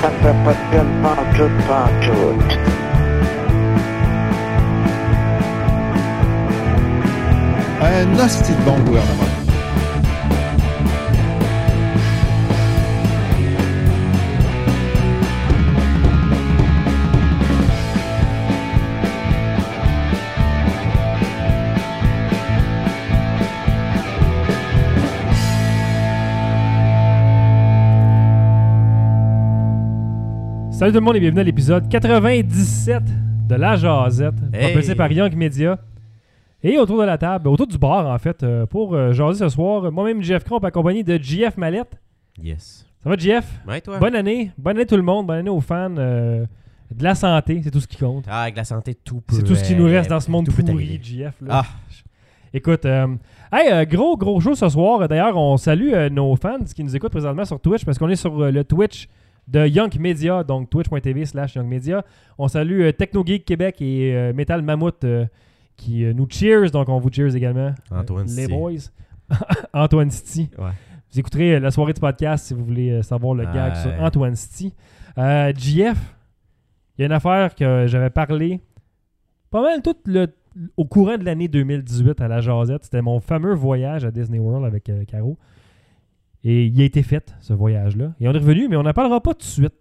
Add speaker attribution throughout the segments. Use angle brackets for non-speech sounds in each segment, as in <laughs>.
Speaker 1: ça n'a pas de gueule partout, partout.
Speaker 2: Un hostie de bon gouvernement.
Speaker 3: Salut tout le monde et bienvenue à l'épisode 97 de La Jazette,
Speaker 4: Hey!
Speaker 3: propulsé par Young Media. Et autour de la table, autour du bar en fait, euh, pour euh, jaser ce soir, moi-même JF Cromp accompagné de JF Mallette.
Speaker 4: Yes.
Speaker 3: Ça va JF?
Speaker 4: Ouais, toi?
Speaker 3: Bonne année, bonne année tout le monde, bonne année aux fans, euh, de la santé, c'est tout ce qui compte.
Speaker 4: Ah, avec la santé, tout peut.
Speaker 3: C'est tout ce qui nous reste dans ce
Speaker 4: euh,
Speaker 3: monde
Speaker 4: tout peut
Speaker 3: pourri,
Speaker 4: arriver.
Speaker 3: JF. là.
Speaker 4: Ah,
Speaker 3: Écoute, euh, hey, euh, gros, gros show ce soir. D'ailleurs, on salue euh, nos fans qui nous écoutent présentement sur Twitch parce qu'on est sur euh, le Twitch de Young Media, donc twitch.tv slash Young Media. On salue euh, Techno Geek Québec et euh, Metal Mammoth euh, qui euh, nous cheers, donc on vous cheers également. Euh,
Speaker 4: Antoine
Speaker 3: Les
Speaker 4: City.
Speaker 3: boys. <laughs> Antoine City.
Speaker 4: ouais.
Speaker 3: Vous écouterez euh, la soirée du podcast si vous voulez euh, savoir le gag
Speaker 4: Ouais.
Speaker 3: sur Antoine City. Euh, JF, il y a une affaire que j'avais parlé pas mal tout le, au courant de l'année 2018 à la Jazette. C'était mon fameux voyage à Disney World avec euh, Caro. Et il a été fait, ce voyage-là. Et on est revenu, mais on n'en parlera pas tout de suite.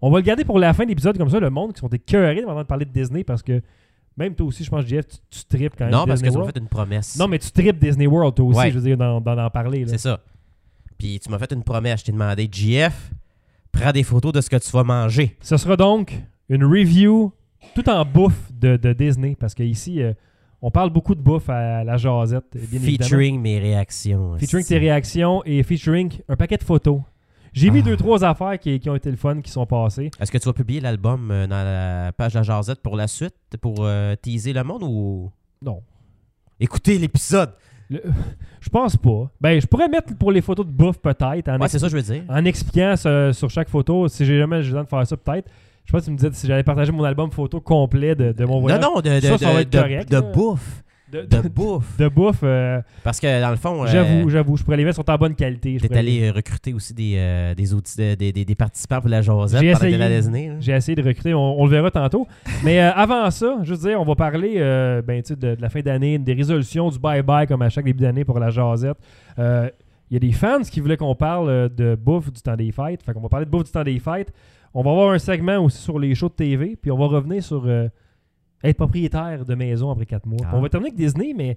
Speaker 3: On va le garder pour la fin de l'épisode, comme ça, le monde qui sont écœurés avant de parler de Disney parce que même toi aussi, je pense, JF, tu, tu tripes quand même.
Speaker 4: Non, parce
Speaker 3: Disney
Speaker 4: que tu m'as
Speaker 3: World.
Speaker 4: fait une promesse.
Speaker 3: Hein, Non, mais tu tripes Disney World, toi aussi,
Speaker 4: Ouais.
Speaker 3: je veux dire, d'en d'en- d'en parler. là.
Speaker 4: C'est ça. Puis tu m'as fait une promesse. Je t'ai demandé, JF, prends des photos de ce que tu vas manger.
Speaker 3: Ce sera donc une review tout en bouffe de, de Disney, parce qu'ici, on parle beaucoup de bouffe à la jasette, Eh bien évidemment.
Speaker 4: Featuring mes réactions.
Speaker 3: Featuring
Speaker 4: esti.
Speaker 3: tes réactions et featuring un paquet de photos. J'ai mis
Speaker 4: Ah.
Speaker 3: deux, trois affaires qui, qui ont été le fun, qui sont passées.
Speaker 4: Est-ce que tu vas publier l'album euh, dans la page de la Jarzette pour la suite, pour euh, teaser le monde ou.
Speaker 3: Non. Ah,
Speaker 4: Écoutez l'épisode!
Speaker 3: Le- je pense pas. Ben, je pourrais mettre pour les photos de bouffe, peut-être, en,
Speaker 4: Ouais,
Speaker 3: ex-
Speaker 4: c'est ça que je veux dire.
Speaker 3: en expliquant ce- sur chaque photo, si j'ai jamais le temps de faire ça, peut-être. Je pense que tu me disais si j'allais partager mon album photo complet de, de mon voyage.
Speaker 4: Non, non, de, de,
Speaker 3: Ça, ça va
Speaker 4: de-
Speaker 3: être
Speaker 4: de-
Speaker 3: correct,
Speaker 4: de
Speaker 3: là.
Speaker 4: bouffe.
Speaker 3: De,
Speaker 4: De
Speaker 3: de-
Speaker 4: bouffe.
Speaker 3: <laughs> de bouffe, euh,
Speaker 4: Parce que dans le fond. euh,
Speaker 3: j'avoue, j'avoue. Je pourrais les mettre, sont en bonne qualité. je
Speaker 4: T'es
Speaker 3: pourrais les-
Speaker 4: allé euh, recruter aussi des, euh, des, audits- euh, des, des- des participants pour la Josette
Speaker 3: J'ai
Speaker 4: pendant que
Speaker 3: essayé.
Speaker 4: t'étais à Disney, là.
Speaker 3: J'ai essayé de recruter, on, on le verra tantôt. Mais euh, avant ça, juste dire, on va parler euh, ben, tu sais, de, de la fin d'année, des résolutions, du bye-bye comme à chaque début d'année pour la Jazette. Euh, Il y a des fans qui voulaient qu'on parle euh, de bouffe du temps des fêtes. Fait qu'on va parler de bouffe du temps des fêtes. On va avoir un segment aussi sur les shows de TV, puis on va revenir sur euh, être propriétaire de maison après quatre mois.
Speaker 4: Ah.
Speaker 3: Puis On va terminer avec Disney, mais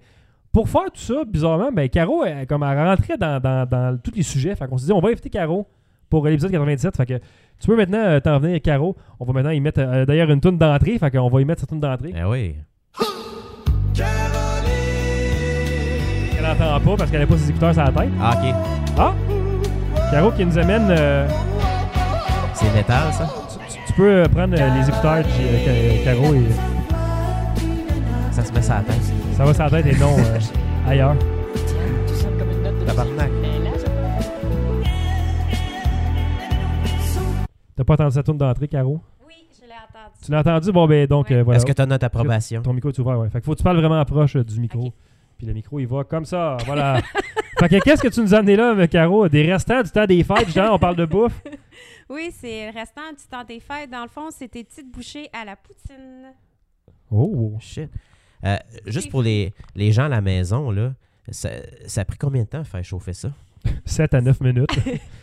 Speaker 3: pour faire tout ça, bizarrement, ben, Caro, elle, comme elle rentrait dans, dans, dans tous les sujets, fait qu'on s'est dit, on va inviter Caro pour l'épisode 97. Fait que tu peux maintenant euh, t'en venir, Caro. On va maintenant y mettre euh, d'ailleurs une toune d'entrée, fait qu'on va y mettre sa toune d'entrée.
Speaker 4: Eh oui.
Speaker 3: Elle n'entend pas parce qu'elle n'a pas ses écouteurs sur la tête.
Speaker 4: Ah, ok.
Speaker 3: Ah! Caro qui nous amène. euh,
Speaker 4: C'est métal, ça.
Speaker 3: tu, tu- tu peux euh, prendre euh, les écouteurs, puis, euh, Ca- Caro, et
Speaker 4: Ça se met sur la tête.
Speaker 3: ça va sur la tête et non euh, ailleurs.
Speaker 4: Tabarnak.
Speaker 3: T'as pas entendu sa toune d'entrée, Caro?
Speaker 5: Oui, je l'ai entendu.
Speaker 3: Tu l'as entendu? Bon, ben donc,
Speaker 5: Ouais.
Speaker 3: euh, voilà.
Speaker 4: Est-ce que t'as notre approbation?
Speaker 3: Ton micro est ouvert, ouais. Fait que faut que tu parles vraiment proche euh, du micro.
Speaker 5: Ok.
Speaker 3: Puis le micro, il va comme ça. Voilà. <laughs> fait que qu'est-ce que tu nous as amené là, euh, Caro? Des restants du temps des fêtes, justement, on parle de bouffe.
Speaker 5: <laughs> Oui, c'est le restant du temps des fêtes. Dans le fond, c'était petites bouchées à la poutine.
Speaker 3: Oh!
Speaker 4: Shit. Euh, juste pour les, les gens à la maison, là, ça, ça a pris combien de temps à faire chauffer ça?
Speaker 3: 7 à 9
Speaker 5: <laughs>
Speaker 3: minutes.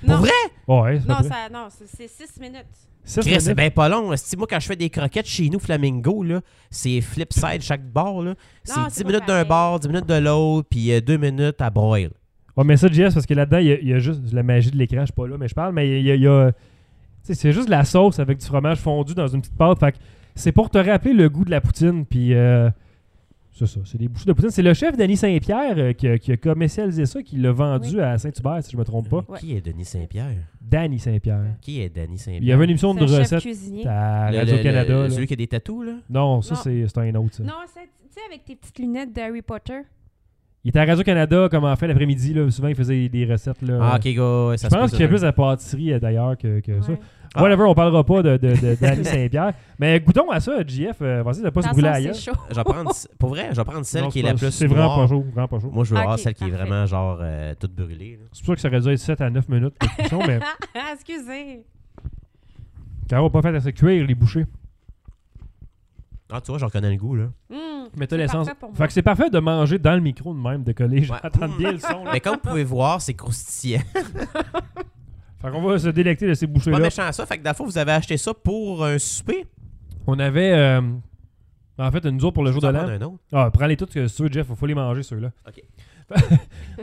Speaker 5: Non,
Speaker 4: vrai?
Speaker 3: Ouais, c'est
Speaker 5: non,
Speaker 3: pas vrai.
Speaker 5: ça, non, c'est- c'est six minutes.
Speaker 3: Six
Speaker 4: Chris, c'est
Speaker 3: minutes.
Speaker 4: bien pas long. Esti, moi, quand je fais des croquettes chez nous, Flamingo, là, c'est flip side chaque bord. là. C'est 10
Speaker 5: c'est pas
Speaker 4: minutes d'un
Speaker 5: pareil.
Speaker 4: bord, 10 minutes de l'autre, puis 2 minutes à broil.
Speaker 3: Ouais, mais ça, JS, parce que là-dedans, il y a- il y, a juste la magie de l'écran, je suis pas là, mais je parle, mais il y a. il y a- tu sais, c'est juste de la sauce avec du fromage fondu dans une petite pâte. Fait que c'est pour te rappeler le goût de la poutine, puis. euh, c'est ça, c'est des bouchées de poutine. C'est le chef Danny Saint-Pierre euh, qui, a- qui a commercialisé ça, qui l'a vendu à Saint-Hubert, si je me trompe pas.
Speaker 5: Ouais.
Speaker 4: Qui est Denis Saint-Pierre?
Speaker 3: Danny Saint-Pierre.
Speaker 4: Qui est Denis Saint-Pierre?
Speaker 3: Il y avait une émission de
Speaker 5: C'est un chef
Speaker 3: recettes
Speaker 5: cuisinier.
Speaker 3: à
Speaker 4: Eh Le- le-
Speaker 3: Radio-Canada.
Speaker 4: le-
Speaker 3: là.
Speaker 4: Celui qui a des tatous, là?
Speaker 3: Non, ça,
Speaker 5: Non.
Speaker 3: c'est c'est un autre. ça.
Speaker 5: Non, c'est- tu sais, avec tes petites lunettes de Harry Potter.
Speaker 3: Il était à Radio-Canada, comme en fait l'après-midi. là. Souvent, il faisait des recettes. Là,
Speaker 4: Ah, ok, go. Ça
Speaker 3: Je
Speaker 4: se
Speaker 3: pense
Speaker 4: peut,
Speaker 3: qu'il y a
Speaker 4: ça.
Speaker 3: plus à la pâtisserie euh, d'ailleurs que, que ça.
Speaker 5: Ouais.
Speaker 4: Ah.
Speaker 3: Whatever, on parlera pas de, de,
Speaker 4: <laughs>
Speaker 3: de- d'Annie Saint-Pierre. Mais goûtons à ça, JF. Euh, vas-y, de pas se
Speaker 5: Attention,
Speaker 3: brûler
Speaker 5: c'est
Speaker 3: ailleurs.
Speaker 5: chaud.
Speaker 4: Je vais prendre, pour vrai, je vais prendre celle
Speaker 3: Non,
Speaker 4: qui est
Speaker 3: c'est
Speaker 4: la
Speaker 3: pas-
Speaker 4: plus.
Speaker 3: C'est vraiment pas
Speaker 4: noire.
Speaker 3: chaud, vraiment pas chaud.
Speaker 4: Moi, je veux avoir
Speaker 5: Ok,
Speaker 4: celle qui est
Speaker 5: parfait.
Speaker 4: vraiment genre euh, toute brûlée. là.
Speaker 5: <laughs>
Speaker 3: C'est pour ça que ça réduit 7 à 9 minutes de cuisson, mais
Speaker 5: Ah, excusez.
Speaker 3: Caro a pas fait à se cuire les bouchées.
Speaker 4: Ah, tu vois, j'en connais le goût,
Speaker 5: <laughs>
Speaker 4: là.
Speaker 5: Hum,
Speaker 3: Mais t'as
Speaker 5: c'est
Speaker 3: l'essence.
Speaker 5: parfait pour moi.
Speaker 3: Fait que c'est parfait de manger dans le micro de même, de coller. J'entends bien le son. là.
Speaker 4: Mais comme vous pouvez voir, c'est croustillant.
Speaker 3: Fait qu'on va se délecter de ces
Speaker 4: Pas
Speaker 3: bouchées-là.
Speaker 4: méchant à ça. Fait que dans le fond, vous avez acheté ça pour un souper.
Speaker 3: On avait. euh, en fait, une jour pour le jour de
Speaker 4: Vous en
Speaker 3: l'an.
Speaker 4: prendre un autre.
Speaker 3: Ah, prends-les toutes, que ceux, Jeff, il faut les manger, ceux-là.
Speaker 4: OK.
Speaker 3: <laughs>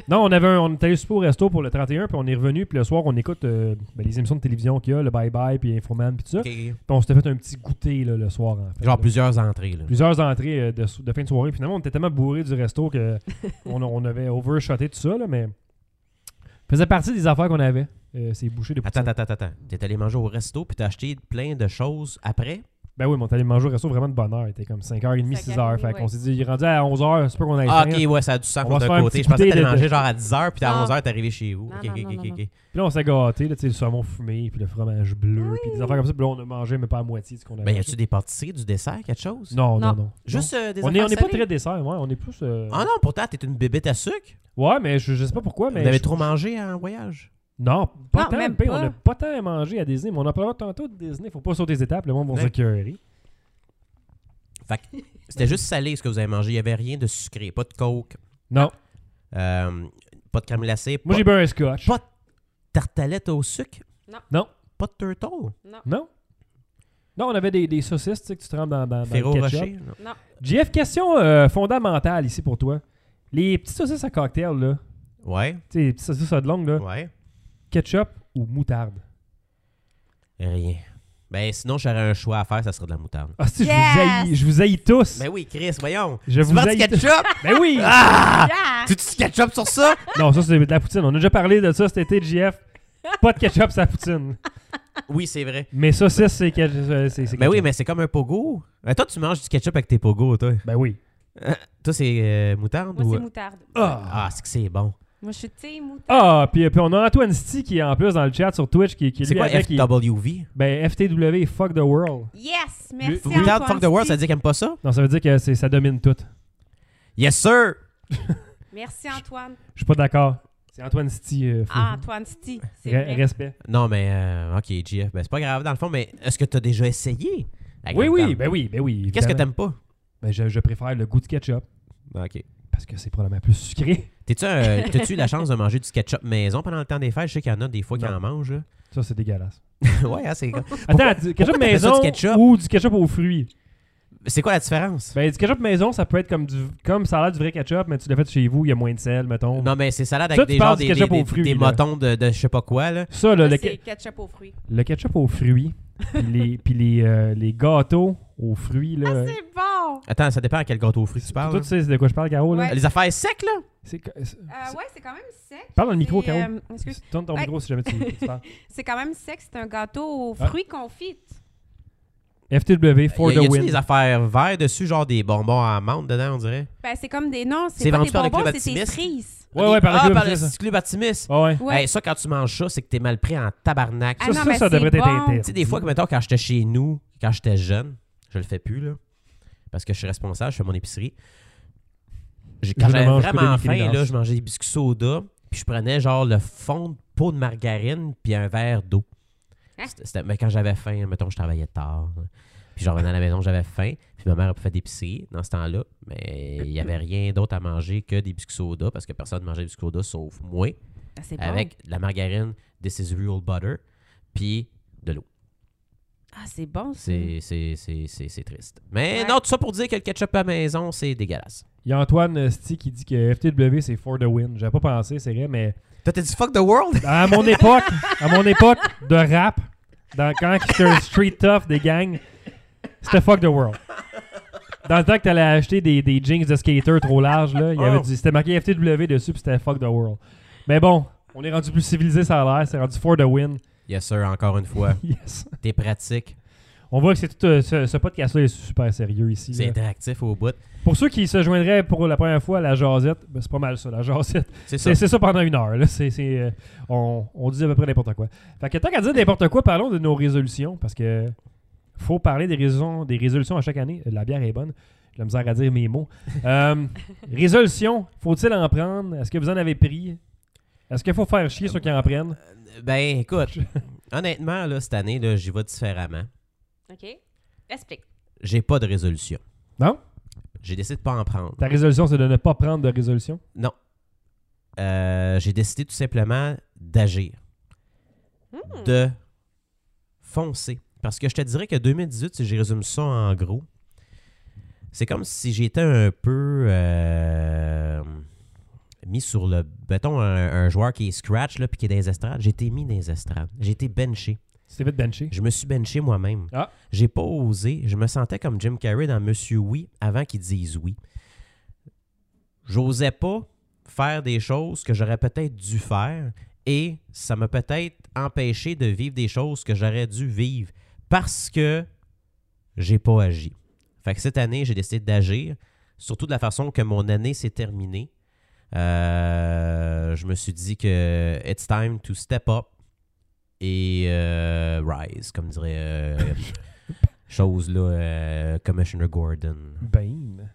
Speaker 3: non, on avait un, on était allé super au resto pour le 31, puis on est revenu, puis le soir, on écoute euh, ben, les émissions de télévision qu'il y a, le Bye Bye, puis Infoman, puis tout ça.
Speaker 4: Ok.
Speaker 3: Puis on s'était fait un petit goûter là, le soir, en fait.
Speaker 4: Genre
Speaker 3: là.
Speaker 4: plusieurs entrées, là.
Speaker 3: Plusieurs entrées euh, de, sou- de fin de soirée. Puis Finalement, on était tellement bourrés du resto
Speaker 4: <laughs>
Speaker 3: que on, on avait overshoté tout ça, là, mais faisait partie des affaires qu'on avait, euh, ces bouchées de
Speaker 4: Attends, attends, attends, attends. T'es allé manger au resto, puis t'as acheté plein de choses après.
Speaker 3: Ben oui, mais on est allé manger au resto vraiment de bonne heure. Il était comme 5h30,
Speaker 5: 5h30,
Speaker 3: 6h. Fait
Speaker 5: ouais.
Speaker 3: qu'on s'est dit, il est rendu à 11h, c'est pas qu'on aille
Speaker 4: Ah,
Speaker 3: faire.
Speaker 4: ok, ouais, ça a du sens
Speaker 3: On
Speaker 4: pour
Speaker 3: va se
Speaker 4: d'un
Speaker 3: faire un
Speaker 4: côté.
Speaker 3: petit
Speaker 4: Je pensais que
Speaker 3: goûter
Speaker 4: t'allais
Speaker 3: de-
Speaker 4: manger genre à 10h, puis à
Speaker 5: Non.
Speaker 4: 11h, t'es arrivé chez vous.
Speaker 5: Non,
Speaker 4: Ok,
Speaker 5: non,
Speaker 4: ok,
Speaker 5: non,
Speaker 4: ok,
Speaker 5: non,
Speaker 4: ok.
Speaker 3: Puis là, on s'est gâté, là, tu sais, le saumon fumé, puis le fromage bleu, puis des affaires comme ça. Puis là, on a mangé, mais pas à moitié de ce qu'on avait.
Speaker 4: Ben, y a-tu des pâtisseries, du dessert, quelque chose?
Speaker 3: Non, non, non.
Speaker 5: Non.
Speaker 4: Juste euh, des
Speaker 3: on est, on
Speaker 4: affaires
Speaker 3: est pas
Speaker 4: salées?
Speaker 3: très dessert, ouais. On est plus. euh,
Speaker 4: Ah non, pourtant, t'es une bébête à sucre.
Speaker 3: Ouais, mais je, je sais pas pourquoi.
Speaker 4: Vous
Speaker 3: Mais
Speaker 4: avez
Speaker 3: je-
Speaker 4: trop mangé en voyage.
Speaker 3: Non, pas
Speaker 5: Non,
Speaker 3: tant.
Speaker 5: même
Speaker 3: paye,
Speaker 5: pas.
Speaker 3: On a pas tant à manger à Disney, mais on en parlera tantôt de Disney. Faut pas sauter les étapes, le monde va
Speaker 4: Ouais.
Speaker 3: s'écœurer.
Speaker 4: Fait que c'était juste salé ce que vous avez mangé. Il n'y avait rien de sucré. Pas de coke,
Speaker 3: Non.
Speaker 4: euh, pas de crème glacée,
Speaker 3: Moi,
Speaker 4: Ah, pas
Speaker 3: j'ai
Speaker 4: de
Speaker 3: bu un scotch.
Speaker 4: pas- tartelette au sucre.
Speaker 5: Non.
Speaker 3: Non.
Speaker 4: Pas de turtle.
Speaker 3: Non. Non, on avait des, des saucisses, tu sais, que tu trempes dans, dans, dans
Speaker 4: Ferro
Speaker 3: le Ah, ben, ketchup.
Speaker 4: Rocher. non.
Speaker 3: JF, question euh, fondamentale ici pour toi. Les petites saucisses à cocktail, là,
Speaker 4: Ouais,
Speaker 3: tu sais, les petites saucisses à de longue, là,
Speaker 4: ouais.
Speaker 3: ketchup ou moutarde?
Speaker 4: Rien. Ben, sinon, j'aurais un choix à faire, ça serait de la moutarde.
Speaker 3: Ah, si,
Speaker 5: Yes!
Speaker 3: je vous haïs, je vous haïs tous.
Speaker 4: Ben oui, Chris, voyons.
Speaker 3: je
Speaker 4: Tu
Speaker 3: vous
Speaker 4: vends du
Speaker 3: haïs tous. <laughs>
Speaker 4: ketchup?
Speaker 3: Ben
Speaker 5: <laughs>
Speaker 3: oui!
Speaker 4: Ah! Tu
Speaker 5: Yeah!
Speaker 4: du ketchup sur ça?
Speaker 3: Non, ça, c'est de la poutine. On a déjà parlé de ça cet été, JF. Pas de ketchup, ça poutine.
Speaker 4: Oui, c'est vrai.
Speaker 3: Mais ça, c'est c'est que- euh, c'est- c'est
Speaker 4: Ben oui,
Speaker 3: ketchup.
Speaker 4: mais c'est comme un pogo. Ben, toi, tu manges du ketchup avec tes pogos, toi.
Speaker 3: Ben oui.
Speaker 4: Toi, c'est euh, moutarde
Speaker 5: Moi,
Speaker 4: ou.
Speaker 5: c'est moutarde.
Speaker 4: Ah, c'est que c'est bon.
Speaker 5: Moi, je suis team moutarde.
Speaker 3: Ah, puis, puis on a Antoine Sti qui est en plus dans le chat sur Twitch qui, qui
Speaker 4: C'est
Speaker 3: lui
Speaker 4: quoi
Speaker 3: avec, il-
Speaker 4: FWV?
Speaker 3: ben, FTW, fuck the world.
Speaker 5: Yes! Merci,
Speaker 3: Oui.
Speaker 4: Moutarde,
Speaker 5: Antoine
Speaker 4: fuck the world, ça
Speaker 5: Sti.
Speaker 4: veut dire qu'elle aime pas ça?
Speaker 3: Non, ça veut dire que c'est- ça domine tout.
Speaker 4: Yes, sir!
Speaker 5: Merci,
Speaker 4: <laughs>
Speaker 5: Antoine.
Speaker 3: Je suis pas d'accord. C'est Antoine Sti. euh, faut-
Speaker 5: Ah, Antoine Sti, c'est
Speaker 3: Re-
Speaker 5: vrai.
Speaker 3: respect.
Speaker 4: Non, mais euh, ok, GF, ben, c'est pas grave dans le fond, mais est-ce que t'as déjà essayé? avec
Speaker 3: Oui,
Speaker 4: la
Speaker 3: oui,
Speaker 4: moutarde?
Speaker 3: ben oui, ben oui.
Speaker 4: Qu'est-ce que
Speaker 3: évidemment.
Speaker 4: t'aimes pas?
Speaker 3: Ben, je, je préfère le goût de ketchup
Speaker 4: Ok.
Speaker 3: parce que c'est probablement plus sucré.
Speaker 4: T'es-tu, euh, T'as-tu eu la chance de manger du ketchup maison pendant le temps des fêtes? Je sais qu'il y en a des fois qui
Speaker 3: Non.
Speaker 4: en mangent. là. <laughs>
Speaker 3: Ça, c'est dégueulasse.
Speaker 4: ouais, hein, c'est
Speaker 3: Attends, du ketchup
Speaker 4: pourquoi t'appelles ça
Speaker 3: maison
Speaker 4: du ketchup?
Speaker 3: ou du ketchup aux fruits?
Speaker 4: C'est quoi la différence?
Speaker 3: Ben, du ketchup maison, ça peut être comme du comme ça a l'air du vrai ketchup, mais tu l'as fait chez vous, il y a moins de sel, mettons.
Speaker 4: non, mais c'est salade
Speaker 3: Ça,
Speaker 4: avec
Speaker 3: tu
Speaker 4: des
Speaker 3: parles
Speaker 4: gens,
Speaker 3: du
Speaker 4: des, des,
Speaker 3: ketchup aux
Speaker 4: des,
Speaker 3: fruits,
Speaker 4: des
Speaker 3: là.
Speaker 4: motons de, de je sais pas quoi. Là.
Speaker 3: Ça, là,
Speaker 5: Ça,
Speaker 3: le,
Speaker 5: c'est
Speaker 3: ke-
Speaker 5: ketchup aux fruits.
Speaker 3: le ketchup aux fruits, puis
Speaker 5: <laughs>
Speaker 3: les, puis les, euh, les gâteaux aux fruits, là.
Speaker 5: Ah, c'est bon!
Speaker 4: Attends, ça dépend à quel gâteau aux fruits tu parles. hein?
Speaker 3: Toi,
Speaker 4: là.
Speaker 3: tu sais de quoi je parle, Caro, là?
Speaker 5: Ouais.
Speaker 4: Les affaires secs, là?
Speaker 3: C'est que- c'est-
Speaker 5: Euh, ouais, c'est quand même sec.
Speaker 3: Parle dans le micro,
Speaker 5: C'est,
Speaker 3: Caro.
Speaker 5: euh, excuse.
Speaker 3: Tourne ton
Speaker 5: Hey.
Speaker 3: micro si jamais tu, tu
Speaker 5: <laughs>
Speaker 3: parles.
Speaker 5: C'est quand même sec, c'est un gâteau aux
Speaker 3: Ah.
Speaker 5: fruits confites.
Speaker 3: FTW, for
Speaker 4: y a,
Speaker 3: the
Speaker 4: y a-tu
Speaker 3: win.
Speaker 4: des affaires vertes dessus, genre des bonbons à menthe dedans, on dirait?
Speaker 5: Ben, c'est comme des. Non, c'est
Speaker 4: C'est
Speaker 5: pas
Speaker 4: vendu
Speaker 5: des
Speaker 4: par le
Speaker 5: bonbons,
Speaker 4: Club
Speaker 5: c'est des
Speaker 4: Optimiste.
Speaker 5: frises.
Speaker 3: Ouais, ouais, par le
Speaker 4: ah,
Speaker 3: club,
Speaker 4: par
Speaker 3: c'est
Speaker 4: le
Speaker 3: ça.
Speaker 4: petit club Artemis.
Speaker 3: Ah ouais.
Speaker 5: Ouais.
Speaker 4: Hey, ça, quand tu manges ça, c'est que t'es mal pris en tabarnak.
Speaker 5: Ah
Speaker 3: Ça,
Speaker 5: non,
Speaker 3: ça,
Speaker 5: mais
Speaker 3: ça
Speaker 5: c'est
Speaker 3: devrait être
Speaker 5: bon.
Speaker 3: interdit.
Speaker 5: Tu
Speaker 4: Tu sais, des fois, que, mettons, quand j'étais chez nous, quand j'étais jeune, je le fais plus, là, parce que je suis responsable, je fais mon épicerie. J'ai- Quand
Speaker 3: Je
Speaker 4: j'avais
Speaker 3: mange que
Speaker 4: vraiment
Speaker 3: des Mickey
Speaker 4: faim, là,
Speaker 3: Mouse.
Speaker 4: je mangeais des biscuits soda, puis je prenais genre le fond de pot de margarine, puis un verre d'eau.
Speaker 5: Hein?
Speaker 4: C'était- c'était- Mais quand j'avais faim, mettons, je travaillais tard. là. Puis je revenais à la maison, j'avais faim. Puis ma mère a fait d'épicerie dans ce temps-là. Mais il n'y avait rien d'autre à manger que des biscuits soda parce que personne ne mangeait des biscuits soda sauf moi
Speaker 5: Ah, c'est bon.
Speaker 4: avec de la margarine, this is real butter, puis de l'eau.
Speaker 5: Ah, c'est bon. ça.
Speaker 4: C'est c'est- c'est- c'est- c'est triste. Mais
Speaker 5: Ouais.
Speaker 4: non, tout ça pour dire que le ketchup à maison, c'est dégueulasse.
Speaker 3: Il y a Antoine euh, Sti qui dit que FTW, c'est for the win. J'avais pas pensé, c'est vrai, mais
Speaker 4: Toi, t'as dit fuck the world?
Speaker 3: à mon époque, à mon époque de rap, dans, quand c'était un street tough des gangs, c'était fuck the world. Dans le temps que t'allais acheter des, des jeans de skater trop larges, là, il y avait
Speaker 4: Oh.
Speaker 3: du- c'était marqué FTW dessus, puis c'était fuck the world. Mais bon, on est rendu plus civilisé, ça a l'air. C'est rendu for the win.
Speaker 4: Yes, sir, encore une <laughs> fois.
Speaker 3: Yes.
Speaker 4: T'es pratique.
Speaker 3: On voit que c'est tout, euh, ce, ce podcast-là est super sérieux ici.
Speaker 4: C'est
Speaker 3: là.
Speaker 4: interactif au bout.
Speaker 3: Pour ceux qui se joindraient pour la première fois à la jasette, ben, c'est pas mal ça, la jasette.
Speaker 4: C'est ça.
Speaker 3: C'est c'est ça pendant une heure. Là. C'est- c'est, euh, on, on dit à peu près n'importe quoi. Fait que tant qu'à dire n'importe quoi, parlons de nos résolutions parce que faut parler des, raisons, des résolutions à chaque année. Euh, La bière est bonne. J'ai la misère à dire mes mots. Euh, résolutions, faut-il en prendre? Est-ce que vous en avez pris? Est-ce qu'il faut faire chier ceux qui en prennent?
Speaker 4: <laughs> Ben, écoute, Honnêtement, là, cette année, là, j'y vais différemment.
Speaker 5: OK. Explique.
Speaker 4: J'ai pas de résolution.
Speaker 3: Non?
Speaker 4: J'ai décidé de pas en prendre.
Speaker 3: Ta résolution, c'est de ne pas prendre de résolution.
Speaker 4: Non. Euh, j'ai décidé tout simplement d'agir.
Speaker 5: Hmm.
Speaker 4: De foncer. Parce que je te dirais que 2018, si je résume ça en gros, c'est comme si j'étais un peu euh, mis sur le. Mettons un, un joueur qui est scratch là, puis qui est dans les estrades. J'ai été mis dans les estrades. J'ai été benché.
Speaker 3: Tu t'es vite benché.
Speaker 4: Je me suis benché moi-même.
Speaker 3: Ah.
Speaker 4: J'ai pas osé. Je me sentais comme Jim Carrey dans Monsieur Oui avant qu'il dise oui. J'osais pas faire des choses que j'aurais peut-être dû faire et ça m'a peut-être empêché de vivre des choses que j'aurais dû vivre parce que j'ai pas agi. Fait que cette année, j'ai décidé d'agir, surtout de la façon que mon année s'est terminée. Euh, je me suis dit que it's time to step up et euh, rise, comme dirait euh, <laughs> chose là, euh, Commissioner Gordon.
Speaker 3: Bane.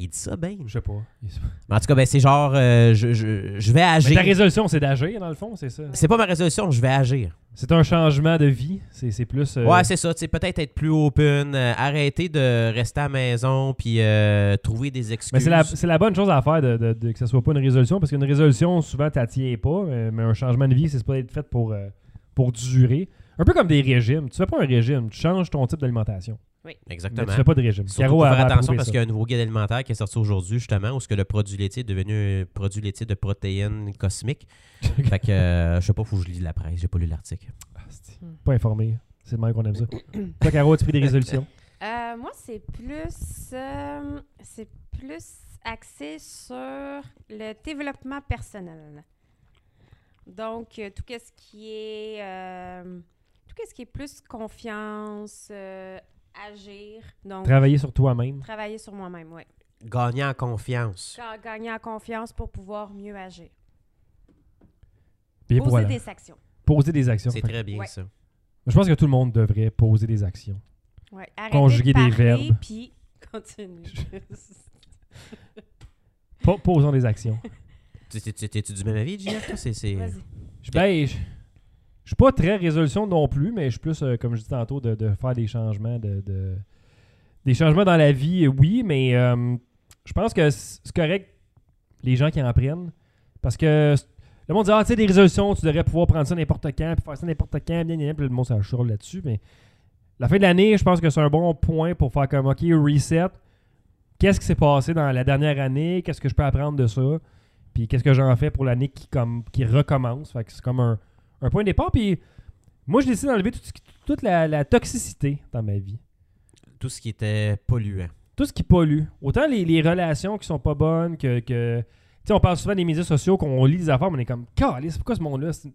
Speaker 4: Il dit ça, ben.
Speaker 3: Je sais pas.
Speaker 4: Mais en tout cas, ben, c'est genre, euh, je, je- je vais
Speaker 3: Mais
Speaker 4: agir.
Speaker 3: ta résolution, c'est d'agir, dans le fond, c'est ça.
Speaker 4: C'est pas ma résolution, je vais agir.
Speaker 3: C'est un changement de vie. C'est c'est plus. euh,
Speaker 4: Ouais, c'est ça, tu sais, peut-être être plus open, euh, arrêter de rester à la maison, puis euh, trouver des excuses.
Speaker 3: mais c'est la, c'est la bonne chose à faire de, de- de- que ce soit pas une résolution, parce qu'une résolution, souvent, t'attiens pas, mais, mais un changement de vie, c'est pas être fait pour, euh, pour durer. Un peu comme des régimes. Tu fais pas un régime, tu changes ton type d'alimentation. Mais
Speaker 4: Exactement.
Speaker 3: tu fais pas de régime.
Speaker 4: Surtout
Speaker 3: Caro
Speaker 4: faut
Speaker 3: a
Speaker 4: faire
Speaker 3: approuvé
Speaker 4: attention parce
Speaker 3: ça.
Speaker 4: qu'il y a un nouveau guide alimentaire qui est sorti aujourd'hui, justement, où ce que le produit laitier est devenu un produit laitier de protéines cosmiques.
Speaker 3: <laughs>
Speaker 4: fait que euh, je sais pas, faut que je lise la presse, j'ai pas lu l'article.
Speaker 3: Asti, Pas informé. C'est le même qu'on aime
Speaker 5: <coughs>
Speaker 3: ça. Toi, Caro, as-tu pris des résolutions?
Speaker 5: Euh, moi, c'est plus, euh, c'est plus axé sur le développement personnel. Donc, euh, tout ce qui est, euh, tout ce qui est plus confiance, euh, agir, donc
Speaker 3: Travailler sur toi-même.
Speaker 5: travailler sur moi-même, oui.
Speaker 4: Gagner en confiance.
Speaker 5: Gagner en confiance pour pouvoir mieux agir.
Speaker 3: Puis
Speaker 5: Poser
Speaker 3: voilà.
Speaker 5: des actions.
Speaker 3: Poser des actions.
Speaker 4: C'est
Speaker 3: Fait que-
Speaker 4: très bien
Speaker 5: Ouais.
Speaker 4: ça.
Speaker 3: Je pense que tout le monde devrait poser des actions.
Speaker 5: Ouais. Arrêter
Speaker 3: Conjuguer
Speaker 5: de
Speaker 3: des
Speaker 5: parler,
Speaker 3: verbes.
Speaker 5: Puis
Speaker 3: <laughs>
Speaker 5: continue.
Speaker 3: Pas posons des actions.
Speaker 4: Tu- tu- tu- T'es-tu du même avis, JF? toi? C'est- c'est-
Speaker 5: <laughs> Vas-y.
Speaker 3: Je, ben, je, je suis pas très résolution non plus, mais je suis plus, euh, comme je dis tantôt, de, de faire des changements, de, de- des changements dans la vie, oui, mais euh, je pense que c- c'est correct les gens qui en prennent. Parce que c- le monde dit, ah, tu sais, des résolutions, tu devrais pouvoir prendre ça n'importe quand, puis faire ça n'importe quand, bien, bien, puis le monde s'achève là-dessus, mais la fin de l'année, je pense que c'est un bon point pour faire comme, OK, reset. Qu'est-ce qui s'est passé dans la dernière année? Qu'est-ce que je peux apprendre de ça? Puis qu'est-ce que j'en fais pour l'année qui, comme, qui recommence? Fait que c'est comme un, un point de départ. Puis moi, j'ai décidé d'enlever tout ce qui- toute la, la toxicité dans ma vie.
Speaker 4: Tout ce qui était polluant.
Speaker 3: Tout ce qui pollue. Autant les, les relations qui sont pas bonnes que. que tu sais, on parle souvent des médias sociaux, qu'on lit des affaires, mais on est comme, Calice, pourquoi ce monde-là? C'est-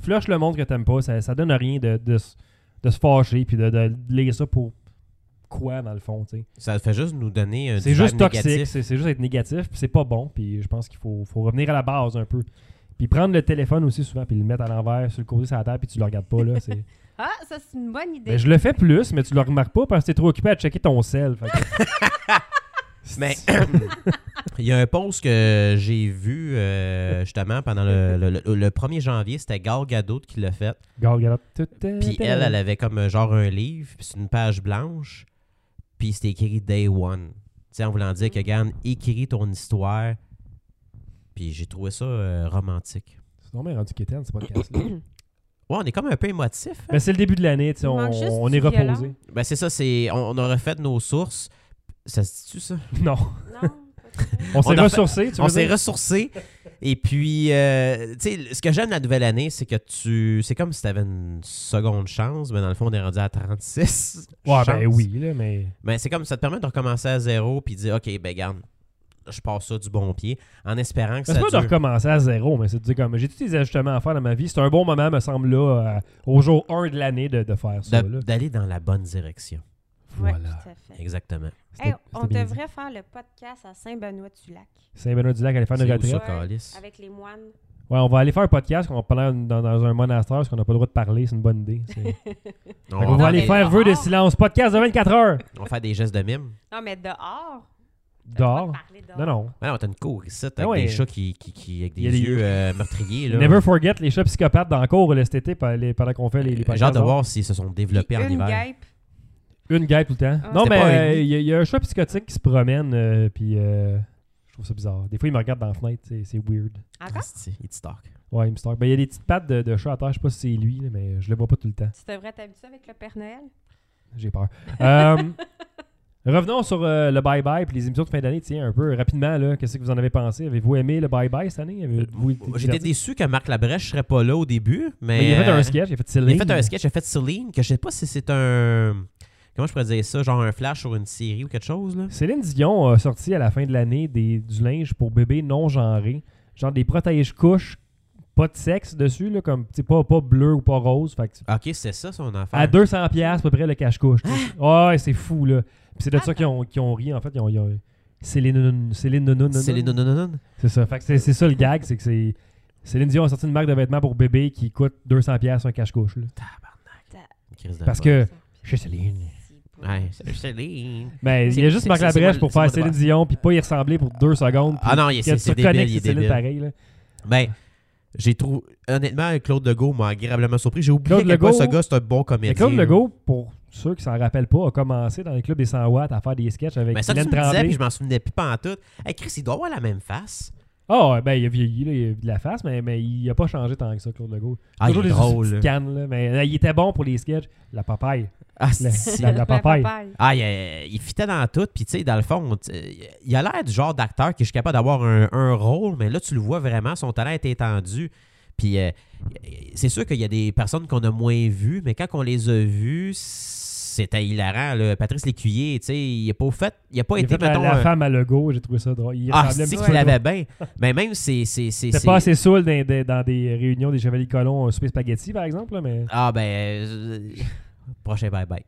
Speaker 3: Flush le monde que t'aimes pas. Ça, ça donne rien de, de, s- de se fâcher puis de, de lire ça pour quoi, dans le fond, tu sais.
Speaker 4: Ça fait juste nous donner un
Speaker 3: C'est juste toxique,
Speaker 4: négatif.
Speaker 3: c'est c'est juste être négatif, puis c'est pas bon, puis je pense qu'il faut, faut revenir à la base un peu. Puis prendre le téléphone aussi souvent, puis le mettre à l'envers, sur le côté, sur la table, puis tu le regardes pas,
Speaker 4: <laughs>
Speaker 3: là. c'est-
Speaker 5: Ah, ça, c'est une bonne idée.
Speaker 3: Ben, je le fais plus, mais tu le remarques pas parce que t'es trop occupé à checker ton sel. fait que-
Speaker 4: <laughs>
Speaker 3: <laughs>
Speaker 4: Mais <coughs> il y a un post que j'ai vu euh, justement pendant le, le- le- le 1er janvier, c'était Gal Gadot qui l'a fait.
Speaker 3: Regarde, regarde. Tout, euh,
Speaker 4: Puis
Speaker 3: tout,
Speaker 4: elle,
Speaker 3: euh,
Speaker 4: elle avait comme euh, genre un livre, puis c'est une page blanche, puis c'était écrit Day One. Tu sais, en voulant dire que,
Speaker 3: Mm.
Speaker 4: regarde, écris ton histoire. Puis j'ai trouvé ça euh, romantique.
Speaker 3: C'est non, mais rendu quétaine,
Speaker 4: <coughs>
Speaker 3: ce podcast-là.
Speaker 4: Ouais, on est comme un peu émotif. hein?
Speaker 3: mais c'est le début de l'année, tu sais,
Speaker 5: Il
Speaker 3: on,
Speaker 5: manque juste
Speaker 3: on
Speaker 5: du
Speaker 3: est
Speaker 5: violent.
Speaker 3: reposé.
Speaker 4: Ben c'est ça, c'est on, on a refait nos sources. Ça se dit-tu, ça?
Speaker 3: Non. On
Speaker 5: Non, pas ça.
Speaker 3: s'est
Speaker 4: a fait-
Speaker 3: ressourcé, tu
Speaker 4: on
Speaker 3: veux
Speaker 4: s'est
Speaker 3: dire?
Speaker 4: ressourcé. Et puis, euh, tu sais, ce que j'aime de la nouvelle année, c'est que tu. C'est comme si tu avais une seconde chance, mais dans le fond, on est rendu à 36.
Speaker 3: Ouais, ben
Speaker 4: chances.
Speaker 3: oui, là, mais.
Speaker 4: Mais Ben, c'est comme ça te permet de recommencer à zéro puis de dire, OK, ben garde, je passe ça du bon pied en espérant que ça
Speaker 3: C'est pas de
Speaker 4: dure.
Speaker 3: recommencer à zéro, mais c'est de dire comme j'ai tous les ajustements à faire dans ma vie. C'est un bon moment, me semble, là, euh, au jour 1 de l'année de, de faire ça.
Speaker 4: de-
Speaker 3: là.
Speaker 4: D'aller dans la bonne direction.
Speaker 3: <laughs>
Speaker 5: Ouais,
Speaker 3: Voilà.
Speaker 5: tout à fait.
Speaker 4: Exactement.
Speaker 3: C'était-
Speaker 5: Hey,
Speaker 3: c'était
Speaker 5: on
Speaker 3: bien
Speaker 5: devrait faire le podcast à Saint-Benoît-du-Lac
Speaker 3: dit. Saint-Benoît-du-Lac allait faire une
Speaker 4: C'est où
Speaker 3: retraite.
Speaker 4: ça,
Speaker 5: Ouais.
Speaker 4: Calice?
Speaker 5: avec les moines.
Speaker 3: Ouais, on va aller faire un podcast qu'on va parler dans, dans un monastère parce qu'on n'a pas le droit de parler. C'est une bonne idée.
Speaker 4: <laughs>
Speaker 3: c'est- Fait
Speaker 4: On,
Speaker 3: qu'on
Speaker 4: va-
Speaker 3: va aller
Speaker 5: mais
Speaker 3: faire
Speaker 5: dehors.
Speaker 3: vœu de silence. Podcast de 24 heures.
Speaker 4: on va faire des gestes de mime.
Speaker 5: Non, mais dehors.
Speaker 3: Dehors.
Speaker 5: Parler dehors.
Speaker 3: Non, non.
Speaker 4: Ah non, t'as une cour ici, avec
Speaker 3: Ah ouais.
Speaker 4: des chats qui, qui, qui- avec des
Speaker 3: Il y a des-
Speaker 4: yeux euh, meurtriers. Là.
Speaker 3: Never forget les chats psychopathes dans le cours là, cet été par- les- pendant qu'on fait les, les
Speaker 4: Euh, J'ai
Speaker 3: podcasts.
Speaker 4: hâte de voir s'ils se sont développés en
Speaker 5: Une
Speaker 4: hiver.
Speaker 5: guêpe.
Speaker 3: Une guêpe tout le temps.
Speaker 5: Ah.
Speaker 3: Non,
Speaker 4: C'était
Speaker 3: mais
Speaker 4: pas un
Speaker 3: euh,
Speaker 4: nid.
Speaker 3: il y, a- il y a un chat psychotique qui se promène, euh, puis euh, je trouve ça bizarre. Des fois, il me regarde dans la fenêtre, c'est c'est weird.
Speaker 5: Encore?
Speaker 4: Asti, Il te stalk.
Speaker 3: Ouais, il me stalk. Ben, il y a des petites pattes de, de chat à terre, je sais pas si c'est lui, là, mais je le vois pas tout le temps.
Speaker 5: Tu devrais t'habituer avec le Père Noël.
Speaker 3: J'ai peur. Euh, revenons sur euh, le bye-bye puis les émissions de fin d'année, tiens, un peu rapidement, là. Qu'est-ce que vous en avez pensé? Avez-vous aimé le bye-bye cette année? Avez-vous été
Speaker 4: J'étais
Speaker 3: diverti?
Speaker 4: déçu que Marc Labrèche serait pas là au début, mais.
Speaker 3: Mais il a fait
Speaker 4: euh,
Speaker 3: un sketch, il a fait
Speaker 4: Il a
Speaker 3: Céline.
Speaker 4: fait un sketch, il a fait Céline, que je sais pas si c'est un. Comment je pourrais dire ça Genre un flash sur une série ou quelque chose, là.
Speaker 3: Céline Dion a sorti à la fin de l'année des- du linge pour bébés non genrés. Genre des protège-couches, pas de sexe dessus, là, comme, tu sais, pas, pas bleu ou pas rose. Fait que
Speaker 4: Ok, c'est ça son affaire.
Speaker 3: À 200 pièces à peu près le cache-couche. tu sais.
Speaker 4: Ah.
Speaker 3: Ouais, c'est fou là. Puis c'est de ça qu'ils ont, qu'ils ont ri en fait, ils ont, ils ont- Céline Nonon- Céline Nonon- Nonon.
Speaker 4: C'est les non, non, non, non.
Speaker 3: C'est ça, Fait que c'est c'est ça le gag, c'est que c'est Céline Dion a sorti une marque de vêtements pour bébé qui coûte 200 pièces un cache-couche là.
Speaker 4: Crise de
Speaker 3: Parce que
Speaker 4: bonne.
Speaker 3: chez Céline.
Speaker 4: Ouais, c'est Céline.
Speaker 3: Mais il y a
Speaker 4: C'est-
Speaker 3: juste
Speaker 4: c'est-
Speaker 3: Marc
Speaker 4: c'est- c'est
Speaker 3: Labrèche
Speaker 4: moi-
Speaker 3: pour
Speaker 4: c'est
Speaker 3: faire
Speaker 4: moi de
Speaker 3: Céline
Speaker 4: base.
Speaker 3: Dion puis pas y ressembler pour deux secondes. puis
Speaker 4: Ah non, il-
Speaker 3: que
Speaker 4: c'est
Speaker 3: tu
Speaker 4: c'est
Speaker 3: reconnais
Speaker 4: débile,
Speaker 3: que
Speaker 4: il est
Speaker 3: c'est Céline
Speaker 4: débile.
Speaker 3: pareil là.
Speaker 4: Ben, j'ai trouvé. Honnêtement, Claude Legault m'a agréablement surpris. J'ai oublié
Speaker 3: Claude
Speaker 4: que quel point
Speaker 3: Legault-
Speaker 4: ce gars, c'est un bon comédien.
Speaker 3: Mais comme
Speaker 4: là.
Speaker 3: Legault, pour ceux qui s'en rappellent pas, a commencé dans les clubs des 100 watts à faire des sketchs avec
Speaker 4: Mais Ben, ça, tu me
Speaker 3: Glenn
Speaker 4: disais,
Speaker 3: Tremblay.
Speaker 4: puis je m'en souvenais plus pas en tout. Hey, Chris, il doit avoir la même face.
Speaker 3: Ah, ouais, ben, il a vieilli, là, il a de la face, mais, mais il a pas changé tant que ça, Claude Legault.
Speaker 4: Ah,
Speaker 3: Toujours
Speaker 4: il est
Speaker 3: les
Speaker 4: drôle,
Speaker 3: petites
Speaker 4: là.
Speaker 3: cannes, là, mais euh, il était bon pour les sketchs. La
Speaker 4: <laughs>
Speaker 3: papaye.
Speaker 4: Ah,
Speaker 3: La,
Speaker 4: c'est-
Speaker 3: la- la papaye.
Speaker 4: Ah, il, euh, il fitait dans tout, puis tu sais, dans le fond, tu- euh, il a l'air du genre d'acteur qui est capable d'avoir un, un rôle, mais là, tu le vois vraiment, son talent est étendu. Puis euh, c'est sûr qu'il y a des personnes qu'on a moins vues, mais quand on les a vues, c'était hilarant. là. Patrice Lécuyer, tu sais, il n'a pas, fait, il a pas
Speaker 3: Il a
Speaker 4: été,
Speaker 3: fait la,
Speaker 4: mettons,
Speaker 3: la
Speaker 4: un-
Speaker 3: femme à Legault, j'ai trouvé ça drôle. Il
Speaker 4: ah,
Speaker 3: ressemblait un
Speaker 4: c'est
Speaker 3: petit
Speaker 4: qu'il
Speaker 3: peu à
Speaker 4: l'avait bien. Mais même, c'est. c'est- c'est-
Speaker 3: C'était
Speaker 4: c'est-
Speaker 3: pas assez saoul dans, dans- dans des réunions des Chevaliers Colons au Super Spaghetti, par exemple, là, mais
Speaker 4: Ah, ben. euh, prochain bye-bye.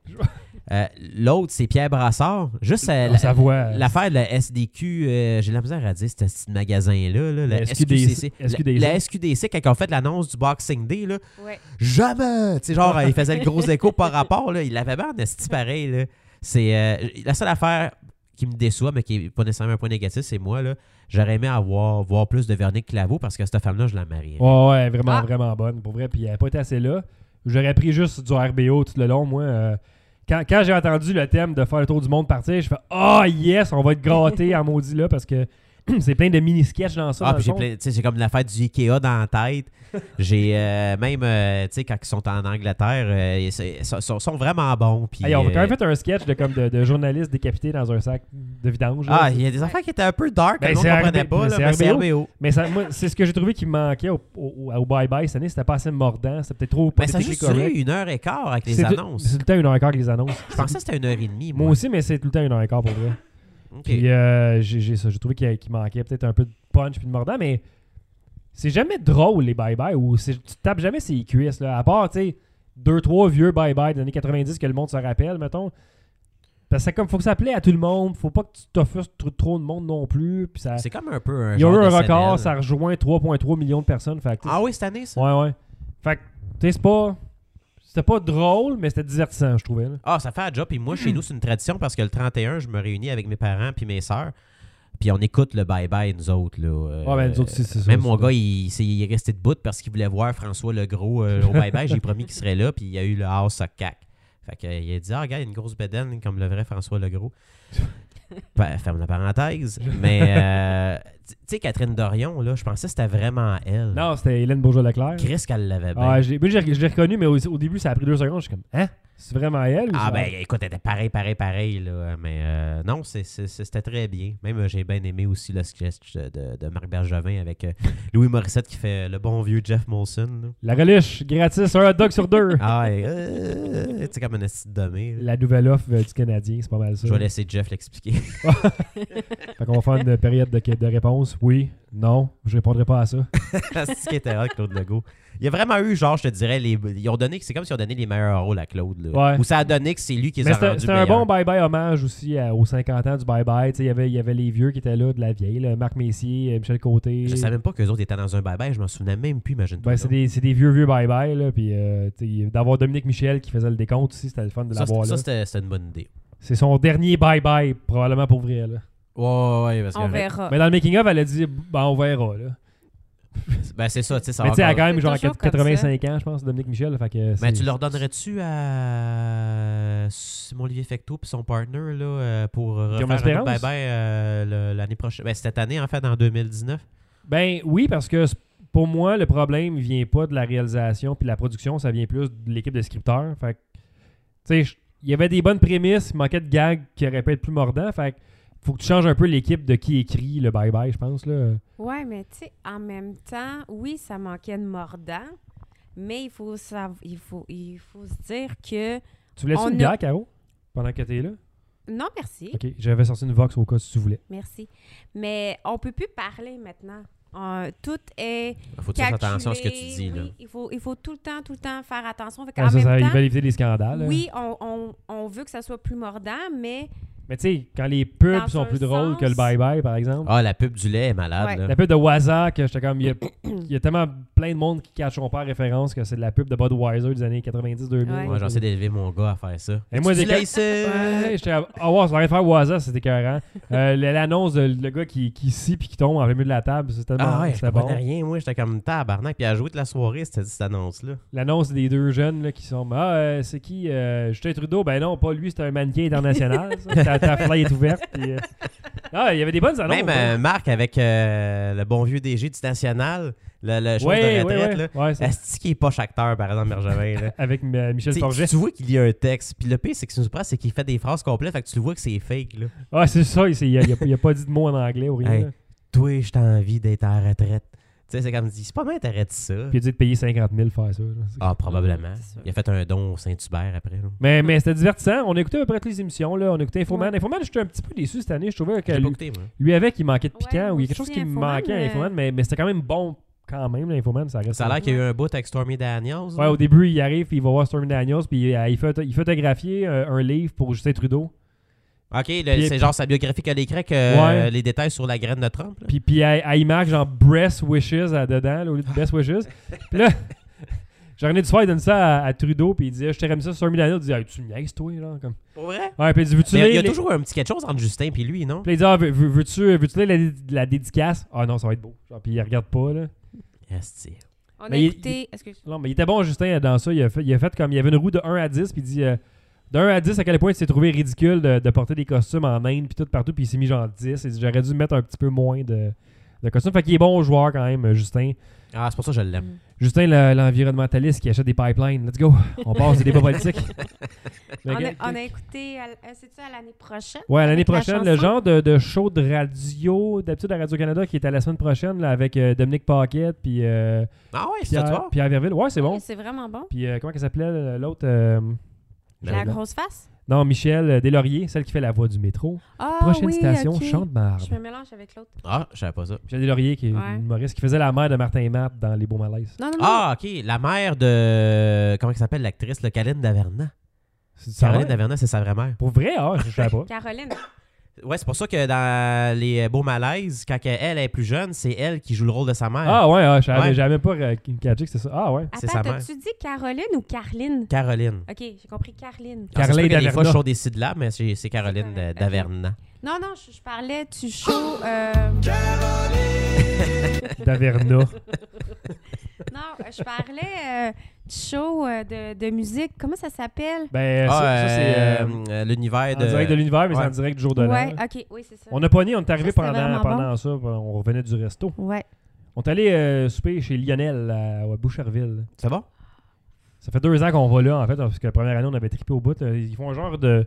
Speaker 4: Euh, L'autre, c'est Pierre Brassard. Juste euh,
Speaker 3: on
Speaker 4: la-
Speaker 3: sa voix.
Speaker 4: L'affaire de la SDQ, euh, j'ai la misère à dire ce petit magasin-là, là, la
Speaker 3: La
Speaker 4: SQDC.
Speaker 3: SQDC.
Speaker 4: La, la SQDC, quand ils ont fait l'annonce du Boxing Day, là,
Speaker 5: Ouais.
Speaker 4: jamais! Tu sais, genre, il faisait le gros écho par rapport, là, il l'avait bien en esti pareil. là. C'est euh, la seule affaire qui me déçoit, mais qui n'est pas nécessairement un point négatif, c'est moi. là. J'aurais aimé avoir voir plus de Véronique Claveau parce que cette femme-là, je la marie.
Speaker 3: Ouais, ouais, vraiment,
Speaker 5: Ah.
Speaker 3: vraiment bonne, pour vrai. Puis elle n'a pas été assez là. J'aurais pris juste du RBO tout le long, moi. euh, quand quand j'ai entendu le thème de faire le tour du monde partir, je fais Ah yes, on va être gratté en
Speaker 4: <laughs>
Speaker 3: maudit là parce que <clears throat> c'est plein de mini-sketchs dans ça.
Speaker 4: Ah,
Speaker 3: dans le
Speaker 4: puis j'ai
Speaker 3: fond.
Speaker 4: plein- tu sais, j'ai comme l'affaire du Ikea dans la tête. J'ai euh, même, euh, tu sais, quand ils sont en Angleterre, euh, ils sont- sont, sont vraiment bons. puis,
Speaker 3: Hey, on a quand même
Speaker 4: euh,
Speaker 3: fait un sketch de, comme de, de journaliste décapité dans un sac de vidange. là.
Speaker 4: Ah, il y a des affaires qui étaient un peu dark,
Speaker 3: Ben,
Speaker 4: que
Speaker 3: c'est
Speaker 4: ne comprenait
Speaker 3: RBO,
Speaker 4: pas, là,
Speaker 3: c'est
Speaker 4: mais c'est
Speaker 3: RBO.
Speaker 4: RBO.
Speaker 3: Mais ça, moi, c'est ce que j'ai trouvé qui manquait au, au- au Bye Bye cette année. C'était pas assez mordant. C'était peut-être trop
Speaker 4: Mais ça a
Speaker 3: politiquement
Speaker 4: juste duré
Speaker 3: correct.
Speaker 4: une heure et quart avec les
Speaker 3: C'est tout-
Speaker 4: annonces.
Speaker 3: C'est tout le temps une heure et quart que les annonces.
Speaker 4: Je pensais que c'était une heure et demie,
Speaker 3: Moi
Speaker 4: moi.
Speaker 3: aussi, mais c'est tout le temps une heure et quart pour vrai.
Speaker 4: Ok.
Speaker 3: Puis euh, j'ai j'ai ça. J'ai trouvé qu'il y a- qu'il manquait peut-être un peu de punch puis de mordant, mais c'est jamais drôle les Bye Bye. Ou c'est- tu tapes jamais ses cuisses. Là. À part, tu sais, deux, trois vieux Bye Bye des années 90 que le monde se rappelle, mettons. Parce que c'est comme, faut que ça plaît à tout le monde. Faut pas que tu t'offusques trop, trop de monde non plus. Puis ça,
Speaker 4: C'est comme un peu un
Speaker 3: Il y a eu
Speaker 4: genre
Speaker 3: un
Speaker 4: de
Speaker 3: record, ça
Speaker 4: SNL.
Speaker 3: rejoint 3,3 millions de personnes. Fait que, tu sais,
Speaker 4: Ah oui, cette année, ça?
Speaker 3: Ouais, ouais. Fait que, tu sais, c'est pas. C'était pas drôle, mais c'était divertissant, je trouvais. là.
Speaker 4: Ah, ça fait un job. Puis moi, chez nous, c'est une tradition parce que le 31, je me réunis avec mes parents puis mes sœurs. Puis on écoute le bye-bye, nous autres. Là, euh,
Speaker 3: Ouais, ben, nous autres, c'est- c'est ça,
Speaker 4: Même
Speaker 3: c'est
Speaker 4: mon
Speaker 3: ça.
Speaker 4: gars, il, s'est- il est resté debout parce qu'il voulait voir François Legros euh, au bye-bye. J'ai promis qu'il serait là. Puis il y a eu le house à cac. Fait que, euh, il a dit Ah, regarde, il y a une grosse bedaine comme le vrai
Speaker 3: <laughs>
Speaker 4: François Legros. Ben, ferme la parenthèse. Mais, euh, tu tu sais, Catherine Dorion, là, je pensais que c'était vraiment elle.
Speaker 3: Non, c'était Hélène Bourgeois-Leclerc.
Speaker 4: Hmm. Chris qu'elle l'avait bien.
Speaker 3: Ah, j'ai- moi, j'ai- je l'ai reconnue, mais au, au début, ça a pris deux secondes. Je suis comme, hein? C'est vraiment elle? ou
Speaker 4: Ah
Speaker 3: ça-
Speaker 4: ben écoute, elle était pareil, pareil, pareil, là. Mais euh, non, c'est- c'est- c'est- c'était très bien. Même euh, j'ai bien aimé aussi le sketch de, de- de Marc Bergevin avec
Speaker 3: <laughs>
Speaker 4: euh, Louis Morissette qui fait euh, le bon vieux Jeff Molson. là.
Speaker 3: La reliche, gratis, un hot dog sur deux.
Speaker 4: Ah et, euh, tu sais, comme un esti de dommé. là.
Speaker 3: La nouvelle offre euh, du Canadien, c'est pas mal ça.
Speaker 4: Je vais laisser Jeff l'expliquer. <laughs>
Speaker 3: Fait qu'on va faire une période de, de réponse. Oui, non, je répondrai pas à ça.
Speaker 4: c'est ce qui était hot, Claude Legault. Il y a vraiment eu, genre, je te dirais, les, ils ont donné, c'est comme si on donné les meilleurs rôles à Claude. là.
Speaker 3: Ouais.
Speaker 4: Ou ça a donné que c'est lui qui les
Speaker 3: Mais
Speaker 4: a
Speaker 3: c'était
Speaker 4: rendus
Speaker 3: c'était un
Speaker 4: meilleurs.
Speaker 3: bon bye-bye hommage aussi à- aux 50 ans du bye-bye. Tu sais, Il y avait, il y avait les vieux qui étaient là, de la vieille, là, Marc Messier, euh, Michel Côté.
Speaker 4: Je savais même pas qu'eux autres étaient dans un bye-bye, je m'en souvenais même plus, imagine-toi.
Speaker 3: Ben, c'est des, c'est des vieux, vieux bye-bye. là, Puis euh, tu sais, d'avoir Dominique Michel qui faisait le décompte aussi, c'était le fun de
Speaker 4: ça,
Speaker 3: l'avoir
Speaker 4: c'était-
Speaker 3: là.
Speaker 4: ça, c'était c'était une bonne idée.
Speaker 3: C'est son dernier bye-bye, probablement pour vrai. Là.
Speaker 4: Ouais, ouais, ouais, parce
Speaker 5: On
Speaker 4: que.
Speaker 5: verra.
Speaker 3: <laughs> Mais dans le making-of, elle a dit, ben, on verra. Là.
Speaker 4: Ben, c'est ça, tu sais, ça
Speaker 3: Mais tu sais, elle
Speaker 4: va
Speaker 3: a
Speaker 4: encore-
Speaker 3: quand même
Speaker 5: C'est
Speaker 3: genre
Speaker 5: toujours
Speaker 3: 85 ans, je pense, Dominique Michel. Fait que
Speaker 4: Ben,
Speaker 3: c'est-
Speaker 4: tu leur donnerais-tu à Simon-Olivier Fecteau et son partner là, euh, pour refaire un autre
Speaker 3: Espérance?
Speaker 4: bye-bye euh, le- l'année prochaine? Ben, cette année, en fait, en 2019.
Speaker 3: Ben oui, parce que c- pour moi, le problème vient pas de la réalisation puis de la production, ça vient plus de l'équipe de scripteurs. Fait que, tu sais, je- il y avait des bonnes prémices, il manquait de gags qui auraient pu être plus mordants. Fait que faut que tu changes un peu l'équipe de qui écrit le bye-bye, je pense. Là.
Speaker 5: Ouais, mais tu sais, en même temps, oui, ça manquait de mordant, mais il faut, sav- il faut, il faut se dire que.
Speaker 3: Tu voulais-tu
Speaker 5: On
Speaker 3: une
Speaker 5: a-
Speaker 3: bière, Caro, pendant que t'es là?
Speaker 5: Non, merci.
Speaker 3: OK, j'avais sorti une Vox au cas si tu voulais.
Speaker 5: Merci. Mais on peut plus parler maintenant. Euh, tout est.
Speaker 4: Ah, Faut que tu fasses
Speaker 5: calculé,
Speaker 4: attention à ce que tu dis.
Speaker 5: oui,
Speaker 4: là.
Speaker 5: il, faut, il faut tout le temps, tout le temps faire attention. Fait qu'en
Speaker 3: Ah, ça,
Speaker 5: même
Speaker 3: ça, ils
Speaker 5: temps,
Speaker 3: veulent éviter les scandales. là.
Speaker 5: oui, on, on- on veut que ça soit plus mordant, mais
Speaker 3: Mais tu sais, quand les pubs
Speaker 5: Dans
Speaker 3: sont
Speaker 5: un
Speaker 3: plus drôles que le
Speaker 5: sens-
Speaker 3: bye-bye, par exemple.
Speaker 4: Ah, la pub du lait est malade.
Speaker 5: Ouais.
Speaker 4: là.
Speaker 3: La pub de Waza, que j'étais comme, il y, a, <clears throat> il y a tellement plein de monde qui ne cacheront pas la référence que c'est de la pub de Budweiser des années 90-2000.
Speaker 5: Ouais.
Speaker 4: Moi, j'essaie d'élever mon gars à faire ça.
Speaker 3: Et moi,
Speaker 4: Du
Speaker 3: j'ai-
Speaker 4: lait, c'est-
Speaker 3: Ouais, j'étais à- Ah ouais, ça aurait faire Waza, c'était écœurant.
Speaker 4: <laughs>
Speaker 3: Euh, le- L'annonce de le gars qui, qui scie puis qui tombe en plein milieu de la table, c'était
Speaker 4: Ah ouais, je
Speaker 3: c'était
Speaker 4: comprenais
Speaker 3: bon.
Speaker 4: rien, moi. J'étais comme tabarnak. Puis à jouer de la soirée, c'était cette annonce-là.
Speaker 3: L'annonce des deux jeunes là, qui sont Ah, euh, c'est qui euh, Justin Trudeau Ben non, pas lui, c'est un mannequin international. ça.
Speaker 4: <laughs>
Speaker 3: ta, ta fly est ouverte. puis, euh. Ah, il y avait des bonnes annonces.
Speaker 4: Même
Speaker 3: hein.
Speaker 4: euh, Marc, avec euh, le bon vieux DG du National, le, le chose
Speaker 3: ouais,
Speaker 4: de
Speaker 3: ouais,
Speaker 4: retraite,
Speaker 3: ouais.
Speaker 4: là.
Speaker 3: Ouais, ça-
Speaker 4: Est-ce qu'il est pas acteur, par exemple, Bergevin, là?
Speaker 3: Avec euh, Michel
Speaker 4: T'sais,
Speaker 3: Forget.
Speaker 4: Tu vois qu'il y a un texte. Puis le pire, c'est que ce qui nous surprend, c'est qu'il fait des phrases complètes. Fait que tu le vois que c'est fake. Là.
Speaker 3: Ah, c'est ça, il n'y a, pas dit de mots en anglais ou rien.
Speaker 4: Hey.
Speaker 3: là.
Speaker 4: Toi, j'ai envie d'être en retraite. Tu sais, c'est comme dit, c'est pas mal, t'arrêtes ça.
Speaker 3: Puis il a dit de payer 50 000 faire ça. là. C'est-
Speaker 4: Ah, probablement.
Speaker 5: Mm, c'est sûr.
Speaker 4: Il a fait un don au Saint-Hubert après. là.
Speaker 3: Mais, mais c'était divertissant. On a écouté à peu près toutes les émissions. Là. On a écouté Infoman.
Speaker 5: Ouais.
Speaker 3: Infoman, j'étais un petit peu déçu cette année. Je trouvais que
Speaker 4: J'ai pas
Speaker 3: lui,
Speaker 4: écouté, moi.
Speaker 3: lui avec, il manquait de
Speaker 5: Ouais,
Speaker 3: piquant ou il y a quelque
Speaker 5: moi
Speaker 3: chose
Speaker 5: aussi,
Speaker 3: qui me
Speaker 5: Infoman,
Speaker 3: manquait à
Speaker 5: euh,
Speaker 3: Infoman, mais, mais c'était quand même bon quand même, l'Infoman. Ça reste.
Speaker 4: Ça a l'air qu'il y a eu un bout avec Stormy Daniels.
Speaker 3: Ouais,
Speaker 4: là.
Speaker 3: au début, il arrive, puis il va voir Stormy Daniels, puis euh, il, fait, il photographiait euh, un livre pour Justin Trudeau.
Speaker 4: Ok, le-
Speaker 3: Puis-
Speaker 4: c'est genre sa biographie qu'elle écrit avec euh,
Speaker 3: Ouais.
Speaker 4: les détails sur la graine de Trump. là.
Speaker 3: Puis, puis elle, elle y marque genre Breast Wishes à dedans, là, au lieu de Best
Speaker 4: <laughs>
Speaker 3: Wishes. Puis là, <laughs> Jean-René Dufort, il donne ça à, à Trudeau, puis il dit Je t'aime ça, Stormy Daniels. Il dit Hey, Tu me niaises, toi, genre. Comme...
Speaker 4: Pour vrai?
Speaker 3: Ouais, puis il dit Veux-tu
Speaker 4: Mais il y
Speaker 3: lire
Speaker 4: a
Speaker 3: les-
Speaker 4: toujours un petit quelque chose entre Justin et lui, non?
Speaker 3: Puis là, il dit ah, veux- veux- veux-tu veux la, dé- la dédicace Ah non, ça va être beau. Genre, puis il regarde pas. Là.
Speaker 4: Esti.
Speaker 5: on
Speaker 3: Mais
Speaker 5: a
Speaker 3: il-
Speaker 5: écouté. Excuse.
Speaker 3: Non, mais il était bon, Justin, dans ça. Il a fait, il a fait comme il y avait une roue de 1 à 10, puis il dit euh, de 1 à 10 à quel point il s'est trouvé ridicule de, de porter des costumes en Inde, puis tout partout, puis il s'est mis genre 10. Il dit j'aurais dû mettre un petit peu moins de, de costumes. Fait qu'il est bon joueur quand même, euh, Justin.
Speaker 4: Ah, c'est pour ça que je l'aime.
Speaker 3: Justin, le- l'environnementaliste qui achète des pipelines. Let's go. On passe des débats politiques. Le
Speaker 5: On a,
Speaker 3: gars-
Speaker 5: on a écouté. à l- euh, C'est-tu à l'année prochaine?
Speaker 3: Ouais, à l'année
Speaker 5: Avec la
Speaker 3: prochaine, le
Speaker 5: chanson?
Speaker 3: genre de, de show de radio, d'habitude à Radio-Canada, qui est à la semaine prochaine, là, avec euh, Dominique Paquette, puis euh,
Speaker 4: Ah ouais, c'est ça, tu
Speaker 3: Pierre,
Speaker 4: vois?
Speaker 3: Pierre Verville. Ouais, c'est bon.
Speaker 5: Oui, C'est vraiment bon.
Speaker 3: Puis euh, comment elle s'appelait euh, l'autre euh,
Speaker 5: La
Speaker 4: Ben
Speaker 3: Jean-Blanc.
Speaker 5: grosse face?
Speaker 3: Non, Michel euh, Deslauriers, celle qui fait la voix du métro.
Speaker 5: Ah,
Speaker 3: Prochaine
Speaker 5: oui,
Speaker 3: station,
Speaker 5: ok.
Speaker 3: Chante-Marde.
Speaker 5: Je me mélange avec l'autre.
Speaker 4: Ah, je savais pas ça.
Speaker 3: Michel Deslauriers, qui est
Speaker 5: Ouais.
Speaker 3: une humoriste, qui faisait la mère de Martin et Matt dans Les Beaux Malaises.
Speaker 5: Non, non, non.
Speaker 4: Ah, ok. La mère de. Comment elle s'appelle l'actrice? Le Caroline Daverna.
Speaker 3: C'est ça,
Speaker 4: Caroline
Speaker 3: ouais?
Speaker 4: Daverna, c'est sa vraie mère.
Speaker 3: Pour vrai, ah, je
Speaker 4: <laughs>
Speaker 3: savais pas.
Speaker 5: Caroline.
Speaker 4: Ouais, c'est pour ça que dans Les euh, Beaux Malaises, quand elle, elle est plus jeune, c'est elle qui joue le rôle de sa mère.
Speaker 3: Ah ouais, ah, je savais
Speaker 4: Ouais.
Speaker 3: j'avais pas euh, catché que c'était ça. Ah ouais.
Speaker 4: C'est sa
Speaker 5: Attends,
Speaker 4: mère.
Speaker 5: t'as-tu dit Caroline ou Carline?
Speaker 4: Caroline.
Speaker 5: Ok, j'ai compris Carline.
Speaker 4: Alors, ça se
Speaker 3: Caroline
Speaker 4: peut que Des fois,
Speaker 3: Daverna.
Speaker 4: je sors des syllabes, mais c'est c'est Caroline
Speaker 5: C'est correct,
Speaker 4: euh, Daverna.
Speaker 5: Non, non, je, je parlais du show.
Speaker 4: <laughs>
Speaker 5: euh,
Speaker 3: Daverna.
Speaker 5: non, je parlais euh, du show euh, de, de musique. Comment ça s'appelle?
Speaker 3: Ben, ça, ça,
Speaker 4: Ah,
Speaker 3: c'est euh,
Speaker 4: euh, euh, l'univers
Speaker 3: en
Speaker 4: de.
Speaker 3: direct de l'univers, mais c'est
Speaker 4: ouais.
Speaker 3: en direct du jour de l'an.
Speaker 5: Ouais, ok, oui, c'est ça.
Speaker 3: On a pogné, on est arrivé
Speaker 5: Ça, c'était
Speaker 3: pendant,
Speaker 5: vraiment
Speaker 3: pendant ça, on revenait du resto.
Speaker 5: Ouais.
Speaker 3: On est allé euh, souper chez Lionel à, à Boucherville.
Speaker 4: C'est bon?
Speaker 3: Ça fait deux ans qu'on va là, en fait, parce que la première année, on avait trippé au bout. Euh, Ils font un genre de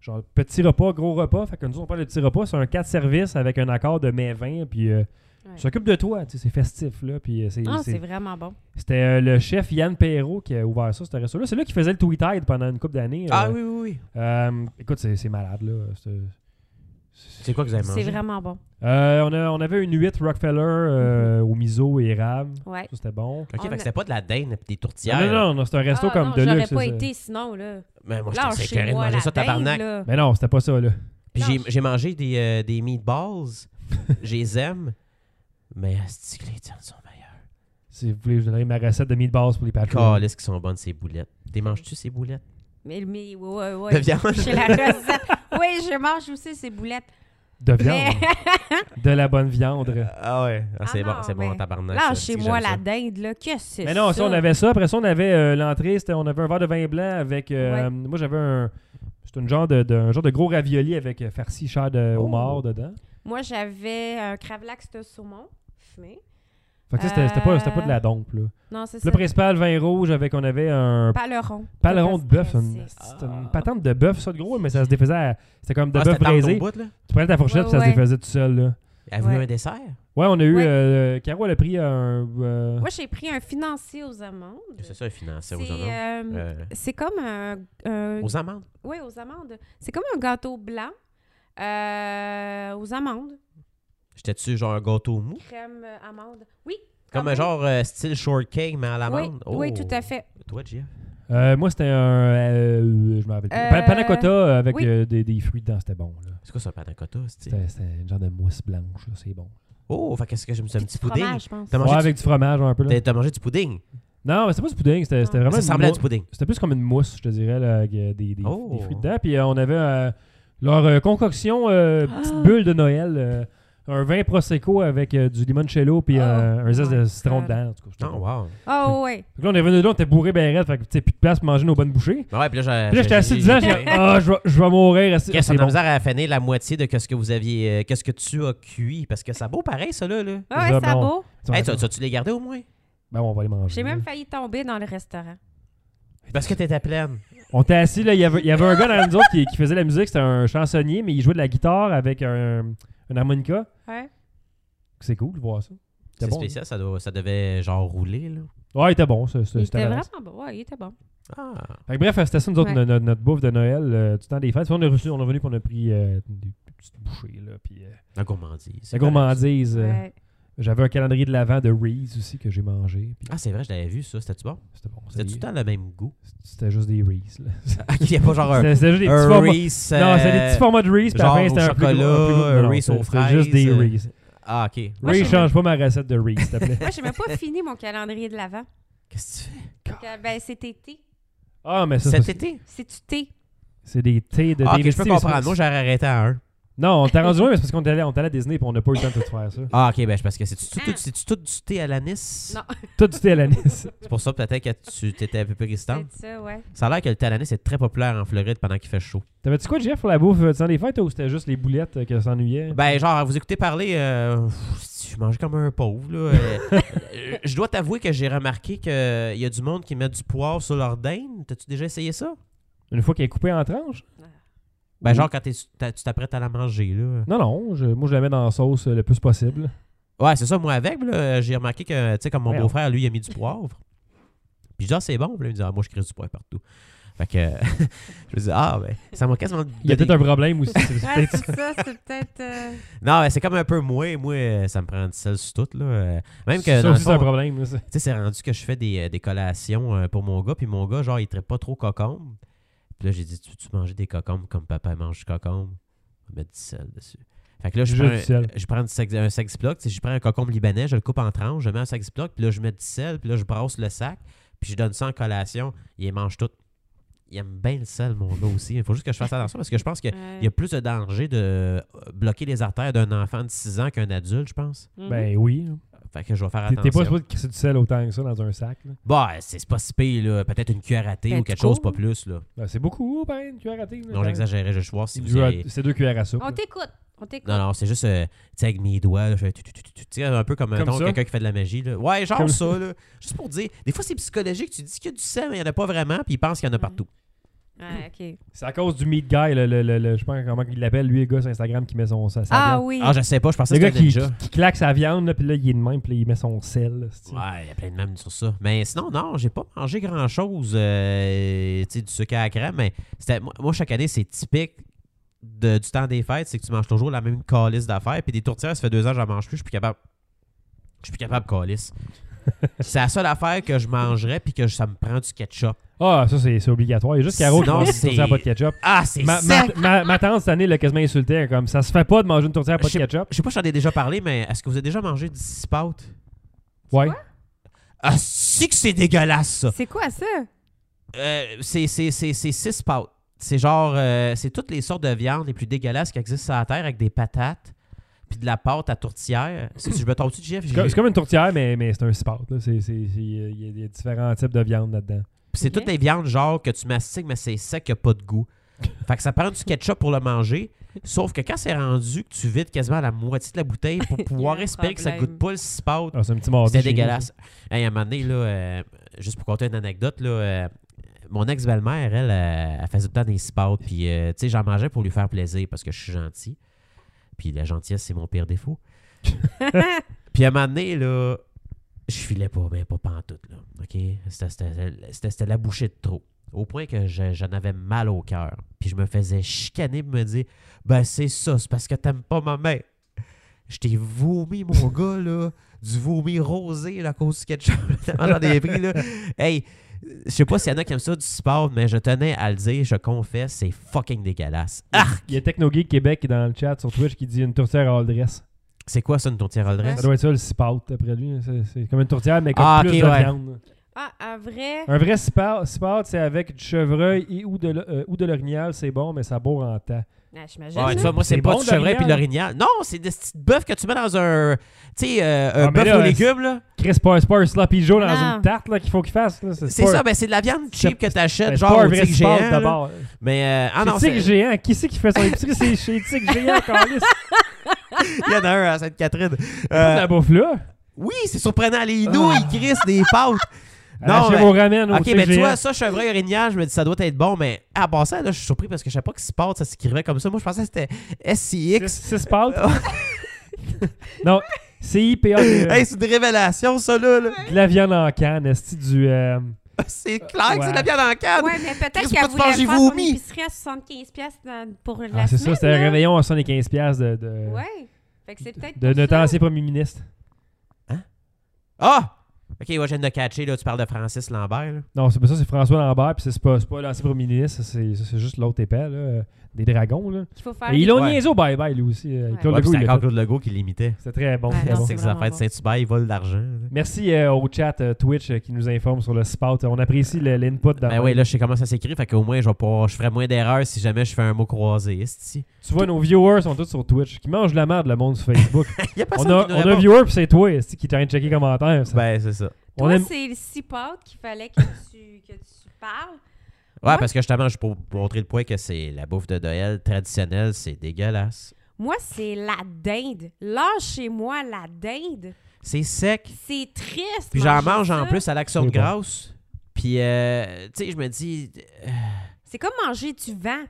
Speaker 3: genre petit repas, gros repas. Fait que nous, on parle de petit repas. C'est un 4 services avec un accord de mai 20. Puis, euh,
Speaker 5: Ouais.
Speaker 3: tu t'occupes de toi, tu sais, c'est festif, là. Puis, euh, c'est-
Speaker 5: Non,
Speaker 3: c'est-
Speaker 5: c'est vraiment bon.
Speaker 3: c'était euh, le chef Yann Perrault qui a ouvert ça, ce resto-là. C'est là qui faisait le tweet-tide pendant une couple d'années.
Speaker 4: Ah
Speaker 3: Euh,
Speaker 4: oui, oui, oui.
Speaker 3: euh, écoute, c'est c'est malade, là. C'est-
Speaker 4: C'est quoi que vous avez mangé?
Speaker 5: C'est vraiment bon.
Speaker 3: Euh, on, a- on avait une 8 Rockefeller euh, au miso et érable.
Speaker 5: Ouais.
Speaker 3: Ça, c'était bon.
Speaker 4: Ok,
Speaker 5: On
Speaker 4: fait que
Speaker 5: a-
Speaker 4: c'était pas de la dinde et des tourtières.
Speaker 3: Ah, non, non, non, c'était un resto
Speaker 5: Ah,
Speaker 3: comme
Speaker 5: non,
Speaker 3: de luxe.
Speaker 5: J'aurais pas
Speaker 3: ça.
Speaker 5: été sinon, là.
Speaker 4: Mais moi, je
Speaker 5: Là,
Speaker 4: trouve que c'est
Speaker 5: chez
Speaker 4: carré de
Speaker 5: moi,
Speaker 4: manger
Speaker 5: la
Speaker 4: ça,
Speaker 5: dinde,
Speaker 4: tabarnak. Ben
Speaker 5: là.
Speaker 3: Mais non, c'était pas ça, là.
Speaker 4: Puis j'ai-
Speaker 5: Non,
Speaker 4: j'ai mangé des, euh, des meatballs. je les aime. Mais asti que les tiennes sont meilleures.
Speaker 3: Si vous voulez, je vous donnerai ma recette de meatballs pour les patrons.
Speaker 4: Calisse qui sont bonnes, ces boulettes. T'es manges-tu ces boulettes?
Speaker 5: Mais, mais ouais, ouais,
Speaker 4: De
Speaker 5: ouais.
Speaker 4: viande?
Speaker 5: Chez la recette. Oui, je mange aussi ces boulettes.
Speaker 3: De viande.
Speaker 5: <laughs> Mais
Speaker 3: de la bonne viande.
Speaker 4: Ah ouais, Ah, c'est
Speaker 5: Ah
Speaker 4: bon,
Speaker 5: non,
Speaker 4: c'est bon,
Speaker 5: ben,
Speaker 4: tabarnak. ça,
Speaker 5: là,
Speaker 4: c'est
Speaker 5: chez
Speaker 4: que
Speaker 5: moi,
Speaker 4: j'aime
Speaker 5: la
Speaker 4: ça.
Speaker 5: dinde, là, que c'est
Speaker 3: Mais non,
Speaker 5: ça?
Speaker 3: ça, on avait ça. Après ça, on avait euh, l'entrée. c'était- On avait un verre de vin blanc avec. euh,
Speaker 5: Ouais.
Speaker 3: Moi, j'avais un. C'était une genre de, de- un genre de gros ravioli avec euh, farci chair de
Speaker 5: Oh.
Speaker 3: homard dedans.
Speaker 5: Moi, j'avais un cravlax de saumon fumé.
Speaker 3: Fait que ça, c'était c'était pas, c'était pas de la
Speaker 5: Euh,
Speaker 3: dompe, là.
Speaker 5: Non, c'est ça.
Speaker 3: Le principal, vin rouge, avec. On avait un
Speaker 5: Paleron.
Speaker 3: paleron de bœuf. hein, une-
Speaker 5: pressé.
Speaker 3: C'était une patente de bœuf, ça, de gros, mais ça se défaisait. à- C'était comme de
Speaker 4: Ah,
Speaker 3: bœuf
Speaker 4: c'était tendre au
Speaker 3: braisé.
Speaker 4: bout, là.
Speaker 3: Tu prenais ta fourchette,
Speaker 5: Ouais,
Speaker 3: ça se
Speaker 5: ouais.
Speaker 3: défaisait tout seul, là.
Speaker 4: Elle voulait
Speaker 5: Ouais.
Speaker 4: un dessert?
Speaker 3: Ouais, on a eu.
Speaker 5: Ouais.
Speaker 3: euh, Caro, elle a pris un. euh,
Speaker 5: Moi, j'ai pris un financier aux amandes.
Speaker 4: C'est ça, un financier aux
Speaker 5: C'est,
Speaker 4: amandes.
Speaker 5: euh,
Speaker 4: Euh,
Speaker 5: c'est comme un, un-
Speaker 4: Aux amandes?
Speaker 5: ouais, aux amandes. C'est comme un gâteau blanc euh, aux amandes,
Speaker 4: J'étais-tu genre un gâteau mou?
Speaker 5: crème euh, amande. Ah Oui. quand
Speaker 4: Comme un
Speaker 5: même.
Speaker 4: genre euh, style shortcake, mais à
Speaker 5: Oui,
Speaker 4: l'amande?
Speaker 5: oui,
Speaker 4: Oh.
Speaker 5: tout à fait.
Speaker 4: Toi, Jeff?
Speaker 3: euh, moi, c'était un. euh, je me rappelle plus.
Speaker 5: Euh,
Speaker 3: Pa- Panna cotta avec
Speaker 5: oui.
Speaker 3: euh, des, des fruits dedans, c'était bon, là.
Speaker 4: C'est quoi ça, panna cotta? c'est-tu?
Speaker 3: C'était c'était une genre de mousse blanche, là, c'est bon.
Speaker 4: Oh, fait qu'est-ce que j'aime ça? Un
Speaker 5: Puis
Speaker 4: petit
Speaker 5: du
Speaker 4: pudding?
Speaker 5: fromage, je pense.
Speaker 4: T'as
Speaker 3: Ouais,
Speaker 4: mangé,
Speaker 3: avec du fromage un peu.
Speaker 4: du...
Speaker 3: Là.
Speaker 4: t'as- t'as mangé du pudding?
Speaker 3: Non, mais c'était pas du pudding, c'était
Speaker 5: Ah.
Speaker 3: c'était vraiment.
Speaker 4: Ça
Speaker 3: une
Speaker 4: semblait à du
Speaker 3: mou-
Speaker 4: pudding.
Speaker 3: C'était plus comme une mousse, je te dirais, là, avec euh, des, des,
Speaker 4: Oh.
Speaker 3: des fruits dedans. Puis euh, on avait euh, leur euh, concoction, euh,
Speaker 5: Ah.
Speaker 3: petite bulle de Noël, euh, un vin Prosecco avec euh, du limoncello, puis
Speaker 5: Oh.
Speaker 3: euh, un zeste de
Speaker 5: Ouais.
Speaker 3: citron dedans. En tout cas, c'était
Speaker 4: Non,
Speaker 3: bon.
Speaker 4: Ah, wow.
Speaker 5: Oh, ouais.
Speaker 3: Fait que là, on est venu là, on était bourré ben raide, fait que tu sais, plus de place pour manger nos bonnes bouchées.
Speaker 4: Ben ouais, puis là, j'ai-
Speaker 3: Puis là, j'étais assis
Speaker 4: j'ai- <laughs>
Speaker 3: dedans,
Speaker 4: j'ai-
Speaker 3: j'ai dit, ah, je vais- je vais mourir. assis-
Speaker 4: Qu'est-ce
Speaker 3: C'est
Speaker 4: qu'on a
Speaker 3: bon.
Speaker 4: misère à finir la moitié de ce que vous aviez, euh, qu'est-ce que tu as cuit? Parce que ça vaut pareil, ça, là. là.
Speaker 5: Ah,
Speaker 3: Ça,
Speaker 5: ouais, ça,
Speaker 3: bon.
Speaker 5: beau.
Speaker 4: Hey, tu tu les gardé au moins?
Speaker 3: Ben, on va les manger.
Speaker 5: J'ai
Speaker 4: Mm-hmm.
Speaker 5: même failli tomber dans le restaurant.
Speaker 4: Parce que t'étais pleine.
Speaker 3: On était assis, là, il y avait, il y avait un gars dans nous autres qui, qui faisait la musique, c'était un chansonnier, mais il jouait de la guitare avec un, un harmonica.
Speaker 5: Ouais.
Speaker 3: C'est cool de voir ça. C'était
Speaker 4: C'est
Speaker 3: bon.
Speaker 4: spécial, ça, doit- ça devait genre rouler, là.
Speaker 3: Ouais, il était bon, ça, ça,
Speaker 5: Il
Speaker 3: c'était
Speaker 5: était
Speaker 3: malade.
Speaker 5: vraiment bon. Ouais, il était bon.
Speaker 4: Ah.
Speaker 3: Fait que bref, c'était ça, nous autres, no-
Speaker 5: Ouais.
Speaker 3: no- notre, bouffe de Noël, euh, du temps des fêtes. Puis on est reçu, on est venu, puis on a pris euh, des petites bouchées, là, puis euh,
Speaker 4: La gourmandise. c'est
Speaker 3: la gourmandise. euh,
Speaker 5: Ouais.
Speaker 3: J'avais un calendrier de l'avant de Reese aussi que j'ai mangé, puis
Speaker 4: correct. Ah, c'est vrai, je l'avais vu, ça. C'était-tu bon?
Speaker 3: c'était bon. ça
Speaker 4: C'était tout
Speaker 3: y
Speaker 4: le
Speaker 3: est.
Speaker 4: temps le même goût.
Speaker 3: C'était juste des Reese, là.
Speaker 4: Il n'y a pas genre <laughs> un,
Speaker 3: C'était c'était juste Ah, des petits
Speaker 4: un
Speaker 3: formats.
Speaker 4: Reese.
Speaker 3: Non,
Speaker 4: euh,
Speaker 3: c'était des petits formats de Reese, puis à la
Speaker 4: genre
Speaker 3: fin,
Speaker 4: au
Speaker 3: c'était un plus gros-
Speaker 4: chocolat,
Speaker 3: un plus gros- non, non,
Speaker 4: Reese
Speaker 3: c'était-
Speaker 4: aux
Speaker 3: c'était juste des
Speaker 4: fraises, euh,
Speaker 3: Reese.
Speaker 4: Ah, OK. Moi,
Speaker 3: Ray,
Speaker 4: je-
Speaker 3: change pas ma recette de Ray, s'il te
Speaker 4: <laughs>
Speaker 3: plaît.
Speaker 5: Moi, j'ai même pas fini mon calendrier de l'avant.
Speaker 4: Qu'est-ce que tu fais?
Speaker 5: Ben, c'est été.
Speaker 3: Ah, mais ça,
Speaker 4: Cet
Speaker 3: c'est-
Speaker 4: été?
Speaker 5: C'est du thé.
Speaker 3: c'est des thés de
Speaker 4: Ah, ok,
Speaker 3: David
Speaker 4: je peux
Speaker 3: Steele.
Speaker 4: comprendre. Moi, j'aurais arrêté à un.
Speaker 3: Non, on t'a rendu loin, mais c'est parce qu'on t'allait on t'allait à Disney et on n'a pas eu le temps de tout
Speaker 4: <laughs>
Speaker 3: faire ça.
Speaker 4: Ah, ok, ben, c'est parce que c'est-tu tout,
Speaker 5: Ah.
Speaker 4: c'est-tu tout du thé à l'anis?
Speaker 5: Non.
Speaker 3: Tout du thé à l'anis.
Speaker 4: C'est pour ça, peut-être que tu t'étais un peu plus résistante.
Speaker 5: C'est
Speaker 4: <laughs>
Speaker 5: ça, ouais.
Speaker 4: Ça a l'air que le thé à l'anis est très populaire en Floride pendant qu'il fait chaud.
Speaker 3: T'avais-tu quoi, Jeff, pour la bouffe euh, du temps des fêtes ou c'était juste les boulettes euh, que s'ennuyaient?
Speaker 4: Ben, genre, vous écoutez parler, euh, pff, je mangeais comme un pauvre, là. Euh,
Speaker 3: <laughs>
Speaker 4: euh, je dois t'avouer que j'ai remarqué qu'il y a du monde qui met du poivre sur leur dinde. T'as-tu déjà essayé ça?
Speaker 3: Une fois qu'elle est coupée en tranches?
Speaker 4: Ben, genre, quand t'es- t'as- tu t'apprêtes à la manger, là.
Speaker 3: Non, non, je- moi je la mets dans la sauce euh, le plus possible.
Speaker 4: Ouais, c'est ça, moi, avec, là, Euh, j'ai remarqué que, tu sais, comme mon
Speaker 3: Ouais.
Speaker 4: beau-frère, lui, il a mis du poivre. Puis je dis, ah, c'est bon. Puis là, il me dit, ah, moi, je crée du poivre partout. Fait que, <laughs> je me dis, ah, ben, ça m'a quasiment.
Speaker 3: Il y a
Speaker 4: donné-
Speaker 3: peut-être un problème aussi. c'est-
Speaker 5: Ouais,
Speaker 3: c'est-
Speaker 5: c'est ça, c'est
Speaker 4: <laughs>
Speaker 5: peut-être. euh,
Speaker 4: Non, mais c'est comme un peu moi. Moi, euh, ça me prend du sel sur tout, là. Euh, Même que,
Speaker 3: Ça
Speaker 4: dans le
Speaker 3: aussi, c'est un
Speaker 4: fond,
Speaker 3: problème. là, ça.
Speaker 4: Tu sais, c'est rendu que je fais des, euh, des collations euh, pour mon gars, puis mon gars, genre, il traite pas trop cocombes. Puis là, j'ai dit, tu, tu manges des cocombes comme papa mange du cocombe? On va mettre du sel dessus. Fait que là, je
Speaker 3: Juste
Speaker 4: prends,
Speaker 3: du sel.
Speaker 4: un- je prends du sex- un sexploc, tu sais, je prends un cocombe libanais, je le coupe en tranches, je mets un sexploc, puis là, je mets du sel, puis là, je brasse le sac, puis je donne ça en collation. Il les mange tout. Il aime bien le sel, mon gars aussi. Il faut juste que je fasse attention parce que je pense qu'il
Speaker 5: ouais.
Speaker 4: y a plus de danger de euh, bloquer les artères d'un enfant de 6 ans qu'un adulte, je pense.
Speaker 5: Mhm.
Speaker 3: Ben oui. hein.
Speaker 4: Fait que je vais faire
Speaker 3: T'es-
Speaker 4: attention.
Speaker 3: T'es pas supposé de crisser du sel autant que ça dans un sac. là.
Speaker 4: Bah, c'est c'est pas si pire, là. Peut-être une cuillère à thé
Speaker 5: Ben,
Speaker 4: ou
Speaker 5: tu
Speaker 4: quelque chose, pas
Speaker 5: cours.
Speaker 4: plus, là.
Speaker 3: Ben, c'est beaucoup, pareil, une cuillère à thé. là,
Speaker 4: Non,
Speaker 3: ça-
Speaker 4: j'exagérais, je vais voir si
Speaker 3: C'est
Speaker 4: vous
Speaker 3: deux à-
Speaker 4: avez-
Speaker 3: C'est deux cuillères à soupe.
Speaker 5: On
Speaker 3: là.
Speaker 5: t'écoute. On t'écoute.
Speaker 4: Non, non, c'est juste, euh, tu sais, avec mes doigts, là, je fais tu, tu, tu, tu, tu, tu sais, un peu comme,
Speaker 3: Comme
Speaker 4: mettons,
Speaker 3: ça?
Speaker 4: quelqu'un qui fait de la magie, là. Ouais, genre
Speaker 3: Comme-
Speaker 4: ça, là. Juste pour dire, des fois, c'est psychologique, tu dis qu'il y a du sang, mais il n'y en a pas vraiment, puis ils pensent qu'il y en a
Speaker 5: Ouais.
Speaker 4: partout.
Speaker 5: Ouais, ok.
Speaker 3: C'est à cause du meat guy, le, le, le- le- je sais pas comment il l'appelle, lui, le gars sur Instagram qui met son sa, sa
Speaker 5: Ah
Speaker 3: viande.
Speaker 5: oui.
Speaker 4: Ah, je sais pas, je pensais
Speaker 3: le
Speaker 4: que
Speaker 3: gars
Speaker 4: c'était
Speaker 3: qui,
Speaker 4: déjà.
Speaker 3: qui- qui claque sa viande, là, puis là, il est de même, puis là, il met son sel. là, c'est-tu.
Speaker 4: Ouais, il y a plein de mèmes sur ça. Mais sinon, non, j'ai pas mangé grand-chose, euh, tu sais, du sucre à la crème, mais c'était- moi, moi, chaque année, c'est typique de- du temps des fêtes, c'est que tu manges toujours la même calice d'affaires, puis des tourtières, ça fait deux ans que j'en mange plus, je suis plus capable. Je suis plus
Speaker 3: <laughs>
Speaker 4: capable, calice. c'est la seule affaire que je mangerais, puis que je- ça me prend du ketchup.
Speaker 3: Ah, ça, c'est c'est obligatoire. Il y a juste Caro qui
Speaker 4: Sinon,
Speaker 3: mange une
Speaker 4: c'est-
Speaker 3: tourtière pas de ketchup.
Speaker 4: Ah, c'est
Speaker 3: Ma, ma-
Speaker 4: sec!
Speaker 3: ma- ma tante, cette année, l'a quasiment insulté. elle est comme ça se fait pas de manger une tourtière pas de
Speaker 4: Je sais-
Speaker 3: ketchup.
Speaker 4: Je sais pas si j'en ai déjà parlé, mais est-ce que vous avez déjà mangé du six pâtes?
Speaker 3: Ouais.
Speaker 4: Ah, si que c'est dégueulasse, ça!
Speaker 5: C'est quoi ça?
Speaker 4: Euh, c'est c'est- c'est- c'est six pâtes. C'est genre, euh, c'est toutes les sortes de viandes les plus dégueulasses qui existent sur la terre avec des patates, puis de la pâte à tourtière. Si je me trompe-tu, Jeff?
Speaker 3: C'est
Speaker 4: J'ai-
Speaker 3: comme- c'est comme une tourtière, mais, mais c'est un cipote. là. C'est- c'est- c'est- Il y, a- il y a différents types de viande là-dedans.
Speaker 4: Puis c'est
Speaker 5: Ok.
Speaker 4: toutes des viandes genre que tu mastiques, mais c'est sec, qu'il n'y a pas de
Speaker 3: <laughs>
Speaker 4: goût. Fait que ça prend du ketchup pour le manger. Sauf que quand c'est rendu, que tu vides quasiment la moitié de la bouteille
Speaker 5: <laughs>
Speaker 4: pour pouvoir
Speaker 5: un
Speaker 4: espérer que ça ne
Speaker 5: problème.
Speaker 4: goûte pas le cipote.
Speaker 3: Ah, c'est un petit mardi.
Speaker 4: C'était
Speaker 3: chez nous,
Speaker 4: dégueulasse. Hey, à un moment donné, là, euh, juste pour compter une anecdote, là, euh, mon ex-belle-mère, elle, euh, elle faisait tout le temps des cipotes. Puis, euh, tu sais, j'en mangeais pour lui faire plaisir parce que je suis gentil. Puis la gentillesse, c'est mon
Speaker 3: <laughs>
Speaker 4: pire défaut. puis à un moment donné, là, je filais pas, mais pas pantoute, là. OK? C'était- C'était c'était- c'était la bouchée de trop. Au point que je- j'en avais mal au cœur. Puis je me faisais chicaner pour me dire Ben c'est ça, c'est parce que t'aimes pas ma mère. Je t'ai vomi, mon gars, là. Du vomi rosé, là, à cause du ketchup. <laughs> Tellement J'en ai pris, là. Hey, je sais pas s'il y en a qui aiment ça du sport, mais je tenais à le dire, je confesse, c'est fucking dégueulasse. Ah!
Speaker 3: là. Il y a TechnoGeek Québec qui est dans le chat sur Twitch qui dit une tourtière all dress.
Speaker 4: C'est quoi ça, une tourtière all dress?
Speaker 3: Ça doit être ça le cipote, après lui. C'est- C'est comme une tourtière, mais avec
Speaker 4: Ah,
Speaker 3: plus
Speaker 4: ok,
Speaker 3: de
Speaker 4: ouais.
Speaker 3: viande.
Speaker 5: Ah, un vrai.
Speaker 3: Un vrai cipote, cipote, c'est avec du chevreuil et ou de, l'o- euh, ou de l'orignal, c'est bon, mais ça bourre en tas.
Speaker 5: Ah, J'imagine.
Speaker 4: Ouais,
Speaker 5: là.
Speaker 4: tu vois, moi, c'est
Speaker 3: C'est
Speaker 4: pas
Speaker 3: bon,
Speaker 4: du chevreuil
Speaker 3: l'orignal.
Speaker 4: puis l'orignal. Non, c'est des petites bœufs que tu mets dans un. Tu sais, euh, un
Speaker 3: Ah, mais
Speaker 4: bœuf
Speaker 3: là,
Speaker 4: aux
Speaker 3: euh,
Speaker 4: légumes, là.
Speaker 3: Chris, c'est pas un- c'est pas un sloppy Joe dans
Speaker 5: Non.
Speaker 3: une tarte là, qu'il faut qu'il fasse. là.
Speaker 4: C'est
Speaker 3: pas-
Speaker 4: ça, ben c'est de la viande
Speaker 3: c'est-
Speaker 4: cheap que
Speaker 3: ben,
Speaker 4: t'achètes,
Speaker 3: c'est
Speaker 4: genre
Speaker 3: pas un
Speaker 4: au
Speaker 3: vrai
Speaker 4: tigre
Speaker 3: cipote
Speaker 4: géant. là.
Speaker 3: d'abord.
Speaker 4: Mais euh, ah non,
Speaker 3: c'est Tigre
Speaker 4: c'est- Euh,
Speaker 3: Géant. Qui c'est qui fait son épicerie? C'est chez Tigre Géant, Carlis.
Speaker 4: <laughs> il y en a un à Sainte-Catherine.
Speaker 3: Pas
Speaker 4: Euh,
Speaker 3: de la bouffe là.
Speaker 4: oui, c'est surprenant, les nouilles, Chris, des pâtes.
Speaker 3: Non,
Speaker 4: Non,
Speaker 3: je
Speaker 4: mais-
Speaker 3: vous ramène au
Speaker 4: Ok, mais tu
Speaker 3: CGA.
Speaker 4: vois, ça, chevreuil, orignal, je me dis, ça doit être bon, mais à part ça, là, je suis surpris parce que je savais pas que Sport, ça s'écrivait comme ça. Moi, je pensais que c'était
Speaker 3: Six-
Speaker 4: SCX.
Speaker 3: six pâtes. non, c'est IPA. De,
Speaker 4: Oh. <laughs> Hey, c'est une révélation, ça, là. là.
Speaker 3: euh, de la viande en canne, est du. euh,
Speaker 4: <laughs> C'est clair que
Speaker 3: Ouais.
Speaker 4: c'est de la viande en canne.
Speaker 5: Ouais, mais peut-être
Speaker 4: Chris,
Speaker 5: qu'elle
Speaker 4: pourquoi tu penses
Speaker 5: voulait
Speaker 4: que j'ai
Speaker 5: faire son
Speaker 4: vomi?
Speaker 5: épicerie à 75 pièces pour la
Speaker 3: ah, c'est ça,
Speaker 5: semaine,
Speaker 3: c'était un
Speaker 5: là.
Speaker 3: réveillon à 75$ piastres de, de,
Speaker 4: euh,
Speaker 5: Ouais. Fait que c'est peut-être
Speaker 3: de
Speaker 5: pour
Speaker 3: notre
Speaker 5: ça.
Speaker 3: ancien premier ministre.
Speaker 4: Ah! Ok, ouais, je viens de catcher, là, tu parles de Francis Lambert. là.
Speaker 3: Non, c'est pas ça, c'est François Lambert, puis c'est c'est pas, c'est pas l'ancien premier ministre, c'est ça, c'est juste l'autre épais, là, euh, des dragons. Là.
Speaker 5: Qu'il faut faire.
Speaker 3: Et ils l'ont
Speaker 4: Ouais.
Speaker 3: niaisé au bye-bye, lui aussi. euh,
Speaker 5: Ouais.
Speaker 3: Claude
Speaker 4: Ouais, puis
Speaker 3: Legault, il
Speaker 4: c'est
Speaker 3: l'a
Speaker 4: encore
Speaker 3: fait.
Speaker 4: Claude Legault qui l'imitait.
Speaker 3: C'était très bon.
Speaker 5: Ouais,
Speaker 3: très
Speaker 5: Ah, non,
Speaker 3: bon.
Speaker 5: c'est
Speaker 4: C'est que ça
Speaker 5: vraiment
Speaker 4: fait de
Speaker 5: bon.
Speaker 4: Saint-Hubert, il vole l'argent.
Speaker 3: Merci euh, au chat euh, Twitch euh, qui nous informe sur le spot. On apprécie le- l'input. dans-
Speaker 4: Ben oui, là, je sais comment ça s'écrit, fait qu'au moins, je, vais pas- je ferai moins d'erreurs si jamais je fais un mot croisé. esti.
Speaker 3: Tu vois, nos viewers sont tous sur Twitch. Qui mangent la merde, le monde sur Facebook.
Speaker 4: <laughs> Il y a
Speaker 3: on
Speaker 4: <laughs> personne
Speaker 3: a,
Speaker 4: qui nous
Speaker 3: on a un
Speaker 4: répond.
Speaker 3: viewer, puis c'est toi esti, qui est en train de checker les commentaires. ça.
Speaker 4: Ben, c'est ça. Ouais,
Speaker 3: on
Speaker 5: Toi,
Speaker 3: aime-
Speaker 5: c'est le six pâtes qu'il fallait que tu, que tu parles.
Speaker 4: parce que justement, je pour montrer le point que c'est la bouffe de Noël traditionnelle, c'est dégueulasse.
Speaker 5: Moi, c'est la dinde. Lâchez-moi la dinde.
Speaker 4: C'est sec.
Speaker 5: C'est triste.
Speaker 4: Puis j'en
Speaker 5: manger
Speaker 4: mange
Speaker 5: ça.
Speaker 4: en plus à l'action de
Speaker 3: C'est bon.
Speaker 4: grâce. Puis, euh, tu sais, je me dis, euh,
Speaker 5: C'est comme manger du vent.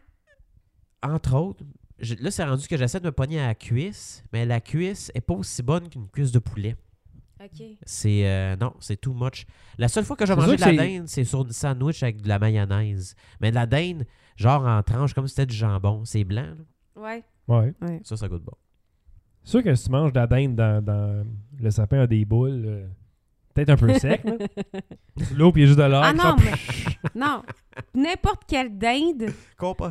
Speaker 4: entre autres, je- là, c'est rendu que j'essaie de me pogner à la cuisse, mais la cuisse est pas aussi bonne qu'une cuisse de poulet.
Speaker 5: OK.
Speaker 3: Mm.
Speaker 4: C'est euh, non, c'est too much. La seule fois que j'ai
Speaker 3: C'est
Speaker 4: mangé de
Speaker 3: sûr que
Speaker 4: la
Speaker 3: c'est-
Speaker 4: dinde, c'est sur du sandwich avec de la mayonnaise. Mais de la dinde, genre en tranche, comme si c'était du jambon. C'est blanc. là.
Speaker 5: Ouais.
Speaker 3: Ouais.
Speaker 4: Ça, ça goûte bon.
Speaker 3: C'est sûr que si tu manges de la dinde dans, dans le sapin à des boules, euh, peut-être un
Speaker 4: <laughs>
Speaker 3: peu sec, là. L'eau, puis il y a juste de l'air.
Speaker 5: Ah
Speaker 3: puis
Speaker 5: non,
Speaker 3: ça-
Speaker 5: mais. <laughs> Non. N'importe quelle dinde,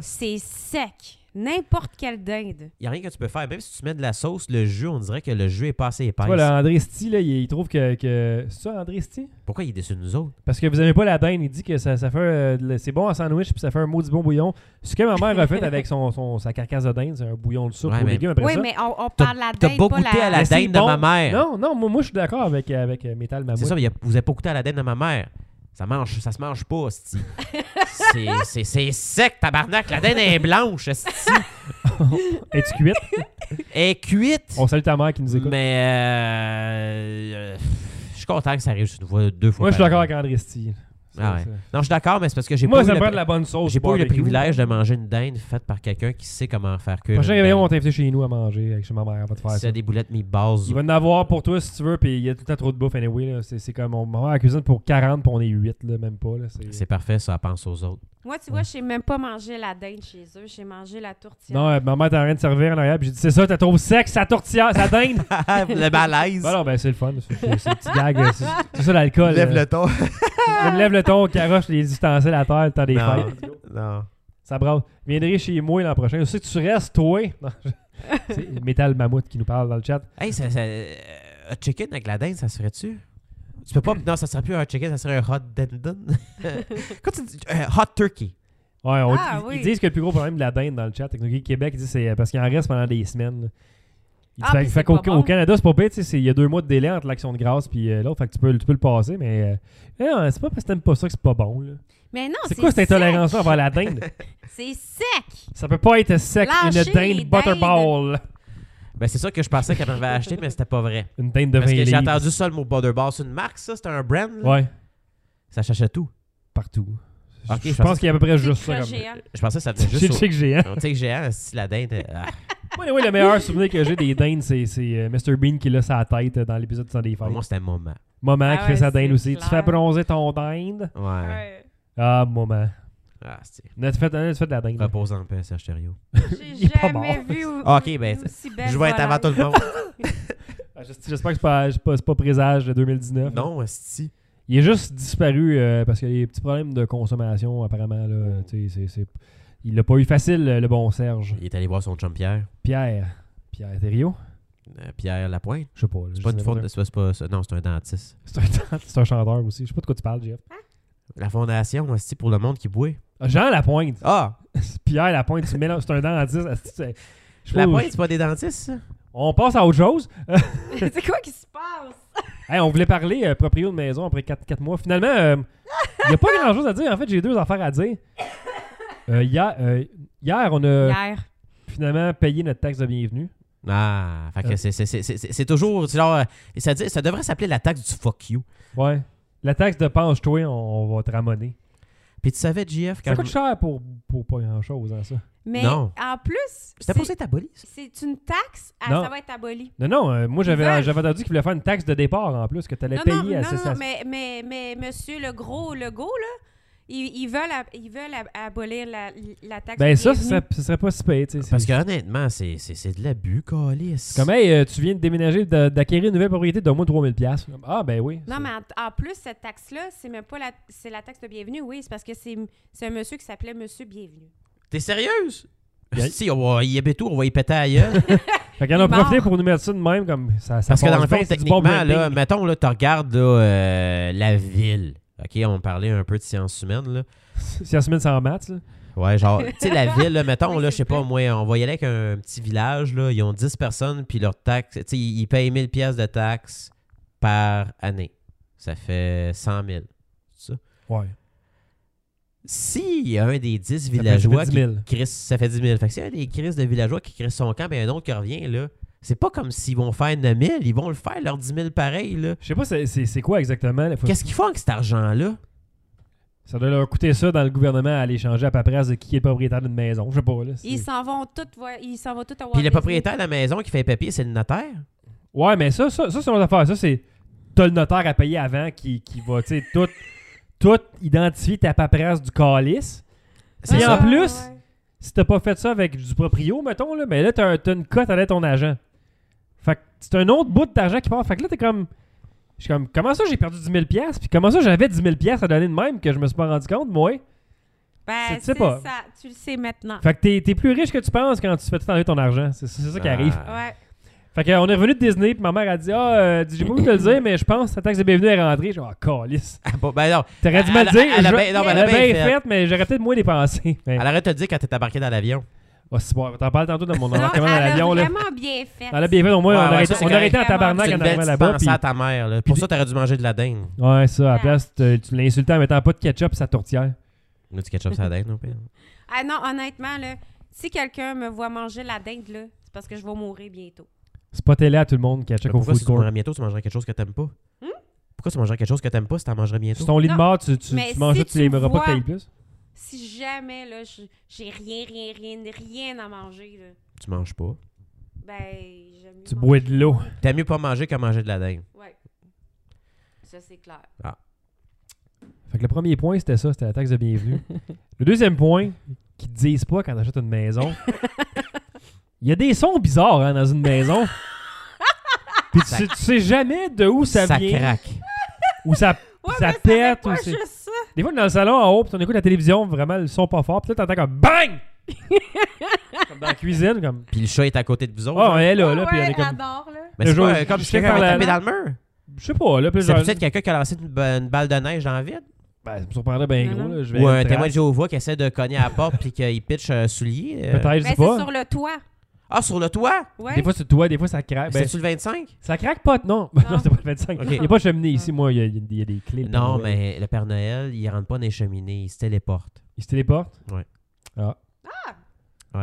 Speaker 5: c'est sec. N'importe quelle dinde.
Speaker 4: Il n'y a rien que tu peux faire. Même si tu mets de la sauce, le jus, on dirait que le jus est pas assez épais.
Speaker 3: Tu vois, le André Sti, là, il, il trouve que... que- C'est ça, André Sti?
Speaker 4: Pourquoi il est déçu de nous autres?
Speaker 3: Parce que vous aimez pas la dinde. Il dit que ça, ça fait... euh, de la- c'est bon en sandwich, puis ça fait un maudit bon bouillon. Ce que ma mère a fait avec son, son- sa carcasse de dinde, c'est un bouillon de soupe
Speaker 4: Ouais,
Speaker 3: aux
Speaker 4: mais-
Speaker 3: légumes après
Speaker 5: oui,
Speaker 3: ça.
Speaker 5: mais on, on parle de la
Speaker 4: T'as
Speaker 5: dinde,
Speaker 4: pas
Speaker 5: pas
Speaker 4: goûté à la
Speaker 3: Mais
Speaker 4: dinde
Speaker 3: c'est
Speaker 4: de
Speaker 3: bon.
Speaker 4: ma mère.
Speaker 3: Non, non, moi, moi je suis d'accord avec, avec euh, Metal Mammouth.
Speaker 4: C'est ça, mais il y a- vous n'avez pas goûté à la dinde de ma mère. Ça, mange, ça se mange pas, <laughs> hostie. c'est, c'est, c'est sec, tabarnak. La dinde est blanche, hostie.
Speaker 3: Es-tu cuite?
Speaker 4: Elle est cuite.
Speaker 3: On salue ta mère qui nous écoute.
Speaker 4: Mais euh, euh, je suis content que ça arrive juste une fois, deux fois.
Speaker 3: Moi, je suis
Speaker 4: par
Speaker 3: d'accord
Speaker 4: an.
Speaker 3: avec André Sti.
Speaker 4: Ah ouais. Non, je suis d'accord, mais c'est parce que j'ai
Speaker 3: Moi,
Speaker 4: pas,
Speaker 3: ça
Speaker 4: eu
Speaker 3: me
Speaker 4: le,
Speaker 3: prend
Speaker 4: pri-
Speaker 3: de la bonne sauce.
Speaker 4: j'ai pas eu le
Speaker 3: barbecue.
Speaker 4: privilège de manger une dinde faite par quelqu'un qui sait comment faire cuire.
Speaker 3: Prochain
Speaker 4: une
Speaker 3: réveillon, on
Speaker 4: dinde.
Speaker 3: t'a invité chez nous à manger avec chez ma mère. On va te faire
Speaker 4: S'il y
Speaker 3: ça.
Speaker 4: a des boulettes meatballs,
Speaker 3: Il va en avoir pour toi si tu veux, puis il y a tout le temps trop de bouffe anyway. là. C'est c'est comme on va à la cuisine pour 40 puis on est 8, là, même pas. Là. C'est-
Speaker 4: Mm. c'est parfait, ça pense aux autres.
Speaker 5: Moi, tu vois, je n'ai même pas mangé la dinde chez eux. J'ai mangé la tourtière.
Speaker 3: Non, euh, ma mère t'en rien de servir en arrière, puis j'ai dit c'est ça, t'as trop sec, ça tourtière, ça
Speaker 5: <laughs>
Speaker 3: dinde.
Speaker 4: <laughs> le malaise.
Speaker 3: ben non, ben c'est le fun, c'est c'est- c'est un petit gag, euh, c'est c'est ça l'alcool. euh.
Speaker 4: <laughs> ton.
Speaker 3: Je me lève le ton, on caroche les ustensiles à terre le temps des
Speaker 4: Non.
Speaker 3: fêtes.
Speaker 4: non.
Speaker 3: Ça brasse. Viendrai chez moi l'an prochain. Je sais que tu restes, toi. Non,
Speaker 5: <laughs>
Speaker 3: je- C'est Metal Mammouth qui nous parle dans le chat.
Speaker 4: Hey, ça, ça, euh, hot chicken avec la dinde, ça se ferait-tu? Tu <laughs> peux pas. Non, ça serait plus un hot chicken, ça serait un hot dindon. Quand tu dis- euh, hot turkey.
Speaker 3: Ouais, on-
Speaker 5: Ah,
Speaker 3: ils,
Speaker 5: oui.
Speaker 3: ils disent que le plus gros problème de la dinde dans le chat, Technologie Québec, ils disent c'est euh, parce qu'il en reste pendant des semaines. Ils
Speaker 5: Ah,
Speaker 3: disent, fait-
Speaker 5: puis
Speaker 3: fait
Speaker 5: c'est
Speaker 3: qu'au
Speaker 5: pas bon.
Speaker 3: au Canada, c'est pas pire, tu sais, c'est- il y a deux mois de délai entre l'action de grâce puis euh, l'autre, fait que tu peux, tu peux le passer, mais euh, eh, non, c'est pas parce que t'aimes pas ça que c'est pas bon. là.
Speaker 5: Mais non,
Speaker 3: C'est quoi cette
Speaker 5: Ah, sec.
Speaker 3: intolérance-là envers la dinde?
Speaker 5: C'est sec.
Speaker 3: Ça peut pas être sec,
Speaker 5: Lâchez
Speaker 3: une
Speaker 5: les
Speaker 3: dinde butterball.
Speaker 4: Ben, c'est ça que je pensais qu'elle m'avait acheté, mais c'était
Speaker 3: <laughs>
Speaker 4: pas vrai.
Speaker 3: Une dinde de 20
Speaker 4: Parce que j'ai
Speaker 3: livres.
Speaker 4: entendu ça, le mot Butterball. C'est une marque, ça? C'était un brand? là?
Speaker 3: Ouais,
Speaker 4: Ça cherchait tout.
Speaker 3: partout.
Speaker 4: Ok,
Speaker 3: Je-
Speaker 4: je
Speaker 3: je pense
Speaker 4: pensais-
Speaker 3: qu'il y a à peu près
Speaker 5: C'est
Speaker 3: juste ça. Comme... <laughs>
Speaker 5: crochet, hein.
Speaker 4: Je pensais que ça venait
Speaker 3: Chez
Speaker 4: juste
Speaker 3: Chick Géant.
Speaker 4: au... Tu sais, géant, si la dinde... euh, ah.
Speaker 3: Oui, oui, le meilleur souvenir que j'ai des dindes, c'est c'est, euh, Mr. Bean qui l'a sa tête euh, dans l'épisode sans des
Speaker 4: Pour
Speaker 3: fêtes.
Speaker 4: moi, c'était un moment.
Speaker 3: Maman
Speaker 5: Ah
Speaker 3: qui
Speaker 5: ouais,
Speaker 3: fait sa
Speaker 5: c'est
Speaker 3: dinde aussi. Tu
Speaker 5: clair.
Speaker 3: fais bronzer ton dinde.
Speaker 4: Ouais.
Speaker 5: Ouais.
Speaker 3: Ah, maman.
Speaker 4: Ah, c'est...
Speaker 3: On a fait, on a fait de la dinde.
Speaker 4: Repose en paix, Serge Thériault.
Speaker 3: <laughs> Il est
Speaker 5: J'ai
Speaker 3: pas
Speaker 5: jamais
Speaker 3: mort.
Speaker 5: vu ou-
Speaker 4: Ah, ok, ben,
Speaker 5: aussi belle
Speaker 4: Je vais être avant tout
Speaker 5: volante.
Speaker 4: le monde.
Speaker 3: Ah, j'es- J'espère que c'est pas, c'est pas, c'est pas présage de 2019.
Speaker 4: non, si.
Speaker 3: Il est juste disparu euh, parce qu'il y a des petits problèmes de consommation, apparemment.
Speaker 4: Oh.
Speaker 3: Là, Tu sais, c'est- c'est- Il l'a pas eu facile, euh, le bon Serge.
Speaker 4: Il est allé voir son chum Pierre.
Speaker 3: Pierre. Pierre Thériault?
Speaker 4: Euh, Pierre Lapointe.
Speaker 3: Je sais pas. là, je
Speaker 4: C'est pas une
Speaker 3: sais
Speaker 4: faute de... C'est pas ça. Non, c'est un dentiste.
Speaker 3: C'est un, c'est un chanteur aussi. Je sais pas de quoi tu parles, Jeff.
Speaker 4: La fondation, aussi pour le monde qui boit.
Speaker 3: Ah, Jean Lapointe. <laughs>
Speaker 4: Ah!
Speaker 3: Pierre Lapointe, tu mélanges- c'est un dentiste. Ah, c'est- c'est- je sais pas,
Speaker 4: Lapointe,
Speaker 3: je-
Speaker 4: c'est pas des dentistes, ça?
Speaker 3: On passe à autre chose.
Speaker 5: <laughs> C'est quoi qui se passe?
Speaker 3: Hey, on voulait parler euh, proprio de maison après 4, mois. Finalement, euh, il n'y a pas grand chose à dire. En fait, j'ai deux affaires à dire. Euh, hier, euh, hier, on a
Speaker 5: Hier.
Speaker 3: finalement payé notre taxe de bienvenue.
Speaker 4: Ah, fait que
Speaker 3: Euh.
Speaker 4: c'est- c'est- c'est c'est- c'est toujours. c'est genre, euh, ça, dit- ça devrait s'appeler la taxe du fuck you.
Speaker 3: Ouais. La taxe de penche, toi, on, on va te ramonner.
Speaker 4: Puis tu savais, JF, quand.
Speaker 3: Ça coûte
Speaker 4: je-
Speaker 3: cher pour, pour pas grand-chose, hein, ça.
Speaker 5: Mais
Speaker 4: Non.
Speaker 5: en plus,
Speaker 4: C'était
Speaker 5: c'est-
Speaker 4: pour ça que t'abolis, ça?
Speaker 5: c'est une taxe. Ah,
Speaker 3: Non.
Speaker 5: ça va être aboli.
Speaker 3: Non, non, euh, moi,
Speaker 5: Ils
Speaker 3: j'avais
Speaker 5: veulent.
Speaker 3: j'avais entendu qu'ils voulaient faire une taxe de départ en plus, que tu allais
Speaker 5: non,
Speaker 3: payer
Speaker 5: non,
Speaker 3: à
Speaker 5: non, non,
Speaker 3: 600.
Speaker 5: mais, mais, mais monsieur le gros Legault, là, ils, ils veulent, ab- ils veulent ab- abolir la, la taxe.
Speaker 3: Ben,
Speaker 5: de
Speaker 3: ça, ce
Speaker 5: bienvenue.
Speaker 3: serait, ce serait pas si payé.
Speaker 4: Parce que honnêtement, c'est c'est- c'est de l'abus, calice.
Speaker 3: Comme, hey, euh, tu viens de déménager, de- d'acquérir une nouvelle propriété de moins 3000$. piastres. Ah, ben oui.
Speaker 5: Non,
Speaker 3: c'est-
Speaker 5: mais en, en plus, cette taxe-là, c'est même pas la, c'est la taxe de bienvenue, oui. C'est parce que c'est, c'est un monsieur qui s'appelait Monsieur Bienvenu.
Speaker 4: T'es sérieuse?
Speaker 3: Bien.
Speaker 4: Si, on va y tout, on va y
Speaker 3: <laughs>
Speaker 4: péter ailleurs.
Speaker 3: Fait qu'on a
Speaker 5: Il meurt.
Speaker 3: profité pour nous mettre ça de même, comme ça. ça
Speaker 4: Parce que
Speaker 3: passe
Speaker 4: dans
Speaker 3: bien,
Speaker 4: le
Speaker 3: c'est
Speaker 4: fond,
Speaker 3: du
Speaker 4: techniquement,
Speaker 3: bon
Speaker 4: là,
Speaker 3: branding.
Speaker 4: mettons, là, tu regardes là, euh, la ville. OK, on parlait un peu de sciences humaines, là.
Speaker 3: <laughs> Si la semaine sans maths, là.
Speaker 4: Ouais, genre, tu sais, la ville, là, mettons,
Speaker 5: Oui,
Speaker 4: là, je
Speaker 5: c'est
Speaker 4: sais pas, moi, on va y aller avec un petit village, là, ils ont 10 personnes, puis leur taxe, tu sais, ils ils payent 1000 pièces de taxes par année. Ça fait 100 000. c'est Ça.
Speaker 3: Ouais.
Speaker 4: Si y a un des
Speaker 3: fait-
Speaker 4: 10
Speaker 3: ça fait
Speaker 4: villageois
Speaker 3: 10
Speaker 4: qui
Speaker 3: 000.
Speaker 4: crisse, ça fait 10 000. Fait que si un des crises de villageois qui crisse son camp, et un autre qui revient, là, c'est pas comme s'ils vont faire 9 000, ils vont le faire, leur 10 000 pareil, là.
Speaker 3: Je sais pas, c'est- c'est c'est quoi exactement. là, faut-
Speaker 4: Qu'est-ce qu'ils font avec cet argent-là?
Speaker 3: Ça doit leur coûter ça dans le gouvernement à aller changer à paperasse de qui est le propriétaire d'une maison. Je sais pas, là. c'est-
Speaker 5: Ils s'en vont tous, voir- ils s'en vont tous à Walt
Speaker 4: Puis le
Speaker 5: Disney.
Speaker 4: propriétaire de la maison qui fait papier, c'est le notaire?
Speaker 3: Ouais, mais ça, ça, ça c'est une autre affaire. Ça, c'est. T'as le notaire à payer avant qui, qui va, tu sais, tout, <laughs> tout identifier ta paperasse du calice.
Speaker 4: C'est
Speaker 3: Puis en
Speaker 4: ça.
Speaker 3: plus, Si t'as pas fait ça avec du proprio, mettons, là, mais là, t'as un- t'as une cote à l'aide de ton agent. Fait que c'est un autre bout d'argent qui part. Fait que là, t'es comme. Je suis comme, comment ça j'ai perdu 10 000 pièces Puis comment ça j'avais 10 000 pièces à donner de même que je me suis pas rendu compte, moi?
Speaker 5: Ben,
Speaker 3: tu sais
Speaker 5: c'est
Speaker 3: pas.
Speaker 5: ça, tu le sais maintenant.
Speaker 3: Fait que t'es, t'es plus riche que tu penses quand tu fais tout enlever ton argent. C'est, c'est ça qui
Speaker 4: Ah.
Speaker 3: arrive.
Speaker 5: Ouais.
Speaker 3: Fait que, euh, on est revenu de Disney, puis ma mère a dit, ah, euh, dis- j'ai pas voulu te le dire, mais je pense que ta taxe de bienvenue est rentrée. J'ai dit, ah, calisse.
Speaker 4: Ah, <laughs> bon, ben non.
Speaker 3: T'aurais dû me le
Speaker 4: Elle a-
Speaker 3: dire.
Speaker 4: elle a
Speaker 3: je-
Speaker 4: bien- non, mais elle a
Speaker 3: elle a
Speaker 4: bien
Speaker 3: bien
Speaker 4: fait.
Speaker 3: fait, mais j'aurais peut-être moins dépensé. <laughs> Mais-
Speaker 4: Elle arrête de te dire quand t'es embarqué dans l'avion.
Speaker 3: Ah, c'est bon, t'en parles tantôt dans mon
Speaker 5: Non,
Speaker 3: embarquement dans
Speaker 5: elle a
Speaker 3: l'avion, là.
Speaker 5: vraiment bien fait.
Speaker 3: Elle a bien fait, au moins,
Speaker 4: Ouais,
Speaker 3: on,
Speaker 4: ouais,
Speaker 3: aurait,
Speaker 4: ça,
Speaker 3: été-
Speaker 4: c'est
Speaker 3: on aurait été en
Speaker 5: correct.
Speaker 3: tabarnak
Speaker 4: C'est
Speaker 3: en
Speaker 4: une belle
Speaker 3: arrivant là-bas.
Speaker 4: petite
Speaker 3: puis-
Speaker 4: pensée à ta mère. là. Pour ça, t'aurais dû manger de la dinde.
Speaker 3: Ouais, ça, à la
Speaker 5: Ah.
Speaker 3: place, euh, tu, tu l'insultais en mettant pas de ketchup sur sa tourtière.
Speaker 4: Mais du ketchup, c'est la dinde, non? pire.
Speaker 5: Ah non, honnêtement, là, si quelqu'un me voit manger la dinde, là, c'est parce que je vais mourir bientôt.
Speaker 3: Spotez-la à tout le monde qui
Speaker 4: Mais
Speaker 3: achète au
Speaker 4: Pourquoi si
Speaker 3: food
Speaker 4: tu
Speaker 3: court.
Speaker 4: mangerais bientôt, tu mangerais quelque chose que t'aimes pas? Pourquoi tu mangerais quelque chose que t'aimes pas si t'en mangerais bientôt?
Speaker 3: Sur ton lit de
Speaker 5: Non,
Speaker 3: mort, tu, tu,
Speaker 5: mais
Speaker 3: tu manges
Speaker 5: si
Speaker 3: ça, tu les
Speaker 5: tu
Speaker 3: repas que
Speaker 5: vois-
Speaker 3: t'as eu plus.
Speaker 5: Si jamais, là, je- j'ai rien, rien, rien, rien à manger, là,
Speaker 4: Tu manges pas.
Speaker 5: ben, j'aime mieux
Speaker 3: Tu
Speaker 5: manger.
Speaker 3: bois de l'eau.
Speaker 4: T'as mieux pas manger que manger de la dinde.
Speaker 5: Ouais. Ça, c'est clair.
Speaker 3: Fait que le premier point, c'était ça, c'était la taxe de <laughs> bienvenue. le deuxième point, qu'ils te disent pas quand t'achètes une maison. Il y a des sons bizarres hein, dans une maison. <laughs> Puis tu,
Speaker 4: Ça-
Speaker 3: sais- tu sais jamais de où ça, vient.
Speaker 4: craque.
Speaker 3: Ou ça,
Speaker 5: Ouais,
Speaker 3: ça
Speaker 5: mais ça fait
Speaker 3: pète.
Speaker 5: pas
Speaker 3: ou c'est-
Speaker 5: juste ça.
Speaker 3: Des fois, on est dans le salon en haut, puis on écoute la télévision, vraiment, le son pas fort. Puis là, t'entends comme BANG! comme dans la cuisine, comme.
Speaker 4: Puis le chat est à côté de vous autres.
Speaker 3: Oh,
Speaker 4: hein.
Speaker 3: elle est là, là,
Speaker 5: Ouais,
Speaker 3: puis elle est comme.
Speaker 5: j'adore, là.
Speaker 4: Mais
Speaker 3: Le
Speaker 4: c'est
Speaker 3: jour-
Speaker 4: pas euh, comme
Speaker 3: je
Speaker 4: si quelqu'un
Speaker 3: fais
Speaker 4: avait
Speaker 3: la-
Speaker 4: tapé dans le mur.
Speaker 3: Je sais pas, là, plus
Speaker 4: C'est peut-être quelqu'un qui a lancé une, ba- une balle de neige dans le vide.
Speaker 3: Ben, ça me surprendrait bien
Speaker 5: Non,
Speaker 3: gros.
Speaker 5: non.
Speaker 3: là. Je vais
Speaker 4: Ou
Speaker 3: être
Speaker 4: un témoin
Speaker 3: raide.
Speaker 4: de Jéhovah qui essaie de cogner à la porte puis qu'il pitch un soulier. euh.
Speaker 3: Peut-être, je
Speaker 5: Ben,
Speaker 3: sais
Speaker 5: c'est
Speaker 3: pas.
Speaker 5: sur le toit.
Speaker 4: Ah, sur le toit?
Speaker 5: Ouais.
Speaker 3: Des fois, c'est toi, des fois, ça craque. Ben,
Speaker 4: C'est-tu le 25?
Speaker 3: ça craque pas. Non, <laughs> non,
Speaker 5: Non.
Speaker 3: c'est pas le 25.
Speaker 4: Ok.
Speaker 3: Il n'y a pas de cheminée ici, moi. Il y a, il y a des clés.
Speaker 4: Non, mais le Père Noël, il rentre pas dans les cheminées, il se téléporte.
Speaker 3: Il se téléporte.
Speaker 4: Ouais,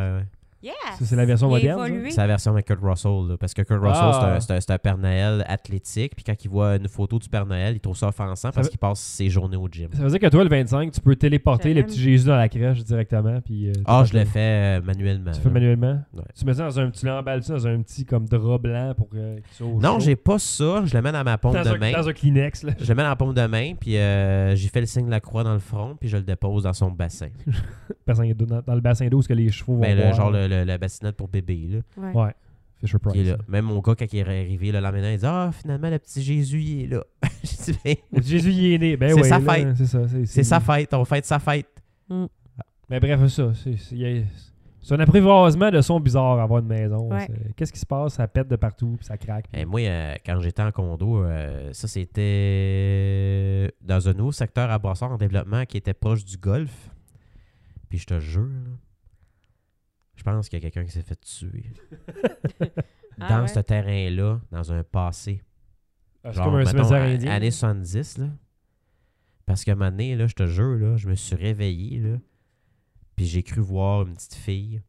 Speaker 4: ouais.
Speaker 5: Yes!
Speaker 3: Ça, c'est la version
Speaker 5: Il a
Speaker 3: moderne, ça?
Speaker 5: évolué.
Speaker 4: C'est la version avec Kurt Russell, là, parce que Kurt Russell, c'est
Speaker 3: Ah.
Speaker 4: un- c'est un, c'est un Père Noël athlétique, puis quand il voit une photo du Père Noël, il trouve ça offensant parce
Speaker 3: veut-
Speaker 4: qu'il passe ses journées au gym.
Speaker 3: Ça veut dire que toi, le 25, tu peux téléporter
Speaker 5: Je
Speaker 3: le
Speaker 5: l'aime.
Speaker 3: petit Jésus dans la crèche directement. Puis, euh,
Speaker 4: Ah,
Speaker 3: t'as
Speaker 4: je
Speaker 3: pas
Speaker 4: le
Speaker 3: de-
Speaker 4: fais euh, manuellement.
Speaker 3: Tu fais
Speaker 4: là.
Speaker 3: manuellement.
Speaker 4: Ouais.
Speaker 3: Tu mets ça dans un petit l'emballes ça dans un petit comme drap blanc pour que qu'il soit au
Speaker 4: Non,
Speaker 3: chaud.
Speaker 4: j'ai pas ça. Je le mets dans ma pompe
Speaker 3: dans,
Speaker 4: de
Speaker 3: un,
Speaker 4: main.
Speaker 3: dans un Kleenex. Là. <laughs>
Speaker 4: Je le mets dans la pompe de main, puis euh, j'ai fait le signe de la croix dans le front, puis je le dépose dans son bassin.
Speaker 3: Bassin d'eau- dans, dans le bassin d'eau, ce que les chevaux vont
Speaker 4: Ben, le,
Speaker 3: boire.
Speaker 4: genre le- le- la bassinette pour bébé, là,
Speaker 5: Ouais.
Speaker 3: Ouais. Fisher Price.
Speaker 4: qui est là. Même mon gars, quand il est arrivé le lendemain, il dit Ah, finalement, le petit Jésus, il est là. <laughs> J'ai dit, Ben,
Speaker 3: Le petit Jésus, il est né. Ben,
Speaker 4: C'est
Speaker 3: ouais,
Speaker 4: sa
Speaker 3: là,
Speaker 4: fête.
Speaker 3: C'est ça.
Speaker 4: c'est sa fête, on fête sa fête.
Speaker 3: Mais bref, ça. c'est- c'est- il y a- C'est un apprivoisement de son bizarre à avoir une maison.
Speaker 5: Ouais.
Speaker 3: C'est- Qu'est-ce qui se passe? Ça pète de partout, puis ça craque. puis-
Speaker 4: Eh, moi, euh, quand j'étais en condo, euh, ça, c'était dans un nouveau secteur à Brassard en développement qui était proche du golf. Puis je te jure, là, je pense qu'il y a quelqu'un qui s'est fait tuer. dans
Speaker 5: <laughs> Ah ouais?
Speaker 4: ce terrain-là, dans un passé.
Speaker 3: Ah, c'est
Speaker 4: Genre,
Speaker 3: comme un
Speaker 4: mettons,
Speaker 3: cimetière
Speaker 4: a-
Speaker 3: indien.
Speaker 4: années 70, là. Parce qu'à un moment donné, là, je te jure, là, je me suis réveillé, là, puis j'ai cru voir une petite fille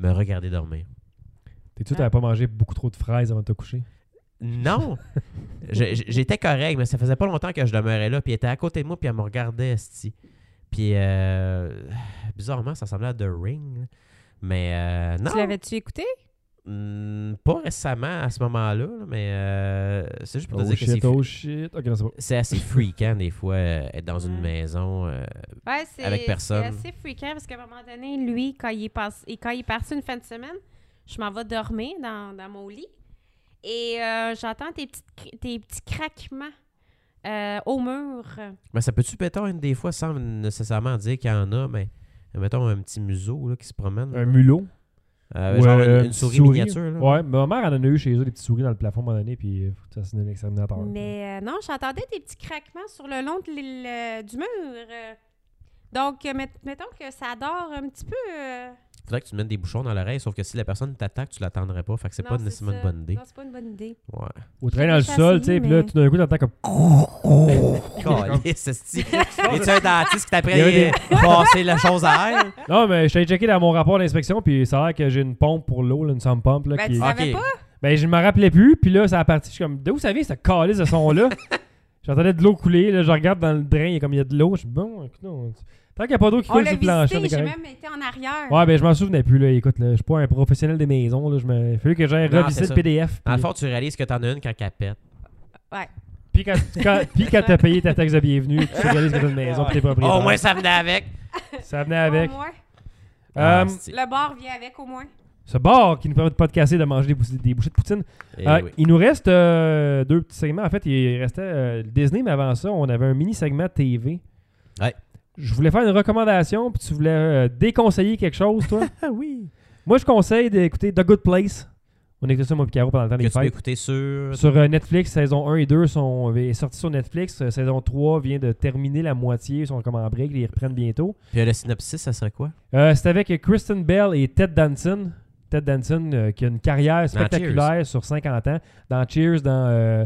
Speaker 4: me regarder dormir.
Speaker 3: T'es-tu, t'avais pas mangé beaucoup trop de fraises avant de te coucher?
Speaker 4: Non! Je- je- J'étais correct, mais ça faisait pas longtemps que je demeurais là, puis elle était à côté de moi, puis elle me regardait, esti. Puis, euh, bizarrement, ça ressemblait à The Ring, là. mais euh, non.
Speaker 5: Tu l'avais-tu écouté?
Speaker 4: Hmm, pas récemment, à ce moment-là, là, mais euh, c'est juste pour te
Speaker 3: oh
Speaker 4: dire que
Speaker 3: shit,
Speaker 4: c'est
Speaker 3: oh shit. Ok, non, c'est pas.
Speaker 4: c'est assez freakant des fois euh, être dans une
Speaker 5: Ouais.
Speaker 4: maison. euh,
Speaker 5: Ouais, c'est
Speaker 4: Avec personne.
Speaker 5: c'est assez fréquent parce qu'à un moment donné, lui, quand il est, passe, et quand il est parti une fin de semaine, je m'en vais dormir dans, dans mon lit et euh, j'entends tes, petites cri- tes petits craquements euh, au mur.
Speaker 4: mais ça peut-tu mettons une des fois sans nécessairement dire qu'il y en a, mais mettons un petit museau là, qui se promène.
Speaker 3: Un mulot.
Speaker 4: Euh,
Speaker 3: Ou,
Speaker 4: genre
Speaker 3: euh,
Speaker 4: une,
Speaker 3: un
Speaker 4: une
Speaker 3: petit
Speaker 4: souris, miniature. là.
Speaker 3: Ouais, ma mère elle en a eu chez eux des petites souris dans le plafond à un moment donné, puis euh, faut que tu fasses un exterminateur.
Speaker 5: Mais euh, non, j'entendais tes petits craquements sur le long de l'île, euh, du mur. euh. Donc, euh, met- mettons que ça dort un petit peu. euh.
Speaker 4: Faudrait que tu te mettes des bouchons dans l'oreille, sauf que si la personne t'attaque, tu l'attendrais pas. Fait que c'est
Speaker 5: Non,
Speaker 4: pas nécessairement une
Speaker 5: ça.
Speaker 4: bonne idée.
Speaker 5: Non, c'est pas une bonne idée.
Speaker 4: Ouais.
Speaker 3: Ou traîner dans le
Speaker 5: J'ai
Speaker 3: sol, tu
Speaker 5: essayé,
Speaker 3: sais, puis là,
Speaker 5: mais-
Speaker 3: tout d'un coup, t'entends comme.
Speaker 4: Calisse,
Speaker 5: <laughs>
Speaker 4: esti. Es-tu un dentiste qui
Speaker 3: Il y a eu
Speaker 4: t'apprête
Speaker 3: des-
Speaker 4: à passer la chose à air?
Speaker 3: Non, mais je t'ai checké dans mon rapport d'inspection, puis ça a l'air que j'ai une pompe pour l'eau, là, une somme pompe. Là,
Speaker 5: Ben,
Speaker 3: qui...
Speaker 5: tu
Speaker 4: Ah.
Speaker 5: savais
Speaker 4: Ok.
Speaker 5: pas?
Speaker 3: ben, je me rappelais plus, puis là, ça a parti. Je suis comme, d'où ça vient, ce calice de
Speaker 4: <laughs>
Speaker 3: son-là? J'entendais de l'eau couler, là, je regarde dans le drain, il y a comme il y a de l'eau. Je suis bon, écoute, non. Tant qu'il n'y a pas d'eau qui
Speaker 5: On
Speaker 3: coule
Speaker 5: l'a
Speaker 3: sur le plancher, on
Speaker 5: visité,
Speaker 3: est
Speaker 5: j'ai
Speaker 3: correct.
Speaker 5: même été en arrière.
Speaker 3: Ouais, ben, je m'en souvenais plus, là. Écoute, là, je suis pas un professionnel des maisons, là. Je me... Il fallait que j'aille
Speaker 4: Non,
Speaker 3: revisser
Speaker 4: c'est
Speaker 3: le
Speaker 4: ça.
Speaker 3: PDF.
Speaker 4: Dans le
Speaker 3: puis-
Speaker 4: fond, tu réalises que t'en as une quand elle pète.
Speaker 3: Puis quand,
Speaker 4: <laughs>
Speaker 3: quand, puis quand t'as payé ta taxe de bienvenue, tu réalises que t'as une maison puis t'es propriétaire.
Speaker 4: Au moins, ça venait avec.
Speaker 3: Euh, Ça venait
Speaker 5: Au
Speaker 3: avec.
Speaker 5: moins.
Speaker 3: Euh,
Speaker 4: Ah, esti.
Speaker 5: Le bar vient avec au moins.
Speaker 3: ce bar qui nous permet de podcaster et de manger des, bouchées- des bouchées de poutine.
Speaker 4: Eh
Speaker 3: Euh,
Speaker 4: oui.
Speaker 3: Il nous reste euh, deux petits segments. En fait, il restait euh, le Disney, mais avant ça, on avait un mini-segment TV.
Speaker 4: Ouais.
Speaker 3: Je voulais faire une recommandation, puis tu voulais euh, déconseiller quelque chose, toi. Ah oui. Moi, je conseille d'écouter The Good Place. On écoutait ça, moi, Picaro, pendant le temps
Speaker 4: Que
Speaker 3: des
Speaker 4: tu peux
Speaker 3: fêtes.
Speaker 4: écouter sur.
Speaker 3: Sur euh, Netflix, saison 1 et 2 sont est sortis sur Netflix. Euh, Saison 3 vient de terminer la moitié. Ils sont comme en break, ils les reprennent bientôt.
Speaker 4: Puis euh, le synopsis, ça serait quoi?
Speaker 3: Euh, c'est avec euh, Kristen Bell et Ted Danson. Ted Danson euh, qui a une carrière
Speaker 4: Dans
Speaker 3: spectaculaire sur 50 ans. Dans Cheers, dans euh,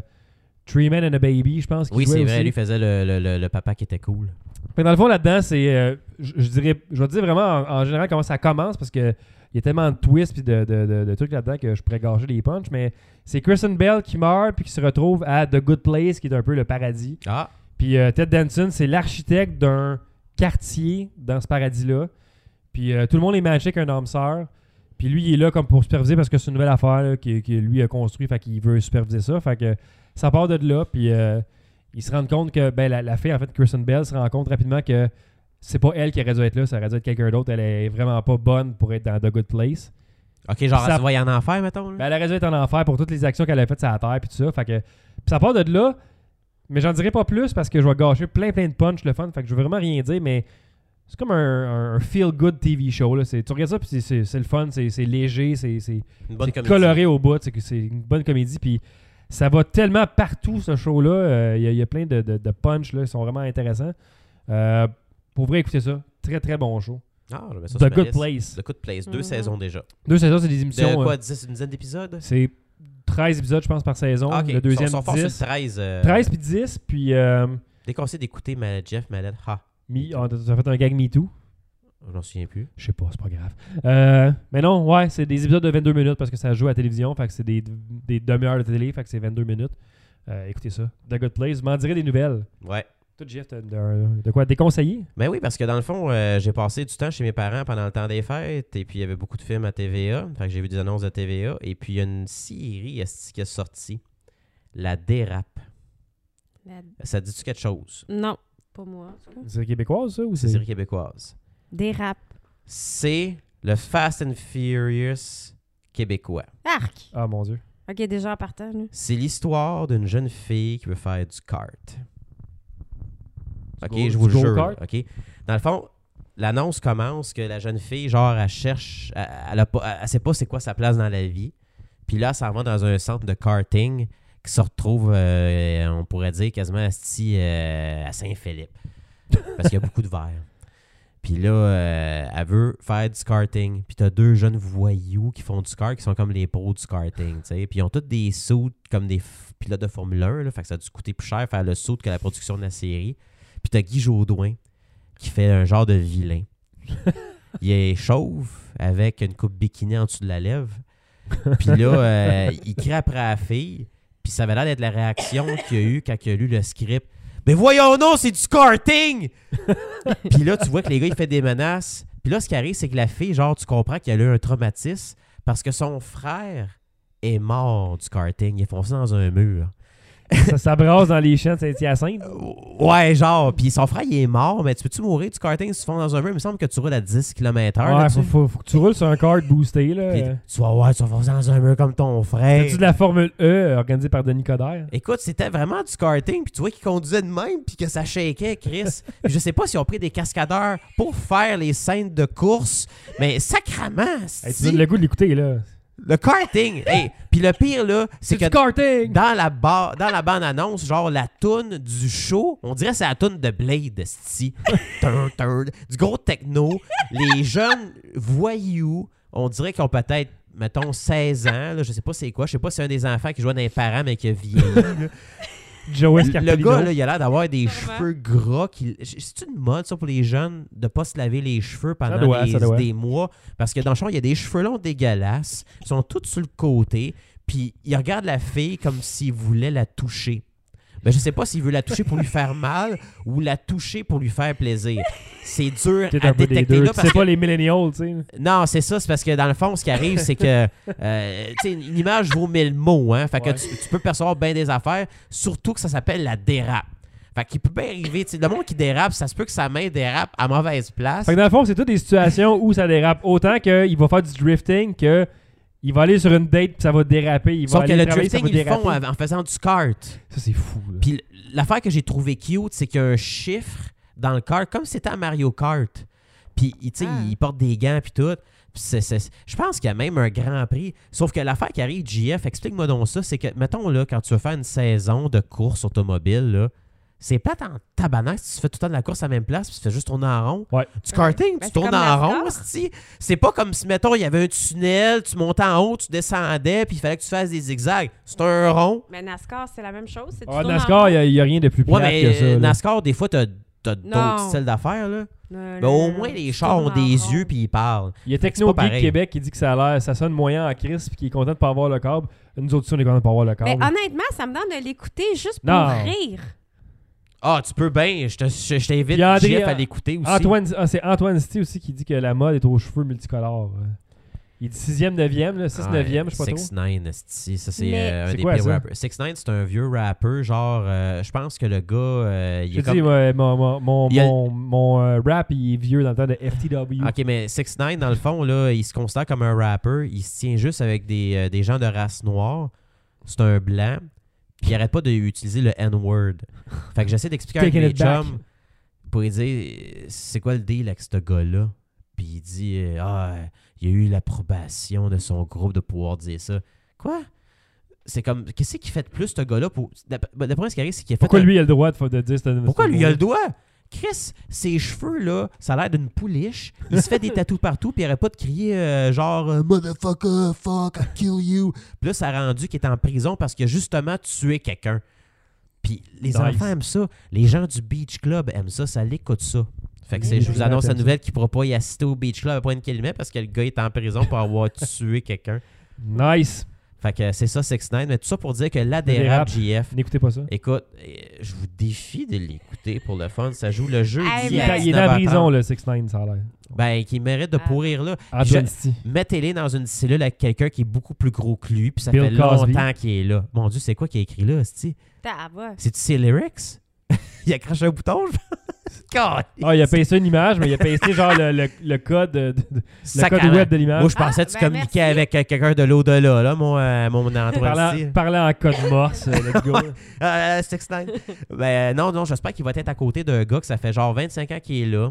Speaker 3: Three Men and a Baby, je pense. qu'il
Speaker 4: Oui,
Speaker 3: jouait
Speaker 4: c'est vrai,
Speaker 3: aussi.
Speaker 4: lui faisait le, le- le- le papa qui était cool.
Speaker 3: Fait que dans le fond, là-dedans, c'est. euh, je je dirais. Je vais te dire vraiment en, en général comment ça commence parce que. Il y a tellement de twists et de, de- de- de trucs là-dedans que je pourrais gorger les punchs, mais c'est Kristen Bell qui meurt puis qui se retrouve à The Good Place, qui est un peu le paradis.
Speaker 4: Ah,
Speaker 3: Puis euh, Ted Danson, c'est l'architecte d'un quartier dans ce paradis-là. Puis euh, tout le monde est matché avec un homme sœur. Puis lui, il est là comme pour superviser parce que c'est une nouvelle affaire là, que, que lui a construit. Fait qu'il veut superviser ça. Fait que ça part de là. Puis euh, ils se rendent compte que ben, la, la fille, en fait, Kristen Bell, se rend compte rapidement que c'est pas elle qui aurait dû être là. Ça aurait dû être quelqu'un d'autre. Elle est vraiment pas bonne pour être dans The Good Place.
Speaker 4: ok, genre,
Speaker 3: Ça-
Speaker 4: tu vas y en enfer, mettons. là?
Speaker 3: Ben, elle aurait dû être en enfer pour toutes les actions qu'elle a faites sur la terre puis tout ça. Fait que puis ça part de là, mais j'en dirai pas plus parce que je vais gâcher plein plein de punch le fun. Fait que je veux vraiment rien dire, mais c'est comme un, un feel good TV show là. C'est- Tu regardes ça puis c'est- c'est c'est le fun, c'est c'est léger, c'est c'est-
Speaker 4: une bonne
Speaker 3: c'est
Speaker 4: comédie.
Speaker 3: coloré au bout, c'est que c'est une bonne comédie puis ça va tellement partout ce show là. Euh, Il y, a- il y a plein de, de, de punch là, qui sont vraiment intéressants. Euh, pour vrai, écoutez ça. Très, très bon show.
Speaker 4: Ah, je mets
Speaker 3: The
Speaker 4: ça sur ma
Speaker 3: Good
Speaker 4: liste.
Speaker 3: Place.
Speaker 4: The Good Place, deux
Speaker 5: Mhm.
Speaker 4: saisons déjà.
Speaker 3: Deux saisons, c'est des
Speaker 4: De
Speaker 3: émissions.
Speaker 4: quoi,
Speaker 3: euh,
Speaker 4: 10, une dizaine d'épisodes?
Speaker 3: c'est 13 épisodes, je pense, par saison.
Speaker 4: Ah, ok.
Speaker 3: Le deuxième,
Speaker 4: Ils sont, sont forts sur le
Speaker 3: 10.
Speaker 4: 13. euh,
Speaker 3: 13 puis 10, puis. euh,
Speaker 4: Déconseillé d'écouter Ma- Jeff Mallet. Ha,
Speaker 3: Mi- ah, t'as fait un gag Me Too.
Speaker 4: je m'en souviens plus.
Speaker 3: Je sais pas, c'est pas grave. Euh, mais non, ouais, c'est des épisodes de 22 minutes parce que ça joue à la télévision. Fait que c'est des, des demi-heures de télé. Fait que c'est 22 minutes. Euh, écoutez ça. The Good Place. Vous m'en direz des nouvelles.
Speaker 4: Ouais.
Speaker 3: Toi, Jeff, t'as de, de quoi déconseiller
Speaker 4: Ben oui, parce que dans le fond, euh, j'ai passé du temps chez mes parents pendant le temps des fêtes, et puis il y avait beaucoup de films à TVA. Fait que j'ai vu des annonces de TVA, et puis il y a une série esti, qui est sortie, La Dérape.
Speaker 5: La-
Speaker 4: Ça dit-tu quelque chose?
Speaker 5: Non, pas moi.
Speaker 3: C'est québécoise, ça ou
Speaker 4: C'est une série québécoise.
Speaker 5: Dérape.
Speaker 4: C'est le Fast and Furious québécois.
Speaker 5: Arc!
Speaker 3: Ah mon dieu.
Speaker 5: Ok, déjà en partant, là.
Speaker 4: C'est l'histoire d'une jeune fille qui veut faire du kart.
Speaker 3: Du
Speaker 4: Ok,
Speaker 3: go-
Speaker 4: je vous
Speaker 3: du
Speaker 4: le jure.
Speaker 3: go-kart?
Speaker 4: là, Ok. Dans le fond, l'annonce commence que la jeune fille, genre, elle cherche, elle, elle a pas- elle- elle sait pas c'est quoi sa place dans la vie. Puis là, elle s'en va dans un centre de karting qui se retrouve, euh, on pourrait dire, quasiment asti, euh, à Saint-Philippe. Parce qu'il y a beaucoup de verre. Puis là, euh, elle veut faire du karting. Puis t'as deux jeunes voyous qui font du kart, qui sont comme les pros du karting, tu sais. Puis ils ont tous des sauts comme des f- pilotes de Formule 1, là. Fait que ça a dû coûter plus cher faire le saut que la production de la série. Puis t'as Guy Jodoin qui fait un genre de vilain. Il est chauve avec une coupe bikini en dessous de la lèvre. Puis là, euh, il crie après la fille. Puis ça avait l'air d'être la réaction qu'il a eu quand il a lu le script. Mais voyons non, c'est du karting! Puis là, tu vois que les gars, ils font des menaces. Puis là, ce qui arrive, c'est que la fille, genre, tu comprends qu'elle a eu un traumatisme parce que son frère est mort du karting. Il est foncé dans un mur.
Speaker 3: ça, ça brasse dans les champs de
Speaker 4: <laughs>
Speaker 3: Saint-Hyacinthe.
Speaker 4: Euh,
Speaker 3: Oh.
Speaker 4: Ouais, genre, puis son frère, il est mort, mais tu peux-tu mourir du karting si tu fonds dans un mur? Il me semble que tu roules à 10 km Ah, heure.
Speaker 3: Ouais, faut, faut- faut que tu roules sur un kart boosté, là. Euh,
Speaker 4: tu vas voir, tu vas foncer dans un mur comme ton frère.
Speaker 3: T'as-tu de la Formule E organisée par Denis Coderre?
Speaker 4: Écoute, c'était vraiment du karting, puis tu vois qu'il conduisait de même, puis que ça shakeait, Chris. je sais pas s'ils ont pris des cascadeurs pour faire les scènes de course, mais sacrament,
Speaker 3: Hey, tu
Speaker 4: si-
Speaker 3: donnes le goût de l'écouter, là.
Speaker 4: le karting. hey, puis le pire là, c'est que
Speaker 3: du karting!
Speaker 4: dans la ba- dans la bande annonce, genre la toune du show, on dirait que c'est la toune de Blade, esti. <laughs> Tum, tum, du gros techno, les jeunes voyous, on dirait qu'ils ont peut-être mettons 16 ans, là, je sais pas c'est quoi, je sais pas si c'est un des enfants qui joue dans les parents mais qui a vieilli. là.
Speaker 3: Joe
Speaker 4: Le
Speaker 3: Scarpellino.
Speaker 4: gars, là, il a l'air d'avoir des
Speaker 5: Sûrement.
Speaker 4: cheveux gras. Qui... C'est une mode, ça, pour les jeunes, de pas se laver les cheveux pendant
Speaker 3: doit,
Speaker 4: des,
Speaker 3: ça doit.
Speaker 4: des mois. Parce que dans le champ, il y a des cheveux longs dégueulasses. Ils sont tous sur le côté. Puis il regarde la fille comme s'il voulait la toucher. Mais je sais pas s'il veut la toucher pour lui faire mal ou la toucher pour lui faire plaisir. C'est dur
Speaker 3: Peut-être
Speaker 4: à
Speaker 3: un peu des
Speaker 4: détecter
Speaker 3: deux.
Speaker 4: là
Speaker 3: Tu
Speaker 4: parce
Speaker 3: sais
Speaker 4: que
Speaker 3: pas les millennials, tu sais.
Speaker 4: non, c'est ça, c'est parce que dans le fond, ce qui arrive,
Speaker 3: <laughs>
Speaker 4: c'est que euh, tu sais, une image vaut mille mots, hein. Fait que
Speaker 3: Ouais.
Speaker 4: tu, tu peux percevoir bien des affaires, surtout que ça s'appelle la dérape. Fait qu'il peut bien arriver, tu sais, le monde qui dérape, ça se peut que sa main dérape à mauvaise place.
Speaker 3: Fait que dans le fond, c'est toutes des situations où ça dérape. Autant qu'il va faire du drifting que il va aller sur une date puis ça va déraper. Il va
Speaker 4: Sauf que
Speaker 3: aller
Speaker 4: le
Speaker 3: travailler,
Speaker 4: drifting,
Speaker 3: ça va
Speaker 4: ils le font
Speaker 3: déraper.
Speaker 4: en en faisant du kart.
Speaker 3: Ça, c'est fou. là.
Speaker 4: Puis l'affaire que j'ai trouvé cute, c'est qu'il y a un chiffre dans le kart, comme si c'était à Mario Kart. Puis, il- tu sais,
Speaker 5: Ah.
Speaker 4: il porte des gants, puis tout. Puis c'est- c'est- je pense qu'il y a même un grand prix. Sauf que l'affaire qui arrive, JF, explique-moi donc ça, c'est que, mettons, là, quand tu veux faire une saison de course automobile, là, c'est plate en tabarnak si tu fais tout le temps de la course à la même place, puis tu fais juste tourner en rond.
Speaker 3: Ouais.
Speaker 4: Du karting,
Speaker 5: Ben,
Speaker 4: tu
Speaker 5: c'est
Speaker 4: tournes
Speaker 5: comme
Speaker 4: en
Speaker 5: NASCAR.
Speaker 4: rond, hostie. C'est pas comme si, mettons, il y avait un tunnel, tu montais en haut, tu descendais, puis il fallait que tu fasses des zigzags. C'est un rond.
Speaker 5: Mais NASCAR, c'est la même chose. c'est tu
Speaker 3: Ah,
Speaker 5: tournes en
Speaker 3: NASCAR,
Speaker 5: rond.
Speaker 3: il n'y a, rien de plus
Speaker 4: Ouais,
Speaker 3: plate
Speaker 4: mais
Speaker 3: que ça.
Speaker 4: euh,
Speaker 3: là.
Speaker 4: NASCAR, des fois, t'as t'as d'autres
Speaker 5: Non.
Speaker 4: styles d'affaires, là.
Speaker 5: Non,
Speaker 4: Mais Ben, au
Speaker 5: non,
Speaker 4: moins, les
Speaker 5: tu
Speaker 4: chars ont
Speaker 5: tournes en
Speaker 4: des
Speaker 5: rond.
Speaker 4: yeux puis ils parlent.
Speaker 3: Il y a
Speaker 4: C'est
Speaker 3: Techno
Speaker 4: pas
Speaker 3: Geek
Speaker 4: pareil.
Speaker 3: Québec qui dit que ça a l'air, ça sonne moyen en crise puis qui est content de pas avoir le câble. Nous autres aussi, on est content de pas avoir le câble.
Speaker 5: Mais honnêtement, ça me donne de l'écouter juste pour
Speaker 3: Non.
Speaker 5: rire.
Speaker 4: Ah, tu peux bien. Je te- je- je t'invite,
Speaker 3: Puis André-
Speaker 4: Jeff, à l'écouter aussi.
Speaker 3: Antoine, ah, c'est Antoine City aussi qui dit que la mode est aux cheveux multicolores. Il dit 6e, 9e,
Speaker 4: Ah,
Speaker 3: là, 6, 9e, je sais pas trop.
Speaker 4: 6 9 ça c'est
Speaker 5: Mais-
Speaker 4: euh, un
Speaker 3: C'est
Speaker 4: des
Speaker 3: quoi,
Speaker 4: pires
Speaker 3: ça?
Speaker 4: rappers. 6 9 c'est un vieux rappeur, genre, euh, je pense que le gars, euh, il
Speaker 3: Je
Speaker 4: est
Speaker 3: te dis,
Speaker 4: comme...
Speaker 3: ouais, mon, mon, mon,
Speaker 4: Il y a-
Speaker 3: mon- mon, euh, rap, il est vieux dans le temps de FTW.
Speaker 4: Ok, mais 6 9 dans le fond, là, il se considère comme un rappeur. Il se tient juste avec des, euh, des gens de race noire. C'est un blanc. Puis il arrête pas d'utiliser le N-word. Fait que j'essaie d'expliquer à un de
Speaker 3: Taking
Speaker 4: mes
Speaker 3: it back.
Speaker 4: chums pour lui dire euh, c'est quoi le deal avec ce gars-là. Puis il dit euh, Ah, euh, il a eu l'approbation de son groupe de pouvoir dire ça. Quoi C'est comme Qu'est-ce qu'il fait de plus, ce gars-là pour... D'après d'après ce qui arrive, c'est qu'il a fait
Speaker 3: Pourquoi
Speaker 4: un-
Speaker 3: lui, il a le droit de, de dire c'est un-
Speaker 4: pourquoi
Speaker 3: c'est un
Speaker 4: lui il a le doigt Chris, ses cheveux, là, ça a l'air d'une pouliche. Il se fait des tatous partout, puis il arrête pas de crier euh, genre euh, Motherfucker, fuck, I'll kill you. Puis là, ça a rendu qu'il est en prison parce que justement tué quelqu'un. Puis les
Speaker 3: Nice.
Speaker 4: enfants aiment ça. Les gens du Beach Club aiment ça. Ça l'écoute ça. Fait que c'est-
Speaker 3: Oui,
Speaker 4: je
Speaker 3: oui.
Speaker 4: vous annonce la
Speaker 3: J'aime ça.
Speaker 4: nouvelle qu'il pourra pas y assister au Beach Club à Pointe Calumet parce que le gars est en prison pour avoir <laughs> tué quelqu'un.
Speaker 3: Nice.
Speaker 4: Fait que c'est ça, 6 9 Mais tout ça pour dire que
Speaker 3: Dérape.
Speaker 4: l'adhérable JF.
Speaker 3: N'écoutez pas ça.
Speaker 4: Écoute, euh, je vous défie de l'écouter pour le fun. Ça joue le jeudi.
Speaker 5: Hey,
Speaker 3: Il est,
Speaker 4: à
Speaker 5: ben-
Speaker 3: il est dans la
Speaker 4: 19h30.
Speaker 3: prison, le 6 9 ça a l'air. ben,
Speaker 4: Ben, qui mérite de
Speaker 5: Ah.
Speaker 4: pourrir là.
Speaker 3: Antoine City.
Speaker 4: Mettez-les dans une cellule avec quelqu'un qui est beaucoup plus gros que lui, puis ça
Speaker 3: Bill
Speaker 4: fait
Speaker 3: Cosby.
Speaker 4: longtemps qu'il est là. Mon Dieu, c'est quoi qui a écrit là, hostie?
Speaker 5: Tabac.
Speaker 4: C'est-tu ses lyrics? <laughs> il a craché un bouton, je pense. <laughs> God,
Speaker 3: Ah, il a passé une image, mais il a passé genre le, le- le code, de- de- de- le
Speaker 4: sacrément.
Speaker 3: code web de
Speaker 4: Moi,
Speaker 3: l'image.
Speaker 4: je pensais
Speaker 5: Ah,
Speaker 4: que tu
Speaker 5: ben
Speaker 4: communiquais
Speaker 5: merci.
Speaker 4: avec euh, quelqu'un de l'au-delà, là, mon, euh, mon Antoine.
Speaker 3: Parlant,
Speaker 4: ici.
Speaker 3: parlant en code morse, euh, let's
Speaker 4: <laughs>
Speaker 3: go.
Speaker 4: Euh, euh, 6ix9ine. ben, euh, non, non, j'espère qu'il va être à côté d'un gars que ça fait genre 25 ans qu'il est là,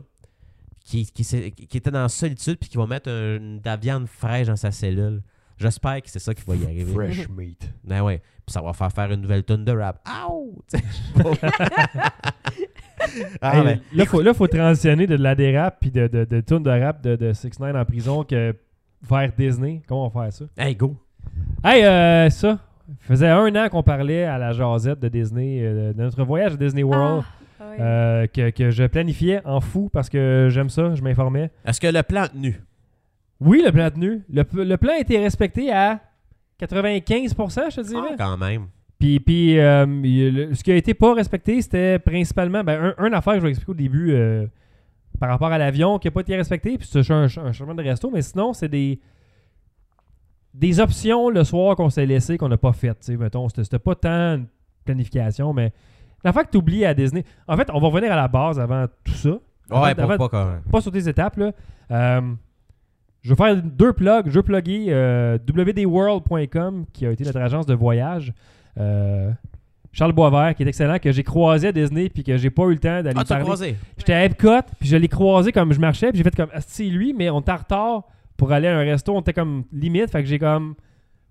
Speaker 4: qui, qui, s'est- qui était dans la solitude, puis qui va mettre un- de la viande fraîche dans sa cellule. J'espère que c'est ça qui va y arriver.
Speaker 2: Fresh meat.
Speaker 4: Ben ouais, puis ça va faire faire une nouvelle tonne de rap. Ow! <laughs>
Speaker 3: <laughs>
Speaker 4: ah,
Speaker 3: Hey,
Speaker 4: ben,
Speaker 3: là, faut, là, faut transitionner de la dérape puis de, de, de tune de rap de, de 6 9 en prison que vers Disney. Comment on va faire ça?
Speaker 4: hey, go!
Speaker 3: Hey, euh, ça, faisait un an qu'on parlait à la jasette de Disney, euh, de notre voyage à Disney World,
Speaker 5: Ah, oui.
Speaker 3: euh, que, que je planifiais en fou parce que j'aime ça, je m'informais.
Speaker 4: Est-ce que le plan tenu?
Speaker 3: Oui, le plan tenu. Le, p- le plan a été respecté à 95%, je te dirais.
Speaker 4: Ah, quand même.
Speaker 3: Puis, puis euh, il- le- ce qui a été pas respecté, c'était principalement ben, un, une affaire que je vais expliquer au début euh, par rapport à l'avion qui n'a pas été respecté. Puis c'est un, un changement de resto, mais sinon, c'est des des options le soir qu'on s'est laissé qu'on n'a pas faites. tu sais, Mettons, c'était c'était pas tant une planification, mais l'affaire que tu oublies à Disney. En fait, on va revenir à la base avant tout ça. Avant-
Speaker 4: Ouais,
Speaker 3: avant-
Speaker 4: pourquoi quand même?
Speaker 3: pas sauter les étapes. Là. Euh, je vais faire deux plugs. Je vais plugger euh, wdworld.com, qui a été notre agence de voyage. Euh, Charles Boisvert, qui est excellent, que j'ai croisé à Disney, puis que j'ai pas eu le temps d'aller
Speaker 4: Ah,
Speaker 3: lui
Speaker 4: tu as
Speaker 3: parler.
Speaker 4: croisé?
Speaker 3: J'étais à Epcot, puis je l'ai croisé comme je marchais, puis j'ai fait comme, Ah, c'est lui, mais on était en retard pour aller à un resto, on était comme limite, fait que j'ai comme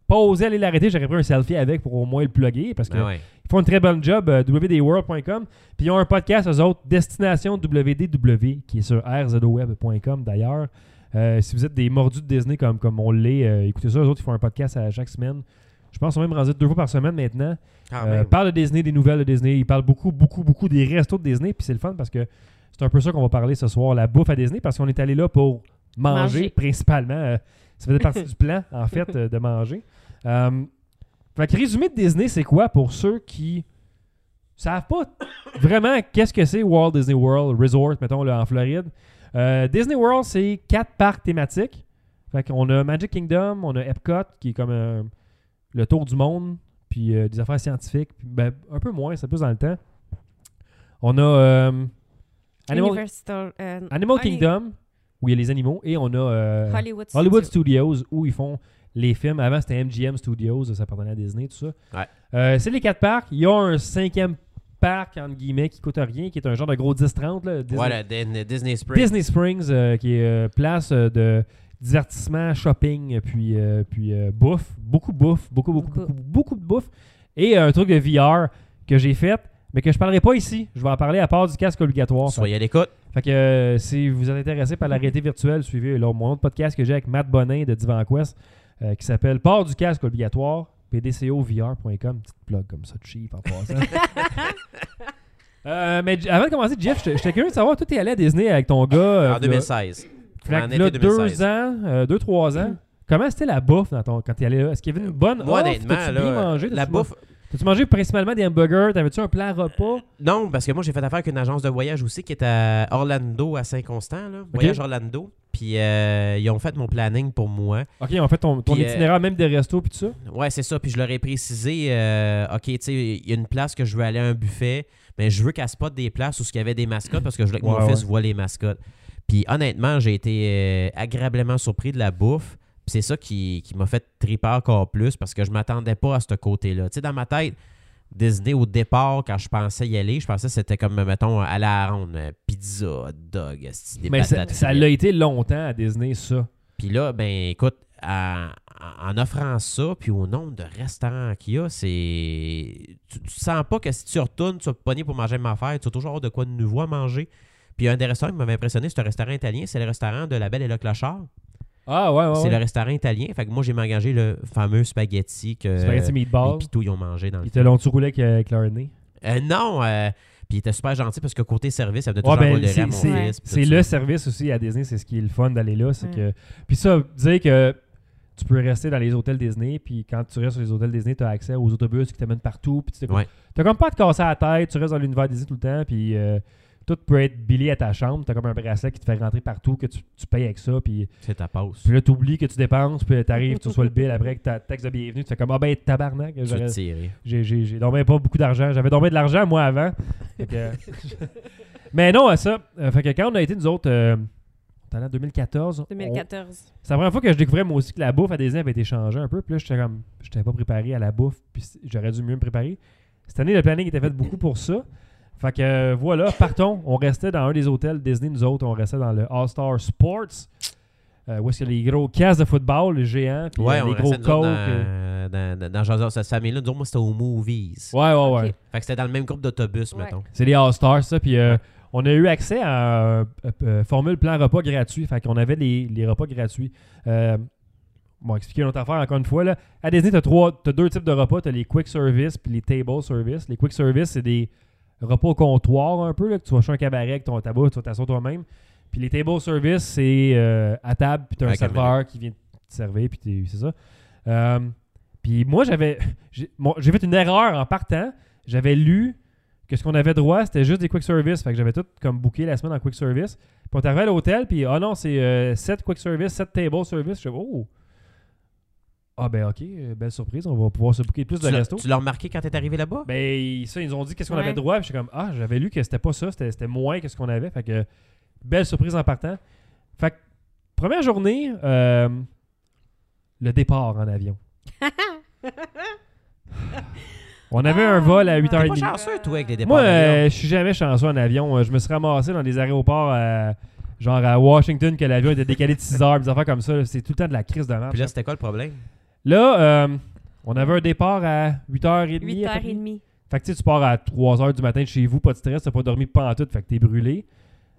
Speaker 3: pas osé aller l'arrêter, j'aurais pris un selfie avec pour au moins le plugger, parce que
Speaker 4: Ben ouais.
Speaker 3: ils font une très bonne job, euh, wdworld.com. Puis ils ont un podcast, eux autres, Destination WDW, qui est sur rzoweb.com d'ailleurs. Euh, si vous êtes des mordus de Disney comme, comme on l'est, euh, écoutez ça, eux autres, ils font un podcast à chaque semaine. Je pense qu'ils sont même rendus deux fois par semaine maintenant.
Speaker 4: Quand
Speaker 3: Euh,
Speaker 4: même.
Speaker 3: parle de Disney, des nouvelles de Disney. Il parle beaucoup, beaucoup, beaucoup des restos de Disney. Puis c'est le fun parce que c'est un peu ça qu'on va parler ce soir, la bouffe à Disney, parce qu'on est allé là pour manger,
Speaker 5: Manger.
Speaker 3: principalement. Euh, ça faisait partie du plan, en fait, euh, de manger. Euh, fait que résumé de Disney, c'est quoi pour ceux qui savent pas vraiment qu'est-ce que c'est Walt Disney World Resort, mettons, là, en Floride. Euh, Disney World, c'est quatre parcs thématiques. Fait qu'on a Magic Kingdom, on a Epcot, qui est comme euh, le tour du monde, puis euh, des affaires scientifiques. puis, ben, un peu moins, c'est plus dans le temps. On a euh, Animal,
Speaker 5: Universal, euh,
Speaker 3: Animal
Speaker 5: Holly-
Speaker 3: Kingdom, où il y a les animaux, et on a euh,
Speaker 5: Hollywood,
Speaker 3: Hollywood
Speaker 5: Studios.
Speaker 3: Studios, où ils font les films. Avant, c'était MGM Studios, ça appartenait à Disney, tout ça.
Speaker 4: Ouais.
Speaker 3: Euh, c'est les quatre parcs. Il y a un cinquième parc, entre guillemets, qui coûte rien, qui est un genre de gros 10-30. là, Disney-
Speaker 4: Ouais, le Disney- Disney Springs.
Speaker 3: Disney Springs, euh, qui est euh, place euh, de divertissement, shopping, puis, euh, puis euh, bouffe. Beaucoup de bouffe, beaucoup, beaucoup, beaucoup,
Speaker 5: Beaucoup.
Speaker 3: beaucoup de bouffe. Et euh, un truc de VR que j'ai fait, mais que je parlerai pas ici. Je vais en parler à part du casque obligatoire.
Speaker 4: Soyez à l'écoute.
Speaker 3: Fait que euh, si vous êtes intéressé par la réalité virtuelle, suivez là, mon autre podcast que j'ai avec Matt Bonin de Divan Quest euh, qui s'appelle Port du casque obligatoire, pdcovr.com. Petite plug comme ça, cheap en passant. Euh, mais j- avant de commencer, Jeff, j'étais j'étais curieux de savoir, toi, t'es allé à Disney avec ton gars. euh,
Speaker 4: en
Speaker 3: v'là-
Speaker 4: 2016.
Speaker 3: fait que
Speaker 4: en
Speaker 3: v'là
Speaker 4: été 2016.
Speaker 3: deux ans, euh, deux, trois ans. Comment c'était la bouffe dans ton, quand t'es allé là? Est-ce qu'il y avait une bonne
Speaker 4: Moi,
Speaker 3: offre? Oh,
Speaker 4: honnêtement,
Speaker 3: T'as-tu
Speaker 4: là,
Speaker 3: bien mangé?
Speaker 4: la
Speaker 3: T'as-tu man-
Speaker 4: bouffe. Euh,
Speaker 3: T'as-tu mangé principalement des hamburgers? T'avais-tu un plan repas?
Speaker 4: Non, parce que moi, j'ai fait affaire avec une agence de voyage aussi qui est à Orlando, à Saint-Constant. là. Voyage Orlando. Puis euh, ils ont fait mon planning pour moi.
Speaker 3: OK, en fait, ton, ton
Speaker 4: Puis, euh,
Speaker 3: itinéraire même des restos puis tout ça?
Speaker 4: Ouais, c'est ça. Puis je leur ai précisé, euh, OK, tu sais, il y a une place que je veux aller à un buffet, mais je veux qu'elle spot des places où il y avait des mascottes parce que je voulais que mon
Speaker 3: Ouais,
Speaker 4: fils
Speaker 3: ouais.
Speaker 4: voit les mascottes. Puis honnêtement, j'ai été euh, agréablement surpris de la bouffe. Puis c'est ça qui, qui m'a fait triper encore plus parce que je m'attendais pas à ce côté-là. Tu sais, dans ma tête, Disney, au départ, quand je pensais y aller, je pensais que c'était comme, mettons, à la ronde, euh, pizza, hot dog, esti, des
Speaker 3: Mais ça
Speaker 4: patates
Speaker 3: ça
Speaker 4: frites.
Speaker 3: l'a été longtemps à Disney, ça.
Speaker 4: Puis là, ben écoute, à- en offrant ça, puis au nombre de restaurants qu'il y a, c'est. tu, tu sens pas que si tu retournes, tu vas te pogner pour manger ma affaire. Tu vas toujours avoir de quoi de nouveau à manger. Puis un des restaurants qui m'avait impressionné, c'est un restaurant italien. C'est le restaurant de La Belle et le Clochard.
Speaker 3: Ah, ouais, ouais.
Speaker 4: c'est
Speaker 3: ouais.
Speaker 4: le restaurant italien. Fait que moi, j'ai mangé le fameux spaghetti que
Speaker 3: Spaghetti
Speaker 4: euh,
Speaker 3: meatball.
Speaker 4: les pitous, ils ont mangé dans le
Speaker 3: Ils te l'ont-tu roulé avec, euh, avec leur nez?
Speaker 4: Euh, non, euh, puis il était super gentil parce que côté service, elle venait
Speaker 3: Ouais,
Speaker 4: toujours
Speaker 3: ben,
Speaker 4: envoyer le riz à
Speaker 3: c'est-
Speaker 4: mon
Speaker 3: c'est-
Speaker 4: fils, puis
Speaker 3: C'est
Speaker 4: tout
Speaker 3: le
Speaker 4: ça.
Speaker 3: service aussi à Disney, c'est ce qui est le fun d'aller là. c'est
Speaker 5: Mm.
Speaker 3: que Puis ça, dire que tu peux rester dans les hôtels Disney, puis quand tu restes sur les hôtels Disney, tu as accès aux autobus qui t'amènent partout. Puis tu t'as
Speaker 4: Ouais.
Speaker 3: t'as comme pas à te casser la tête, tu restes dans l'univers Disney tout le temps, puis euh, tout peut être billé à ta chambre. Tu as comme un bracelet qui te fait rentrer partout, que tu, tu payes avec ça, puis,
Speaker 4: C'est ta pause.
Speaker 3: puis là, tu oublies que tu dépenses, puis tu arrives, tu reçois le bill après que ta taxe de bienvenue, tu fais comme Ah ben, tabarnak,
Speaker 4: Tu
Speaker 3: j'aurais-
Speaker 4: te tires.
Speaker 3: j'ai, j'ai, j'ai dormi pas beaucoup d'argent. J'avais dormi de l'argent, moi, avant. Fait que- Mais non, à ça. euh, Fait que quand on a été, nous autres, euh, on est allé en 2014. on-
Speaker 5: 2014.
Speaker 3: C'est la première fois que je découvrais, moi aussi, que la bouffe à Disney avait été changée un peu. Puis là, j'étais comme, j'étais pas préparé à la bouffe. Puis c- j'aurais dû mieux me préparer. Cette année, le planning était fait beaucoup pour ça. Fait que euh, voilà, partons. On restait dans un des hôtels Disney, nous autres. On restait dans le All-Star Sports. euh, où est-ce qu'il y a les gros cases de football, les géants, puis
Speaker 4: Ouais,
Speaker 3: euh,
Speaker 4: on
Speaker 3: les gros
Speaker 4: restait
Speaker 3: coques.
Speaker 4: nous autres
Speaker 3: euh.
Speaker 4: dans, dans, dans, dans, genre, cette famille-là. Nous autres, moi, c'était aux Movies.
Speaker 3: Ouais, ouais, Oh, ouais.
Speaker 5: Ok.
Speaker 4: Fait que c'était dans le même groupe d'autobus,
Speaker 5: Ouais.
Speaker 4: mettons.
Speaker 3: C'est les All-Stars, ça. Puis euh, on a eu accès à euh, euh, formule plan repas gratuit. Fait qu'on avait les, les repas gratuits. Euh, bon, expliquer notre affaire encore une fois. Là. À Disney, t'as trois, t'as deux types de repas. T'as les quick service puis les table service. Les quick service, c'est des repas au comptoir un peu. Là, que tu vas chez un cabaret avec ton tabac, tu vas t'asseoir toi-même. Puis les table service, c'est euh, à table, puis t'as un
Speaker 4: Avec un
Speaker 3: serveur qui vient te servir, puis t'es- c'est ça. Euh, puis moi, j'avais. J'ai mon- j'ai fait une erreur en partant. J'avais lu que ce qu'on avait droit, c'était juste des quick service. Fait que j'avais tout comme booké la semaine en quick service. Puis on est arrivé à l'hôtel, puis ah non, c'est 7 quick service, 7 table service. Je fais, oh! Ah ben ok, euh, belle surprise, on va pouvoir se booker plus de
Speaker 4: Tu l'as-
Speaker 3: resto.
Speaker 4: tu l'as remarqué quand t'es arrivé là-bas?
Speaker 3: Ben ils- ça, ils nous ont dit qu'est-ce qu'on
Speaker 5: Ouais.
Speaker 3: avait droit. Puis j'étais comme, ah, j'avais lu que c'était pas ça, c'était c'était moins que ce qu'on avait. Fait que, belle surprise en partant. Fait que, première journée, euh, le départ en
Speaker 4: <laughs>
Speaker 3: avion. on avait un vol à
Speaker 4: T'es pas
Speaker 3: 8h30.
Speaker 4: chanceux, toi, avec les départs.
Speaker 3: Moi,
Speaker 4: d'avion.
Speaker 3: euh, je suis jamais chanceux en avion. Euh, Je me suis ramassé dans des aéroports à- genre à Washington que l'avion était décalé de 6 heures, des affaires comme ça. là. C'est tout le temps de la crise de marche.
Speaker 4: Puis là, c'était quoi le problème?
Speaker 3: Là, euh, on avait un départ à 8h30. à peu près.
Speaker 5: 8h30.
Speaker 3: Fait que tu sais, tu pars à 3h du matin de chez vous, pas de stress, t'as pas dormi pantoute, fait que t'es brûlé.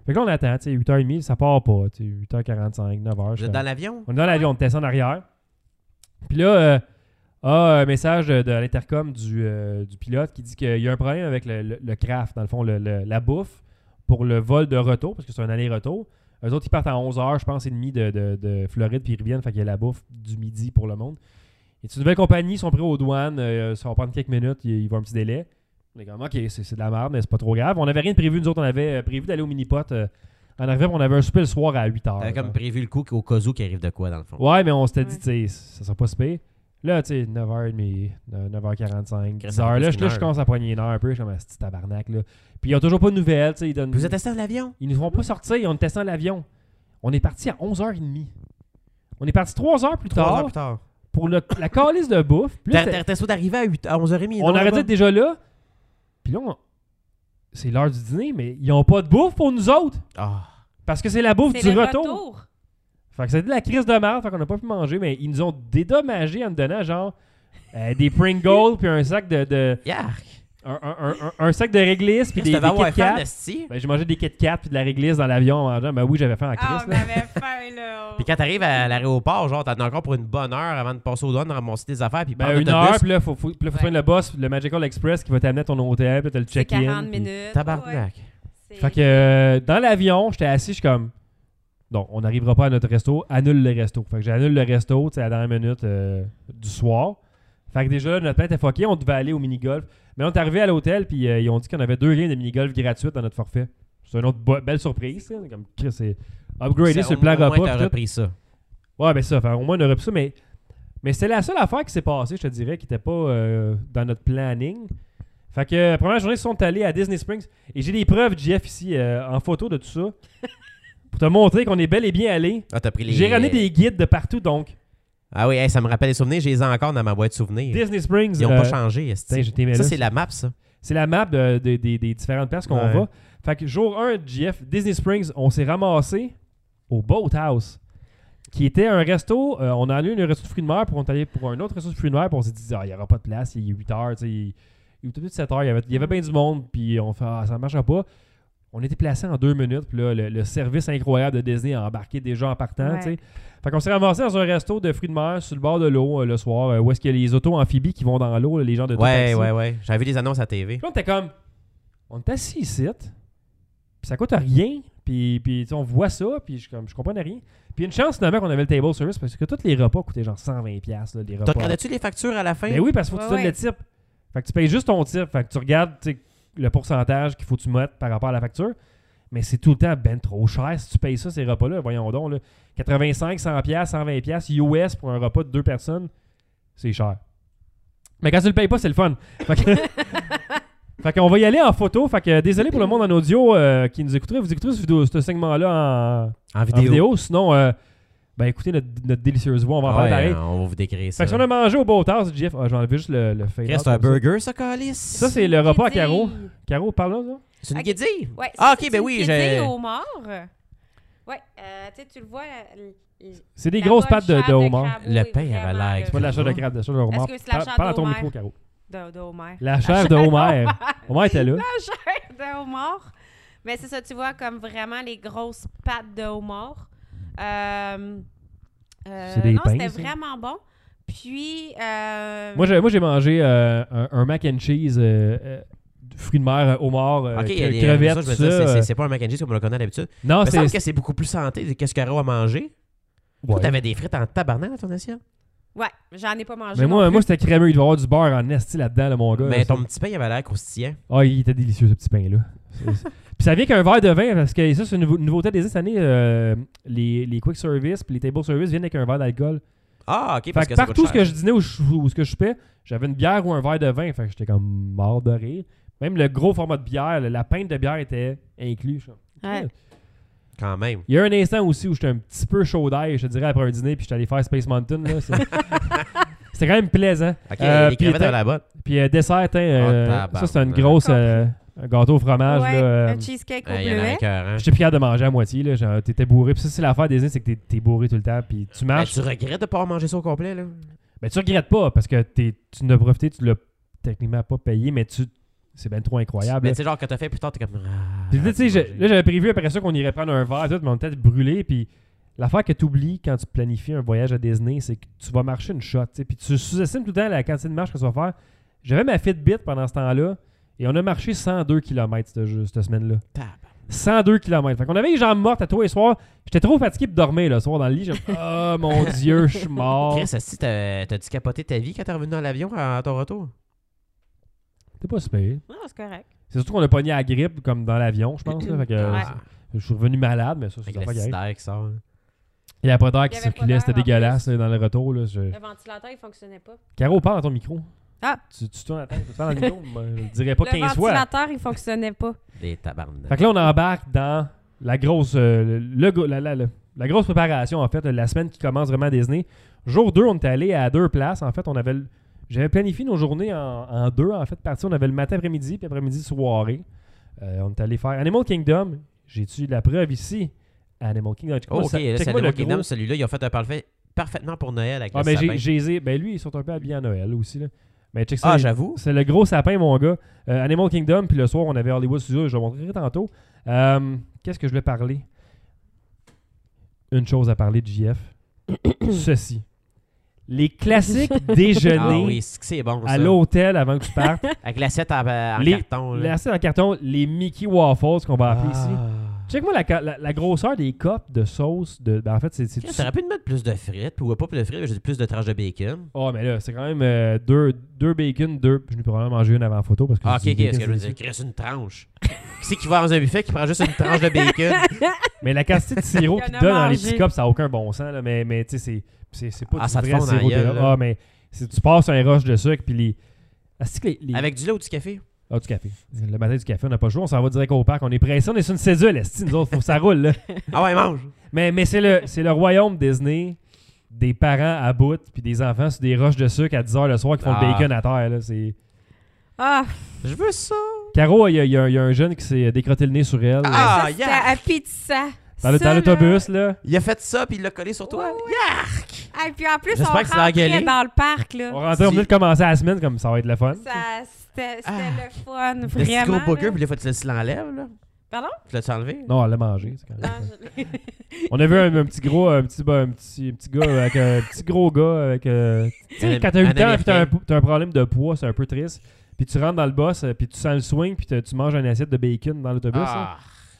Speaker 3: Fait que là, on attend, tu sais, 8h30, ça part pas, tu sais, 8h45, 9h.
Speaker 4: Vous êtes dans l'avion?
Speaker 3: On est dans l'avion, on était en arrière. Puis là, euh, ah, un message de, de l'intercom du, euh, du pilote qui dit qu'il y a un problème avec le, le- le craft, dans le fond, le- le- la bouffe, pour le vol de retour, parce que c'est un aller-retour. Eux autres, ils partent à 11h, je pense, et demi de, de- de Floride, puis ils reviennent, fait qu'il y a la bouffe du midi pour le monde. Et c'est une nouvelle compagnie, ils sont prêts aux douanes, euh, ça va prendre quelques minutes, il, il va un petit délai. On est comme, ok, c'est c'est de la merde, mais c'est pas trop grave. On n'avait rien de prévu, nous autres, on avait euh, prévu d'aller au mini-pot. euh, en arrivant, on avait un souper le soir à 8h.
Speaker 4: T'avais comme prévu le coup au cas où qu'il arrive de quoi, dans le fond.
Speaker 3: Ah, Ouais, mais on s'était dit,
Speaker 5: Ouais.
Speaker 3: tu sais, ça sera pas si pire. Là, tu sais, 9h30, 9h45,
Speaker 4: Ça sera
Speaker 3: 10h. Là,
Speaker 4: plus
Speaker 3: je-
Speaker 4: qu'une
Speaker 3: là, je
Speaker 4: heure.
Speaker 3: commence à poigner une heure un peu. Je suis comme, c'est tabarnak, là. Puis ils ont toujours pas de nouvelles, tu sais. Ils, donnent...
Speaker 4: Puis Vous êtes assis dans l'avion?
Speaker 3: ils nous font pas sortir, on était sans l'avion. On est parti à 11h30. On est parti 3 heures plus
Speaker 4: Trois
Speaker 3: tard
Speaker 4: heures plus tard.
Speaker 3: pour le- la calice de bouffe. Puis là,
Speaker 4: T'as- T'as t'as sauté d'arriver à 8 à 11h30.
Speaker 3: on
Speaker 4: non,
Speaker 3: aurait dû
Speaker 4: là-bas?
Speaker 3: être déjà là. Puis là, on- c'est l'heure du dîner, mais ils ont pas de bouffe pour nous autres.
Speaker 4: Ah,
Speaker 3: Parce que c'est la bouffe
Speaker 5: C'est
Speaker 3: du
Speaker 5: le
Speaker 3: retour. Fait que c'était de la crise de merde, fait qu'on n'a pas pu manger, mais ils nous ont dédommagé en nous donnant genre euh, des Pringles puis un sac de, de-
Speaker 4: yark!
Speaker 3: un, un- un- un- un sac de réglisse puis
Speaker 4: Qu'est-ce
Speaker 3: des,
Speaker 4: que
Speaker 3: des
Speaker 4: t'avais à
Speaker 3: Kit
Speaker 4: faire,
Speaker 3: Kats.
Speaker 4: Nasty?
Speaker 3: Ben, j'ai mangé des Kit Kats puis de la réglisse dans l'avion en mangeant. Ben oui, j'avais faim en crise.
Speaker 5: Ah, on
Speaker 3: là.
Speaker 5: avait faim, là.
Speaker 4: Puis quand t'arrives à l'aéroport, genre, t'en as encore pour une bonne heure avant de passer aux douanes, de ramasser tes affaires, puis
Speaker 3: Ben,
Speaker 4: prendre
Speaker 3: une
Speaker 4: l'autobus.
Speaker 3: heure, puis là, faut, faut, puis là, faut
Speaker 5: Ouais.
Speaker 3: prendre le boss, le Magical Express qui va t'amener à ton hôtel, puis t'as le
Speaker 5: C'est
Speaker 3: check-in.
Speaker 5: 40
Speaker 3: puis-
Speaker 5: minutes.
Speaker 4: Tabarnak.
Speaker 5: Ouais,
Speaker 3: Fait que euh, dans l'avion, j'étais assis, je suis comme. Non, on n'arrivera pas à notre resto, annule le resto. Fait que j'annule le resto, tu sais, à la dernière minute euh, du soir. Fait que déjà, là, notre plan était fucké, on devait aller au mini-golf. Mais on est arrivé à l'hôtel, puis euh, ils ont dit qu'on avait deux lignes de mini-golf gratuites dans notre forfait. C'est une autre bo- belle surprise, ça. Comme, Chris, c'est upgradé
Speaker 4: C'est-
Speaker 3: sur le
Speaker 4: au-
Speaker 3: plan
Speaker 4: au moins,
Speaker 3: repas.
Speaker 4: t'as
Speaker 3: puis tout.
Speaker 4: repris ça.
Speaker 3: Ouais, ben ça, fait, au moins on aurait pu ça, mais, mais c'était la seule affaire qui s'est passée, je te dirais, qui n'était pas euh, dans notre planning. Fait que, euh, première journée, ils sont allés à Disney Springs. Et j'ai des preuves, Jeff, ici, euh, en photo de tout ça.
Speaker 4: <laughs>
Speaker 3: pour te montrer qu'on est bel et bien allé.
Speaker 4: Ah, t'as pris les.
Speaker 3: J'ai ramené des guides de partout, donc.
Speaker 4: Ah oui, hey, ça me rappelle les souvenirs, j'ai les ai encore dans ma boîte souvenirs.
Speaker 3: Disney Springs.
Speaker 4: Ils ont
Speaker 3: euh,
Speaker 4: pas changé, esti.
Speaker 3: putain, j'étais mêlé.
Speaker 4: Ça, c'est la map, ça.
Speaker 3: C'est la map de- de- des- des différentes places qu'on
Speaker 4: Ouais.
Speaker 3: va. Fait que jour 1, GF, Disney Springs, on s'est ramassé au Boathouse, qui était un resto. euh, on a allé un resto de fruits de mer, pour on est allé pour un autre resto de fruits de mer, puis on s'est dit, ah, il n'y aura pas de place, il est 8 heures, tu sais, il- Il était peut-être 7 heures. Il y avait, il y avait bien du monde. Puis on fait, ah, ça ne marchera pas. On était placé en deux minutes. Puis là, le, le service incroyable de Disney a embarqué déjà en partant.
Speaker 5: Ouais.
Speaker 3: tu sais. Fait qu'on s'est ramassé dans un resto de fruits de mer sur le bord de l'eau euh, le soir. euh, où est-ce qu'il y a les autos amphibies qui vont dans l'eau, là, les gens de tout
Speaker 4: Ouais,
Speaker 3: taxi.
Speaker 4: ouais, ouais. J'avais vu les annonces à TV.
Speaker 3: Puis là, on était comme, on est assis ici, puis ça coûte rien, puis, puis tu sais, on voit ça, puis je, comme, je comprenais rien. Puis une chance, finalement, qu'on avait le table service, parce que tous les repas coûtaient genre 120$, là, les
Speaker 4: T'as
Speaker 3: repas.
Speaker 4: regardé-tu les factures à la fin?
Speaker 3: Ben oui, parce qu'il faut que tu
Speaker 5: Ouais,
Speaker 3: donnes le type. Fait que tu payes juste ton type, fait que tu regardes tu sais, le pourcentage qu'il faut que tu mettes par rapport à la facture. Mais c'est tout le temps ben trop cher si tu payes ça, ces repas-là. Voyons donc, là. 85, 100$, 120$ US pour un repas de deux personnes, c'est cher. Mais quand tu le payes pas, c'est le fun. Fait
Speaker 5: <laughs>
Speaker 3: que- Fait qu'on va y aller en photo. Fait que euh, désolé pour le monde en audio euh, qui nous écouterait. Vous écouterez ce, vidéo- ce segment-là en- en,
Speaker 4: En vidéo.
Speaker 3: vidéo. Sinon, euh, ben écoutez notre, notre délicieuse voix. On va en
Speaker 4: Ouais, hein.
Speaker 3: parler pareil.
Speaker 4: on va vous décrire ça.
Speaker 3: Fait que si on a mangé au beau tard, Jeff, ah, j'ai enlevé juste le, le fade out
Speaker 4: Reste un
Speaker 3: comme ça.
Speaker 4: burger, ça, Calis?
Speaker 3: Ça, c'est le repas à
Speaker 5: Guédille.
Speaker 3: Caro. Caro, parle-là, ça.
Speaker 4: C'est une
Speaker 5: Ok.
Speaker 4: guédille?
Speaker 5: Ouais, ça,
Speaker 4: Ah,
Speaker 5: c'est
Speaker 4: ok, ben
Speaker 5: une
Speaker 4: oui,
Speaker 5: guédille
Speaker 4: j'ai.
Speaker 5: au homard. Ouais, euh, tu sais, tu le vois. la- la-
Speaker 3: C'est des
Speaker 5: la
Speaker 3: grosses
Speaker 5: bonne
Speaker 3: pattes de,
Speaker 5: chair
Speaker 3: de homard.
Speaker 5: crapaud
Speaker 4: Le
Speaker 5: est
Speaker 4: pain avait
Speaker 5: vraiment,
Speaker 4: l'air
Speaker 5: euh,
Speaker 3: C'est pas de la chair de crabe, de la chair de homard.
Speaker 5: Est-ce que c'est la
Speaker 3: Par-
Speaker 5: chair
Speaker 3: Parle à ton
Speaker 5: d'Homère?
Speaker 3: micro, Caro.
Speaker 5: de, de homard.
Speaker 3: La chair
Speaker 5: <laughs>
Speaker 3: de Homer. Homer était là.
Speaker 5: La chair de homard. Mais c'est ça, tu vois comme vraiment les grosses pattes de homard. Euh, euh,
Speaker 3: C'est des
Speaker 5: non,
Speaker 3: pains,
Speaker 5: c'était
Speaker 3: ça?
Speaker 5: vraiment bon. Puis, euh,
Speaker 3: Moi, j'ai, moi, j'ai mangé euh, un, un mac and cheese, euh, euh, fruits de mer, euh, homard, euh,
Speaker 4: Ok,
Speaker 3: cre-
Speaker 4: il y a des-
Speaker 3: crevettes,
Speaker 4: ça, je veux
Speaker 3: tout
Speaker 4: dire, c'est-
Speaker 3: ça. euh.
Speaker 4: c'est- c'est pas un mac and cheese comme on le connaît d'habitude.
Speaker 3: Non,
Speaker 4: Mais
Speaker 3: c'est...
Speaker 4: semble que c'est beaucoup plus santé. Qu'est-ce que Caro a mangé?
Speaker 3: ouais.
Speaker 4: Toi, T'avais des frites en tabarnak dans ton assiette?
Speaker 5: ouais, j'en ai pas
Speaker 3: Mais
Speaker 5: mangé. non
Speaker 3: moi,
Speaker 5: plus.
Speaker 3: moi, c'était crémeux. Il devait y avoir du beurre en esti là-dedans, là, mon gars.
Speaker 4: Mais
Speaker 3: là,
Speaker 4: ton petit pain, il avait l'air croustillant.
Speaker 3: Ah, il était délicieux, ce petit pain-là. C'est-
Speaker 5: <laughs>
Speaker 3: c'est- puis ça vient qu'un verre de vin, parce que ça, c'est une nouveau- nouveauté des cette année. euh, les, les quick service puis les table service viennent avec un verre d'alcool.
Speaker 4: Ah, ok, parce
Speaker 3: Fait que
Speaker 4: que ça coûte
Speaker 3: partout ce que
Speaker 4: cher.
Speaker 3: je dînais ou, je- ou ce que je chupais, j'avais une bière ou un verre de vin. Fait que j'étais comme mort de rire. Même le gros format de bière, le- la pinte de bière était inclus. Je suis comme,
Speaker 5: Ouais.
Speaker 4: Quand même.
Speaker 3: Il y a un instant aussi où j'étais un petit peu chaud d'ail, je te dirais, après un dîner, puis j'étais allé faire Space Mountain. Là,
Speaker 4: <laughs>
Speaker 3: c'est- C'était quand même plaisant.
Speaker 4: Ok,
Speaker 3: Euh,
Speaker 4: les
Speaker 3: puis
Speaker 4: crevettes
Speaker 3: t'as-
Speaker 4: avaient la bonne.
Speaker 3: Puis euh, dessert, hein, euh,
Speaker 4: tabarnak.
Speaker 3: ça, c'est une grosse euh, un gâteau au fromage.
Speaker 5: Ouais,
Speaker 3: là, euh,
Speaker 5: un cheesecake au
Speaker 4: Ah, Il y en a un
Speaker 5: bleuet.
Speaker 4: cœur, hein.
Speaker 3: J'étais plus capable de manger à moitié. Là, genre, t'étais bourré. Puis ça, c'est l'affaire des uns, c'est que t'es, t'es bourré tout le temps. Puis tu
Speaker 4: Ben,
Speaker 3: marches.
Speaker 4: tu regrettes de pas avoir mangé ça au complet, là?
Speaker 3: Mais tu regrettes pas parce que t'es, tu n'as profité, tu l'as techniquement pas payé, mais tu c'est bien trop incroyable.
Speaker 4: Mais
Speaker 3: là.
Speaker 4: tu sais, genre, quand t'as fait plus tard, t'es comme. Ah,
Speaker 3: Ah, ben. Puis là, tu sais,
Speaker 4: j'ai
Speaker 3: j'ai- là, j'avais prévu après ça qu'on irait prendre un verre, tout, mais on était brûlé. Puis l'affaire que tu oublies quand tu planifies un voyage à Disney, c'est que tu vas marcher une shot. tu sais, Puis tu sous-estimes tout le temps la quantité de marche que tu vas faire. J'avais ma Fitbit pendant ce temps-là et on a marché 102 km cette, cette semaine-là.
Speaker 4: Tabarnak.
Speaker 3: 102 km. Fait qu'on avait les jambes mortes à tous les soirs. J'étais trop fatigué pour dormir le soir dans le lit. J'ai Oh
Speaker 4: <laughs>
Speaker 3: mon Dieu, je suis mort.
Speaker 4: Chris, si t'as t'as dû capoter ta vie quand t'es revenu dans l'avion à, à ton retour?
Speaker 3: T'es pas super.
Speaker 5: Non, Ah, c'est correct.
Speaker 3: C'est surtout qu'on a pogné la grippe comme dans l'avion, je pense. là. Fait que, euh,
Speaker 5: Ouais.
Speaker 3: Je suis revenu malade, mais ça, c'est
Speaker 4: Avec
Speaker 3: des affaires
Speaker 4: le
Speaker 3: qui arrivent.
Speaker 4: sidère qui sort.
Speaker 3: Il n'y avait pas d'air
Speaker 5: Il
Speaker 3: qui
Speaker 5: y avait pas
Speaker 3: circulait,
Speaker 5: d'air,
Speaker 3: c'était
Speaker 5: en plus.
Speaker 3: dégueulasse là, dans le retour. Là, je-
Speaker 5: Le ventilateur, il fonctionnait pas.
Speaker 3: Caro, parle dans ton micro.
Speaker 5: Ah.
Speaker 3: Tu, tu tournes la tête, tu parles dans le micro, <laughs> mais je le dirais pas
Speaker 5: le
Speaker 3: 15 fois.
Speaker 5: ventilateur, il fonctionnait pas.
Speaker 4: Des tabarnak.
Speaker 3: Fait que là, on embarque dans la grosse, euh, le, go- la, la- la- la grosse préparation, en fait, de la semaine qui commence vraiment à Disney. Jour 2, on était allé à deux places. En fait, on avait le- j'avais planifié nos journées en, en deux, en fait, partie. On avait le matin, après-midi, puis après-midi, soirée. Euh, on est allé faire Animal Kingdom. J'ai-tu la preuve ici? Animal Kingdom.
Speaker 4: Oh, ok,
Speaker 3: Check-moi ça-
Speaker 4: là, c'est
Speaker 3: check-moi le
Speaker 4: Animal Kingdom,
Speaker 3: gros-
Speaker 4: celui-là, ils ont fait un parfait, parfaitement pour Noël avec
Speaker 3: Ah,
Speaker 4: le
Speaker 3: mais
Speaker 4: sapin.
Speaker 3: j'ai, j'ai zé- Ben lui, ils sont un peu habillés à Noël aussi. Là. Mais check ça.
Speaker 4: Ah,
Speaker 3: les-
Speaker 4: j'avoue.
Speaker 3: c'est le gros sapin, mon gars. Euh, Animal Kingdom, puis le soir, on avait Hollywood Studios. Je vous montrerai tantôt. Euh, Qu'est-ce que je voulais parler Une chose à parler de JF.
Speaker 4: <coughs>
Speaker 3: Ceci. Les classiques déjeuners
Speaker 4: <laughs> Ah oui, c'est que c'est bon, ça.
Speaker 3: à l'hôtel avant que tu
Speaker 4: <laughs>
Speaker 3: partes.
Speaker 4: Avec l'assiette en, en
Speaker 3: Les-
Speaker 4: carton. là.
Speaker 3: L'assiette en carton, les Mickey Waffles qu'on va appeler
Speaker 4: Ah.
Speaker 3: ici. Check-moi la, ca- la- la grosseur des copes de sauce. De, ben, en fait, c'est. c'est
Speaker 4: Chris, T'aurais pu te mettre plus de frites, puis ouais, pas plus de frites, mais j'ai dit plus de tranches de bacon.
Speaker 3: Oh, mais là, c'est quand même euh, deux, deux bacon, deux. Je n'ai probablement mangé une avant la photo parce que.
Speaker 4: Ah, ok,
Speaker 3: j'ai
Speaker 4: ok,
Speaker 3: dit
Speaker 4: ce que je
Speaker 3: bacon,
Speaker 4: veux
Speaker 3: c'est
Speaker 4: dire, Chris, une tranche. qui c'est qui va dans un buffet qui prend juste une tranche de bacon?
Speaker 3: Mais la quantité de sirop
Speaker 5: <laughs> Il y en
Speaker 3: qu'ils
Speaker 5: a
Speaker 3: donnent dans les
Speaker 5: mangé.
Speaker 3: petits cups, ça n'a aucun bon sens. Là, mais mais tu sais, c'est- c'est c'est pas
Speaker 4: Ah,
Speaker 3: du
Speaker 4: ça te
Speaker 3: vrai
Speaker 4: fond dans la
Speaker 3: sirop de
Speaker 4: gueule, là.
Speaker 3: Ah, mais si tu passes un rush de sucre, puis les. Ah, c'est que les, les-
Speaker 4: Avec du lait ou du café?
Speaker 3: Ah, du café. Le matin du café, on n'a pas joué. On s'en va direct au parc. On est pressé. On est sur une cédule. Esti, nous autres, faut que ça
Speaker 5: <laughs>
Speaker 3: roule. Là.
Speaker 4: Ah ouais, mange!
Speaker 3: Mais, mais c'est le, c'est le royaume Disney des parents à bout, puis des enfants sur des roches de sucre à 10h le soir qui font
Speaker 4: Ah.
Speaker 3: le bacon à terre. Là, c'est...
Speaker 5: Ah,
Speaker 4: Je veux ça!
Speaker 3: Caro, il y, a- il y a un- il y a un jeune qui s'est euh, décroté le nez sur elle. euh,
Speaker 4: Ah,
Speaker 5: ça, c'était
Speaker 4: yeah.
Speaker 5: appétissant.
Speaker 3: Dans, le-
Speaker 5: Ça,
Speaker 3: dans
Speaker 5: là.
Speaker 3: l'autobus, là.
Speaker 4: Il a fait ça, puis il l'a collé sur toi.
Speaker 5: Ouais, ouais.
Speaker 4: Yeah!
Speaker 5: Ah, puis en plus, on
Speaker 4: J'espère que ça a
Speaker 5: rentrait
Speaker 4: gueulé.
Speaker 5: dans le parc, là.
Speaker 3: On rentrait, on venait de commencer la semaine, comme ça va être le fun.
Speaker 5: Ça, C'était c'était
Speaker 4: Ah.
Speaker 5: le fun,
Speaker 4: Le petit
Speaker 5: vraiment.
Speaker 4: gros booger,
Speaker 5: là.
Speaker 4: puis là, faut que tu le- tu l'enlèves, là.
Speaker 5: Pardon?
Speaker 4: Tu l'as enlevé?
Speaker 3: Non, elle l'a mangé. c'est quand même
Speaker 4: Ah,
Speaker 5: Non,
Speaker 3: ça.
Speaker 5: je-
Speaker 3: On a vu un, un petit gros, un petit, ben, un petit, un petit gars avec un petit gros gars avec. euh, tu sais,
Speaker 4: Un-
Speaker 3: quand t'as 8
Speaker 4: un
Speaker 3: ans et t'as un,
Speaker 4: Américain.
Speaker 3: t'as un problème de poids, c'est un peu triste. Puis tu rentres dans le boss, euh, puis tu sens le swing, puis t'as- tu manges un assiette de bacon dans l'autobus. là.
Speaker 4: Ah,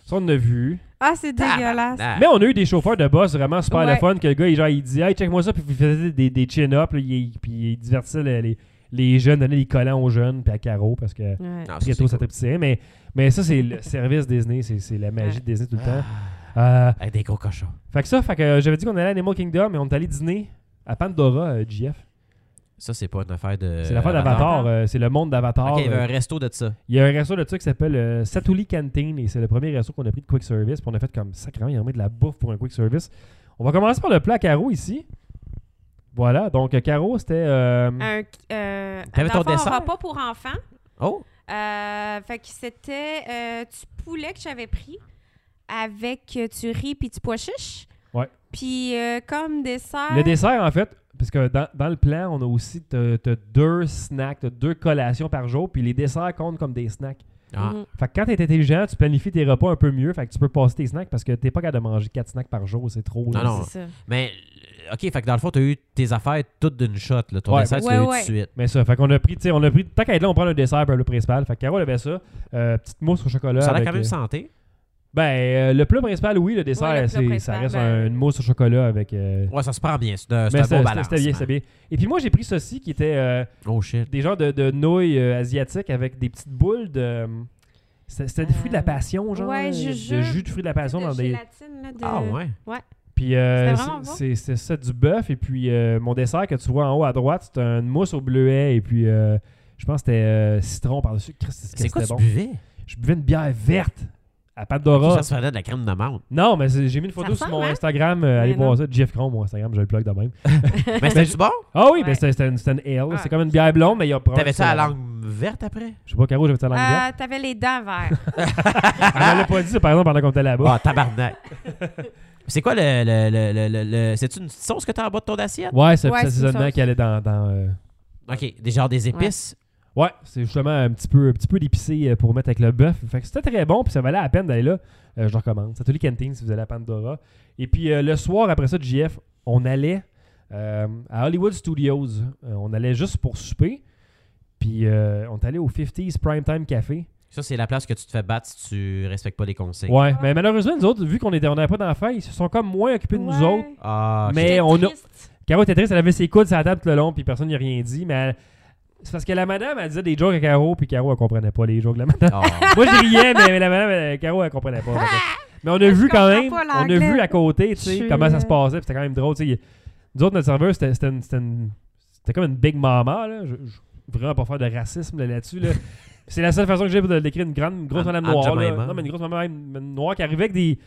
Speaker 3: Ça, on en a vu.
Speaker 5: <laughs> Ah, c'est dégueulasse.
Speaker 4: tabarnak.
Speaker 3: Mais on a eu des chauffeurs de boss vraiment super
Speaker 5: Ouais.
Speaker 3: le fun, que le gars, il, genre, il dit Hey, check-moi ça, puis il faisait des, des chin-ups, là, il- puis il divertissait les, les, les jeunes, donnait des collants aux jeunes, puis à Caro, parce que
Speaker 5: Ouais.
Speaker 4: Non, ça,
Speaker 3: très tôt,
Speaker 4: c'est
Speaker 3: ça
Speaker 4: cool.
Speaker 3: t'apetirait. Mais, mais ça, c'est le service Disney, c'est c'est la magie
Speaker 5: Ouais.
Speaker 3: de Disney tout le temps.
Speaker 4: Ah,
Speaker 3: Euh,
Speaker 4: avec des gros cochons.
Speaker 3: fait que ça, fait que euh, j'avais dit qu'on allait à Animal Kingdom, mais on est allé dîner à Pandora, euh, JF.
Speaker 4: Ça, c'est pas une affaire de.
Speaker 3: C'est l'affaire d'Avatar, euh, c'est le monde d'Avatar.
Speaker 4: Ok, il y avait
Speaker 3: Euh,
Speaker 4: un resto de ça.
Speaker 3: Il y a un resto de ça qui s'appelle euh, Satuli Canteen et c'est le premier resto qu'on a pris de quick service. Puis on a fait comme sacrément, il y a de la bouffe pour un quick service. On va commencer par le plat à Caro ici. Voilà, donc euh, Caro, c'était. euh,
Speaker 5: Un, euh,
Speaker 4: T'avais
Speaker 5: dans
Speaker 4: ton
Speaker 5: le fond, un
Speaker 4: dessert?
Speaker 5: repas pour enfants.
Speaker 4: Oh!
Speaker 5: Euh, fait que c'était euh, du poulet que j'avais pris avec euh, du riz puis du pois chiche.
Speaker 3: Ouais.
Speaker 5: Puis euh, comme dessert.
Speaker 3: Le dessert, en fait, parce que dans, dans le plan, on a aussi t'as- t'as deux snacks, t'as deux collations par jour, puis les desserts comptent comme des snacks.
Speaker 4: Ah,
Speaker 5: Mm.
Speaker 3: Fait que quand t'es intelligent, tu planifies tes repas un peu mieux, fait que tu peux passer tes snacks parce que t'es pas capable de manger quatre snacks par jour, c'est trop. là.
Speaker 4: non.
Speaker 5: C'est ça.
Speaker 4: Mais, euh, ok, fait que dans le fond, t'as eu tes affaires toutes d'une shot. Là. Ton
Speaker 3: Ouais.
Speaker 4: dessert, tu
Speaker 5: Ouais,
Speaker 4: l'as eu
Speaker 5: ouais.
Speaker 4: tout de suite.
Speaker 3: Mais ça, fait qu'on a pris, tu sais, on a pris, tant qu'à être là, on prend le dessert, le principal. Fait que Carole avait ça, euh, petite mousse au chocolat.
Speaker 4: Ça a l'air
Speaker 3: avec,
Speaker 4: quand même
Speaker 3: euh,
Speaker 4: santé.
Speaker 3: Ben, euh, le plat principal, oui, le dessert,
Speaker 5: Ouais, le plat
Speaker 3: c'est- ça
Speaker 5: principal,
Speaker 3: reste
Speaker 5: ben-
Speaker 3: un- une mousse au chocolat avec. euh,
Speaker 4: Ouais, ça se prend bien. C'est un, c'est
Speaker 3: mais
Speaker 4: un
Speaker 3: c'était
Speaker 4: bon
Speaker 3: c'était-
Speaker 4: balance.
Speaker 3: c'était bien,
Speaker 4: man.
Speaker 3: c'était bien. Et puis moi, j'ai pris ceci qui était euh,
Speaker 4: Oh shit.
Speaker 3: des genres de, de nouilles euh, asiatiques avec des petites boules de. euh, C'était c'était des fruits de la
Speaker 5: Euh,
Speaker 3: passion, genre.
Speaker 5: ouais,
Speaker 3: là,
Speaker 5: jujube.
Speaker 3: de jus de fruits de la passion
Speaker 5: De
Speaker 3: dans des.
Speaker 5: gélatine, là, de-
Speaker 4: Ah ouais.
Speaker 3: Puis euh,
Speaker 5: C'était vraiment
Speaker 3: c'est-
Speaker 5: bon.
Speaker 3: c'est c'est ça du bœuf. Et puis euh, mon dessert que tu vois en haut à droite, c'est une mousse au bleuet. Et puis euh, je pense que c'était euh, citron par-dessus. Christ, que
Speaker 4: C'est quoi tu
Speaker 3: c'était bon.
Speaker 4: buvais?
Speaker 3: Je buvais une bière verte à Pandora.
Speaker 4: Ça se faisait de la crème de menthe.
Speaker 3: Non, mais c'est- j'ai mis une
Speaker 5: Ça
Speaker 3: photo sur
Speaker 5: ressemble,
Speaker 3: mon
Speaker 5: hein?
Speaker 3: Instagram. euh, allez
Speaker 5: Mais non.
Speaker 3: voir ça. Jeff Cron, mon Instagram, je le plug de même.
Speaker 5: <laughs>
Speaker 4: Mais c'était-tu bon?
Speaker 3: Ah oui,
Speaker 5: Ouais.
Speaker 3: mais c'était c'était une, c'était une ale.
Speaker 5: Ah.
Speaker 3: C'est comme une bière blonde, mais il y a
Speaker 4: T'avais ça à la langue verte après?
Speaker 3: Je sais pas, Caro, j'avais ça à la langue verte.
Speaker 5: Euh, T'avais les dents vertes.
Speaker 3: <laughs> Elle me l'a pas dit, ça, par exemple, pendant qu'on était là-bas.
Speaker 4: Ah,
Speaker 3: <laughs>
Speaker 4: tabarnak. C'est quoi le. le, le, le, le- le- C'est-tu une petite sauce que t'as en bas de ton assiette?
Speaker 3: Ouais, c'est
Speaker 5: Ouais,
Speaker 3: petit
Speaker 5: c'est une
Speaker 3: assaisonnement
Speaker 5: sauce.
Speaker 3: qui allait dans. dans, euh,
Speaker 4: Ok, des genres des épices.
Speaker 3: Ouais, c'est justement un petit peu, un petit peu d'épicé euh, pour mettre avec le bœuf. Fait que c'était très bon, puis ça valait la peine d'aller là. Euh, je le recommande. C'est tous les cantines si vous allez à Pandora. Et puis euh, le soir, après ça, JF, on allait euh, à Hollywood Studios. Euh, on allait juste pour souper. Puis euh, on est allé au 50s Primetime Café.
Speaker 4: Ça, c'est la place que tu te fais battre si tu respectes pas les consignes.
Speaker 3: Ouais, mais malheureusement, nous autres, vu qu'on n'avait pas d'enfants, ils se sont comme moins occupés de nous
Speaker 5: Ouais.
Speaker 3: autres.
Speaker 4: Ah, ok.
Speaker 3: Mais-
Speaker 5: J'étais
Speaker 3: on a-
Speaker 5: triste.
Speaker 3: Caro était triste, elle avait ses coudes sur la table tout le long, puis personne n'y a rien dit. Mais elle- c'est parce que la madame, elle disait des jokes à Caro, puis Caro, elle comprenait pas les jokes de la <laughs> madame.
Speaker 4: Ah.
Speaker 3: Moi, je riais, mais la madame, euh, Caro, elle comprenait pas. Fait que- Mais on a
Speaker 5: Je
Speaker 3: vu quand
Speaker 5: comprends
Speaker 3: même,
Speaker 5: pas
Speaker 3: on a
Speaker 5: l'anglais.
Speaker 3: vu à côté, tu
Speaker 5: Je
Speaker 3: sais,
Speaker 5: suis,
Speaker 3: comment ça se
Speaker 5: euh,
Speaker 3: passait, puis c'était quand même drôle, tu sais. Nous autres, notre serveur, c'était c'était une- c'était une- c'était comme une big mama, là. Je, je- vraiment pas faire de racisme là, là-dessus, là. C'est la seule façon que j'ai de décrire une grande, une grosse
Speaker 4: En-
Speaker 3: madame
Speaker 4: en
Speaker 3: noire, là.
Speaker 4: Jamaïma.
Speaker 3: Non, mais une grosse madame noire qui arrivait avec des,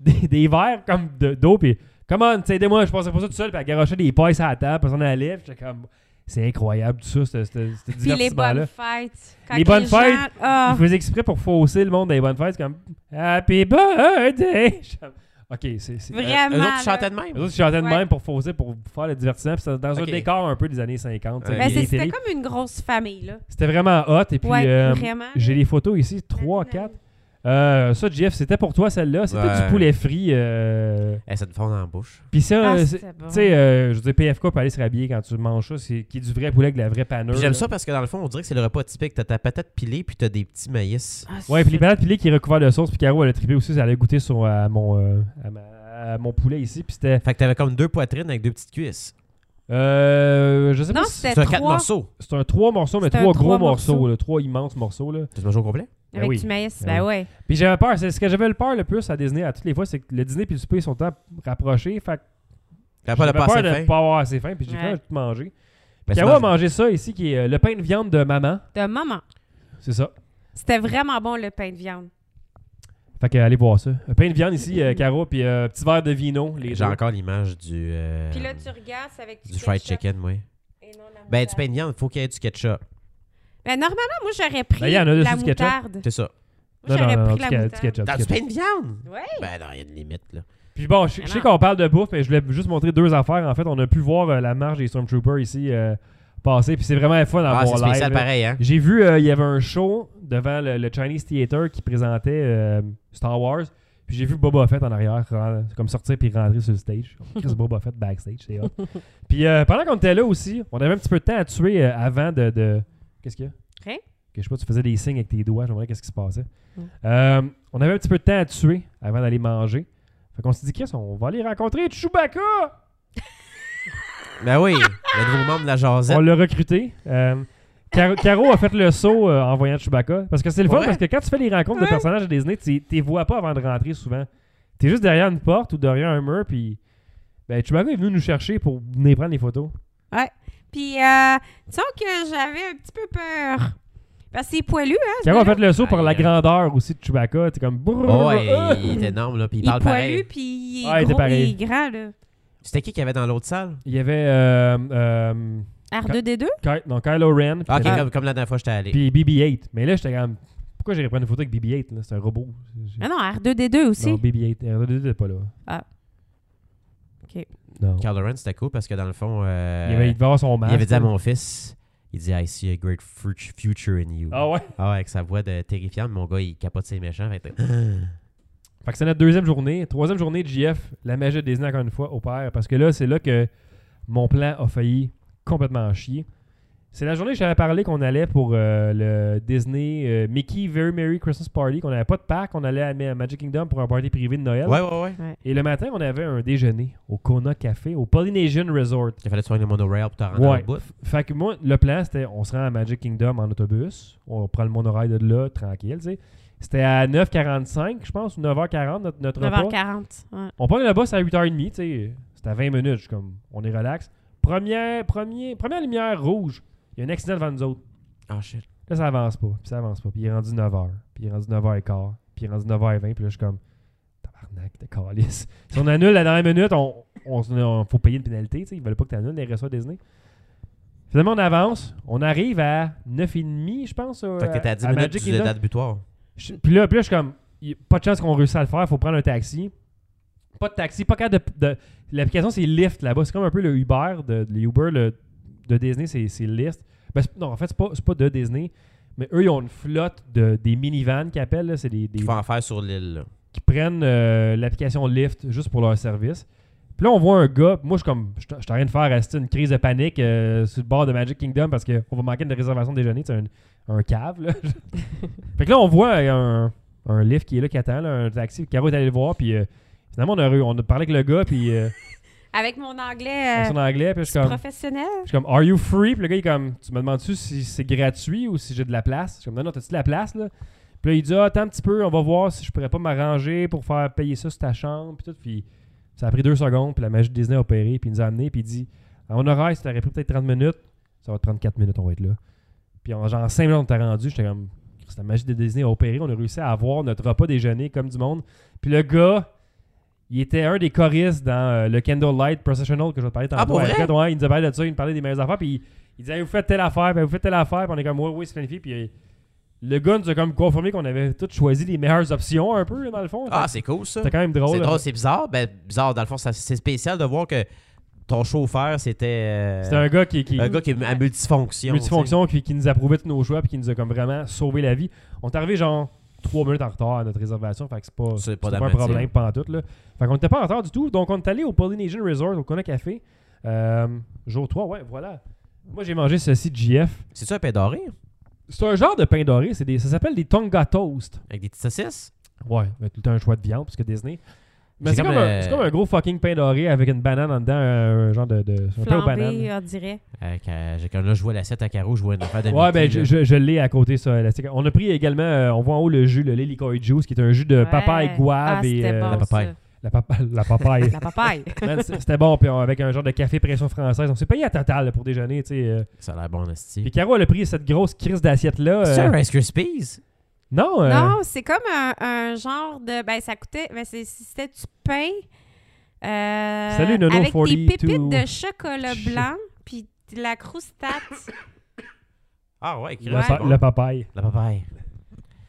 Speaker 3: des, des verres comme de- d'eau, puis « Come on, tu sais, aidez-moi, je passais pas ça tout seul », puis elle garochait des pailles à la table, personne allait, puis j'étais comme... C'est incroyable, tout ça, ce- ce ce
Speaker 5: Puis les
Speaker 3: divertissement-là.
Speaker 5: bonnes fêtes. Quand
Speaker 3: Les bonnes
Speaker 5: gens-
Speaker 3: fêtes, Euh,
Speaker 5: Ah,
Speaker 3: Il faisait exprès pour fausser le monde des bonnes fêtes, comme Happy birthday! <laughs> Je suis comme, Ok, c'est. c'est-
Speaker 5: Vrai.
Speaker 4: Euh, Eux
Speaker 5: Vraiment,
Speaker 4: autres, tu chantais de même?
Speaker 3: Eux autres, ils chantaient de
Speaker 5: Ouais.
Speaker 3: même pour fausser, pour faire le divertissement. Puis c'était dans un
Speaker 4: Ok.
Speaker 3: décor un peu des années 50. tu sais,
Speaker 5: ben,
Speaker 4: Ouais.
Speaker 3: les- les
Speaker 5: c'est- c'était
Speaker 3: télés.
Speaker 5: comme une grosse famille, là.
Speaker 3: C'était vraiment hot. Et puis,
Speaker 5: ouais,
Speaker 3: euh,
Speaker 5: vraiment. Ah,
Speaker 3: j'ai les photos ici, 3, 4. Euh, ça, Jeff, c'était pour toi celle-là. C'était
Speaker 4: Ouais.
Speaker 3: du poulet frit. euh,
Speaker 4: Eh, ça te fond dans la bouche.
Speaker 3: Puis ça,
Speaker 5: Ah,
Speaker 3: Euh, c'est-
Speaker 5: c'était
Speaker 3: tu
Speaker 5: bon.
Speaker 3: sais, euh, je veux dire, PFK peut aller se rhabiller quand tu manges ça, c'est qui est du vrai poulet avec de la vraie panure.
Speaker 4: Puis j'aime
Speaker 3: là.
Speaker 4: ça parce que dans le fond, on dirait que c'est le repas typique. T'as ta patate pilée puis t'as des petits maïs.
Speaker 5: Ah,
Speaker 3: Ouais, puis les
Speaker 5: c'est-
Speaker 3: patates pilées qui est recouvert de sauce. Puis Caro, elle a trippé aussi. Elle allait goûter sur, à, mon, euh, à ma- à mon poulet ici. Puis c'était.
Speaker 4: Fait que t'avais comme deux poitrines avec deux petites cuisses.
Speaker 3: Euh, je sais
Speaker 5: Non,
Speaker 3: pas si
Speaker 5: c'était
Speaker 4: C'est un quatre
Speaker 5: trois
Speaker 4: morceaux.
Speaker 3: c'est un trois morceaux, mais
Speaker 5: c'était un
Speaker 3: trois gros
Speaker 5: trois
Speaker 3: morceaux,
Speaker 5: morceaux.
Speaker 3: là, trois immenses morceaux. Là.
Speaker 4: Tu manges au complet?
Speaker 3: Ben
Speaker 5: Avec
Speaker 3: oui.
Speaker 5: du maïs,
Speaker 3: Ben
Speaker 5: ben ouais.
Speaker 3: Puis j'avais peur, c'est ce que j'avais le peur le plus à Disney à toutes les fois, c'est que le dîner puis le souper sont à- rapprochés. Fait que
Speaker 4: T'as pas
Speaker 3: j'avais
Speaker 4: le
Speaker 3: peur
Speaker 4: passé
Speaker 3: de
Speaker 4: fin.
Speaker 3: pas avoir assez faim, puis j'ai
Speaker 5: Ouais.
Speaker 3: fait tout manger.
Speaker 4: Ben,
Speaker 3: Caro a
Speaker 4: sinon,
Speaker 3: mangé ça ici, qui est euh, le pain de viande de maman.
Speaker 5: De maman.
Speaker 3: C'est ça.
Speaker 5: C'était vraiment bon, le pain de viande.
Speaker 3: Fait que euh, allez voir ça. Un pain de viande ici, euh, Caro, puis euh, petit verre de vino. Les
Speaker 4: J'ai
Speaker 3: gens.
Speaker 4: encore l'image du. euh,
Speaker 5: Puis là, tu regardes, c'est avec du,
Speaker 4: Du fried
Speaker 5: ketchup
Speaker 4: chicken, oui.
Speaker 5: et non la
Speaker 4: Ben,
Speaker 5: moutarde.
Speaker 4: du pain de viande, faut qu'il y ait du ketchup.
Speaker 5: Ben, normalement, moi, j'aurais pris
Speaker 3: Ben, il y en a dessus
Speaker 5: la
Speaker 3: du ketchup.
Speaker 5: moutarde.
Speaker 4: C'est ça.
Speaker 3: Non, non,
Speaker 5: J'aurais
Speaker 3: non,
Speaker 5: pris
Speaker 3: du,
Speaker 5: la
Speaker 3: ca- du
Speaker 5: moutarde.
Speaker 3: ketchup.
Speaker 4: Dans
Speaker 3: du
Speaker 4: du
Speaker 3: ketchup.
Speaker 4: pain de viande?
Speaker 5: Ouais.
Speaker 4: Ben, non, il y a une limite, là.
Speaker 3: Puis bon, je, je
Speaker 5: Mais
Speaker 3: sais
Speaker 5: non.
Speaker 3: qu'on parle de bouffe, mais je voulais juste montrer deux affaires. En fait, on a pu voir euh, la marche des Stormtroopers ici euh, passer. Puis c'est vraiment la fun à
Speaker 4: Ah,
Speaker 3: voir
Speaker 4: c'est
Speaker 3: live.
Speaker 4: spécial
Speaker 3: là.
Speaker 4: pareil, hein?
Speaker 3: J'ai vu, euh, il y avait un show devant le, le Chinese Theater qui présentait euh, Star Wars. Puis j'ai vu Boba Fett en arrière, ren- comme sortir puis rentrer sur le stage. Chris Boba Fett backstage, c'est
Speaker 4: <laughs>
Speaker 3: hot. Puis euh, pendant qu'on était là aussi, on avait un petit peu de temps à tuer euh, avant de. de- Qu'est-ce qu'il y a
Speaker 5: Rien.
Speaker 3: Que, je sais pas, tu faisais des signes avec tes doigts, je me demandais qu'est-ce qui se passait.
Speaker 5: Mm.
Speaker 3: Euh, on avait un petit peu de temps à tuer avant d'aller manger. Fait qu'on s'est dit, Chris, on va aller rencontrer Chewbacca
Speaker 4: Ben oui, le nouveau membre de la
Speaker 3: On
Speaker 4: jasette.
Speaker 3: l'a recruté. Euh, Car- Caro a fait le saut euh, en voyant Chewbacca. Parce que c'est le fun,
Speaker 4: Ouais.
Speaker 3: parce que quand tu fais les rencontres de
Speaker 5: Ouais.
Speaker 3: personnages à Disney, tu les vois pas avant de rentrer souvent. T'es juste derrière une porte ou derrière un mur, puis ben, Chewbacca est venu nous chercher pour venir prendre les photos.
Speaker 5: Puis, euh, disons que j'avais un petit peu peur. Parce que c'est poilu, hein?
Speaker 3: Caro a fait le saut pour la
Speaker 4: Aïe.
Speaker 3: grandeur aussi de Chewbacca. T'es comme... brrr,
Speaker 4: Oh, ouais,
Speaker 3: ah.
Speaker 4: il est énorme, là, puis il
Speaker 5: Il est
Speaker 4: parle
Speaker 5: poilu,
Speaker 4: pareil.
Speaker 5: puis il est
Speaker 3: Ah, il était
Speaker 5: gros,
Speaker 3: pareil.
Speaker 5: il est grand, là.
Speaker 4: C'était qui qu'il y avait dans l'autre salle?
Speaker 3: Il y avait... euh, euh,
Speaker 5: R2-D2?
Speaker 3: Ky- non, Kylo Ren.
Speaker 4: Ah, ok,
Speaker 3: puis-
Speaker 4: comme, comme la dernière fois, j'étais allé.
Speaker 3: Puis BB-8. Mais là, j'étais comme... Pourquoi j'irais prendre une photo avec BB-8? là? C'est un robot.
Speaker 5: Ah non, R2-D2 aussi.
Speaker 3: Non, BB-8. R2-D2 était pas là.
Speaker 5: Ah. Ok.
Speaker 3: Non.
Speaker 4: Carl Lawrence, c'était cool parce que dans le fond, euh,
Speaker 3: Il, avait, hein. il devait avoir son masque.
Speaker 4: il avait dit à
Speaker 3: là.
Speaker 4: mon fils, il dit I see a great fru- future in you.
Speaker 3: Ah ouais?
Speaker 4: Ah ouais, avec sa voix de terrifiante, mon gars, il capote ses méchants. fait que-
Speaker 3: Fait que c'est notre deuxième journée. Troisième journée de JF, la magie de Disney encore une fois opère. Parce que là, c'est là que mon plan a failli complètement en chier. C'est la journée que j'avais parlé qu'on allait pour euh, le Disney euh, Mickey Very Merry Christmas Party, qu'on n'avait pas de parc, on allait à Ma- Magic Kingdom pour un party privé de Noël.
Speaker 4: Ouais, ouais, ouais.
Speaker 3: Et le matin, on avait un déjeuner au Kona Café, au Polynesian Resort.
Speaker 4: Il fallait soigner le monorail pour te rendre
Speaker 3: Ouais.
Speaker 4: au bout.
Speaker 3: Fait que moi, le plan, c'était on se rend à Magic Kingdom en autobus. On prend le monorail de là, tranquille, tu sais. C'était à 9h45, je pense, ou 9h40, notre, notre repas.
Speaker 5: 9h40. Ouais.
Speaker 3: On prend le bus à 8h30, tu sais. C'était à 20 minutes, je suis comme, on est relax. Première, premier, première lumière rouge, il y a un accident devant nous autres.
Speaker 4: Ah shit.
Speaker 3: Là, ça avance pas, puis ça avance pas. Puis il est rendu 9h, puis il est rendu 9h15, puis il est rendu 9h20, puis là, je suis comme, tabarnak, de calice. <laughs> Si on annule la dernière minute, on, on, se- on- faut payer une pénalité, tu sais. Ils veulent pas que tu annules les ressources Disney. Finalement, on avance. On arrive à 9h30, je pense. euh,
Speaker 4: Fait que t'étais à 10 minutes
Speaker 3: Magic
Speaker 4: du- de
Speaker 3: Kingdom.
Speaker 4: la date butoir.
Speaker 3: Je- Puis là, puis là, je suis comme, y a pas de chance qu'on réussisse à le faire, faut prendre un taxi. Pas de taxi, pas capable de. de- L'application, c'est Lyft là-bas. C'est comme un peu le Uber, de, le Uber le- de Disney, c'est c'est Lyft. Ben, c'est- non, en fait, c'est pas, c'est pas de Disney. Mais eux, ils ont une flotte de, des minivans qu'ils appellent. là. C'est des, des-
Speaker 4: Il faut en faire sur l'île. là.
Speaker 3: qui prennent euh, l'application Lyft juste pour leur service. Puis là, on voit un gars. Moi, je suis comme. Je suis en train de faire rester une crise de panique euh, sur le bord de Magic Kingdom parce qu'on va manquer de réservation de déjeuner. C'est un, un cave, là. fait que là, on voit euh, un, un Lyft qui est là, qui attend, là, un taxi. Caro est allé le voir, puis euh, finalement, on a, re- on a parlé avec le gars, puis euh,
Speaker 5: Avec mon anglais euh,
Speaker 3: en anglais, puis je suis comme.
Speaker 5: professionnel.
Speaker 3: Je suis comme, Are you free? Puis le gars, il est comme, Tu me demandes-tu si c'est gratuit ou si j'ai de la place? Je suis comme, Non, non, t'as-tu de la place? Là? Puis là, il dit, Ah, attends un petit peu, on va voir si je pourrais pas m'arranger pour faire payer ça sur ta chambre. Puis tout. Puis ça a pris deux secondes, puis la magie de Disney a opéré, puis il nous a amenés, puis il dit, À mon horaire, si t'aurais pris peut-être 30 minutes, ça va te prendre 4 minutes, on va être là. Puis en genre 5 minutes, on t'a rendu. J'étais comme, Christ, la magie de Disney a opéré, on a réussi à avoir notre repas déjeuner comme du monde. Puis le gars. Il était un des choristes dans euh, le Candlelight Processional que je vais te parler tantôt.
Speaker 4: Ah, pour
Speaker 3: à
Speaker 4: vrai?
Speaker 3: Red, ouais, il nous a parlé de ça, il nous parlait des meilleures affaires, puis il, il disait Vous faites telle affaire, ben, vous faites telle affaire, puis on est comme Oui, oui, c'est planifié. Puis euh, le gars nous a comme confirmé qu'on avait tous choisi les meilleures options, un peu, là, dans le fond.
Speaker 4: Ah,
Speaker 3: Fait que
Speaker 4: c'est cool ça.
Speaker 3: C'était quand même drôle. hein.
Speaker 4: C'est
Speaker 3: là.
Speaker 4: drôle, c'est bizarre. Ben, bizarre, dans le fond, ça- c'est spécial de voir que ton chauffeur, c'était euh,
Speaker 3: C'était un gars qui, qui
Speaker 4: un gars qui est à multifonction.
Speaker 3: multifonction, qui, qui nous approuvait tous nos choix, puis qui nous a comme vraiment sauvé la vie. On est arrivé genre 3 minutes en retard à notre réservation, fait que c'est pas,
Speaker 4: C'est
Speaker 3: c'est
Speaker 4: pas
Speaker 3: pas un
Speaker 4: dramatique.
Speaker 3: problème pantoute. Là. Fait qu'on n'était pas en retard du tout. Donc on est allé au Polynesian Resort, au Kona Café. Euh, jour 3, ouais, voilà. Moi j'ai mangé ceci de JF.
Speaker 4: tu sais. C'est-tu un pain doré
Speaker 3: C'est un genre de pain doré, c'est des, ça s'appelle des Tonga Toast.
Speaker 4: avec des petites saucisses?
Speaker 3: Ouais, il y a tout le temps un choix de viande, parce que Disney. Mais
Speaker 4: C'est
Speaker 3: c'est comme,
Speaker 4: comme,
Speaker 3: un-
Speaker 4: euh,
Speaker 3: c'est comme un gros fucking pain doré avec une banane en dedans, un, un genre de. de un pain aux bananes.
Speaker 5: Flambé, on dirait.
Speaker 4: Avec, euh, j'ai- quand là, je vois l'assiette à carreaux, je vois une affaire de
Speaker 3: Ouais, ben
Speaker 4: Mickey,
Speaker 3: je,
Speaker 4: là.
Speaker 3: je- je l'ai à côté, ça. élastique. On a pris également, euh, on voit en haut le jus, le Lilicoy Juice, qui est un jus de
Speaker 5: Ouais.
Speaker 3: papaye guave
Speaker 5: Ah,
Speaker 3: et.
Speaker 5: c'était
Speaker 3: euh, Ben,
Speaker 5: bon,
Speaker 3: la,
Speaker 4: la papaye.
Speaker 5: ça.
Speaker 3: la papa- la papaye.
Speaker 5: <laughs>
Speaker 3: <laughs>
Speaker 5: La papaye.
Speaker 3: Man, c- C'était bon, puis on- avec un genre de café pression française. On s'est payé à total là, pour déjeuner, tu sais. euh.
Speaker 4: Ça a l'air bon,
Speaker 3: Puis
Speaker 4: Asti.
Speaker 3: Caro, elle a pris cette grosse crise d'assiette-là.
Speaker 4: C'est
Speaker 3: euh,
Speaker 4: un Rice Krispies?
Speaker 3: Non, euh,
Speaker 5: <laughs> Non, c'est comme un, un genre de. Ben, ça coûtait. Ben, c'est- c'était du pain. euh,
Speaker 3: Salut, Nono
Speaker 5: Avec
Speaker 3: 42.
Speaker 5: des pépites de chocolat
Speaker 3: Shit.
Speaker 5: blanc, puis de la croustate.
Speaker 4: Ah ouais,
Speaker 3: la, pa- la papaye.
Speaker 4: La papaye.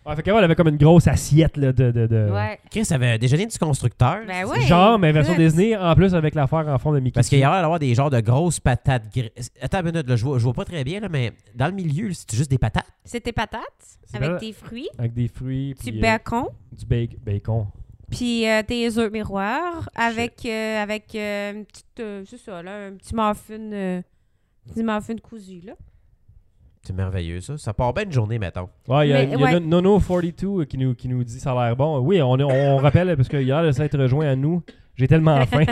Speaker 3: Ouais, fait qu'avant, elle avait comme une grosse assiette là, de. de, de-
Speaker 5: Ouais.
Speaker 4: Chris avait déjeuné du constructeur.
Speaker 5: Ben oui.
Speaker 3: Genre, mais version
Speaker 5: écoute.
Speaker 3: Disney, en plus avec l'affaire en fond de Mickey.
Speaker 4: Parce qu'il y a l'air d'avoir des genres de grosses patates grises. Attends une minute, là, je, vois, je vois pas très bien, là, mais dans le milieu, c'est juste des patates.
Speaker 5: C'est tes patates
Speaker 3: C'est
Speaker 5: avec
Speaker 3: pas-
Speaker 5: tes fruits,
Speaker 3: Avec des fruits.
Speaker 5: du
Speaker 3: puis, euh,
Speaker 5: bacon,
Speaker 3: du ba- bacon.
Speaker 5: puis euh, des œufs
Speaker 3: Oh,
Speaker 5: miroirs avec, euh, avec euh, une petite, euh, c'est ça, là, un petit muffin, euh, petit muffin cousu, là.
Speaker 4: C'est merveilleux, ça. Ça part bien une journée, mettons.
Speaker 3: Ouais, il y a,
Speaker 5: Mais,
Speaker 3: il y a
Speaker 5: ouais.
Speaker 3: No- Nono42 qui nous, qui nous dit ça a l'air bon. Oui, on, est- on rappelle parce qu'il a l'air de s'être rejoint à nous. J'ai tellement
Speaker 5: <laughs>
Speaker 3: faim.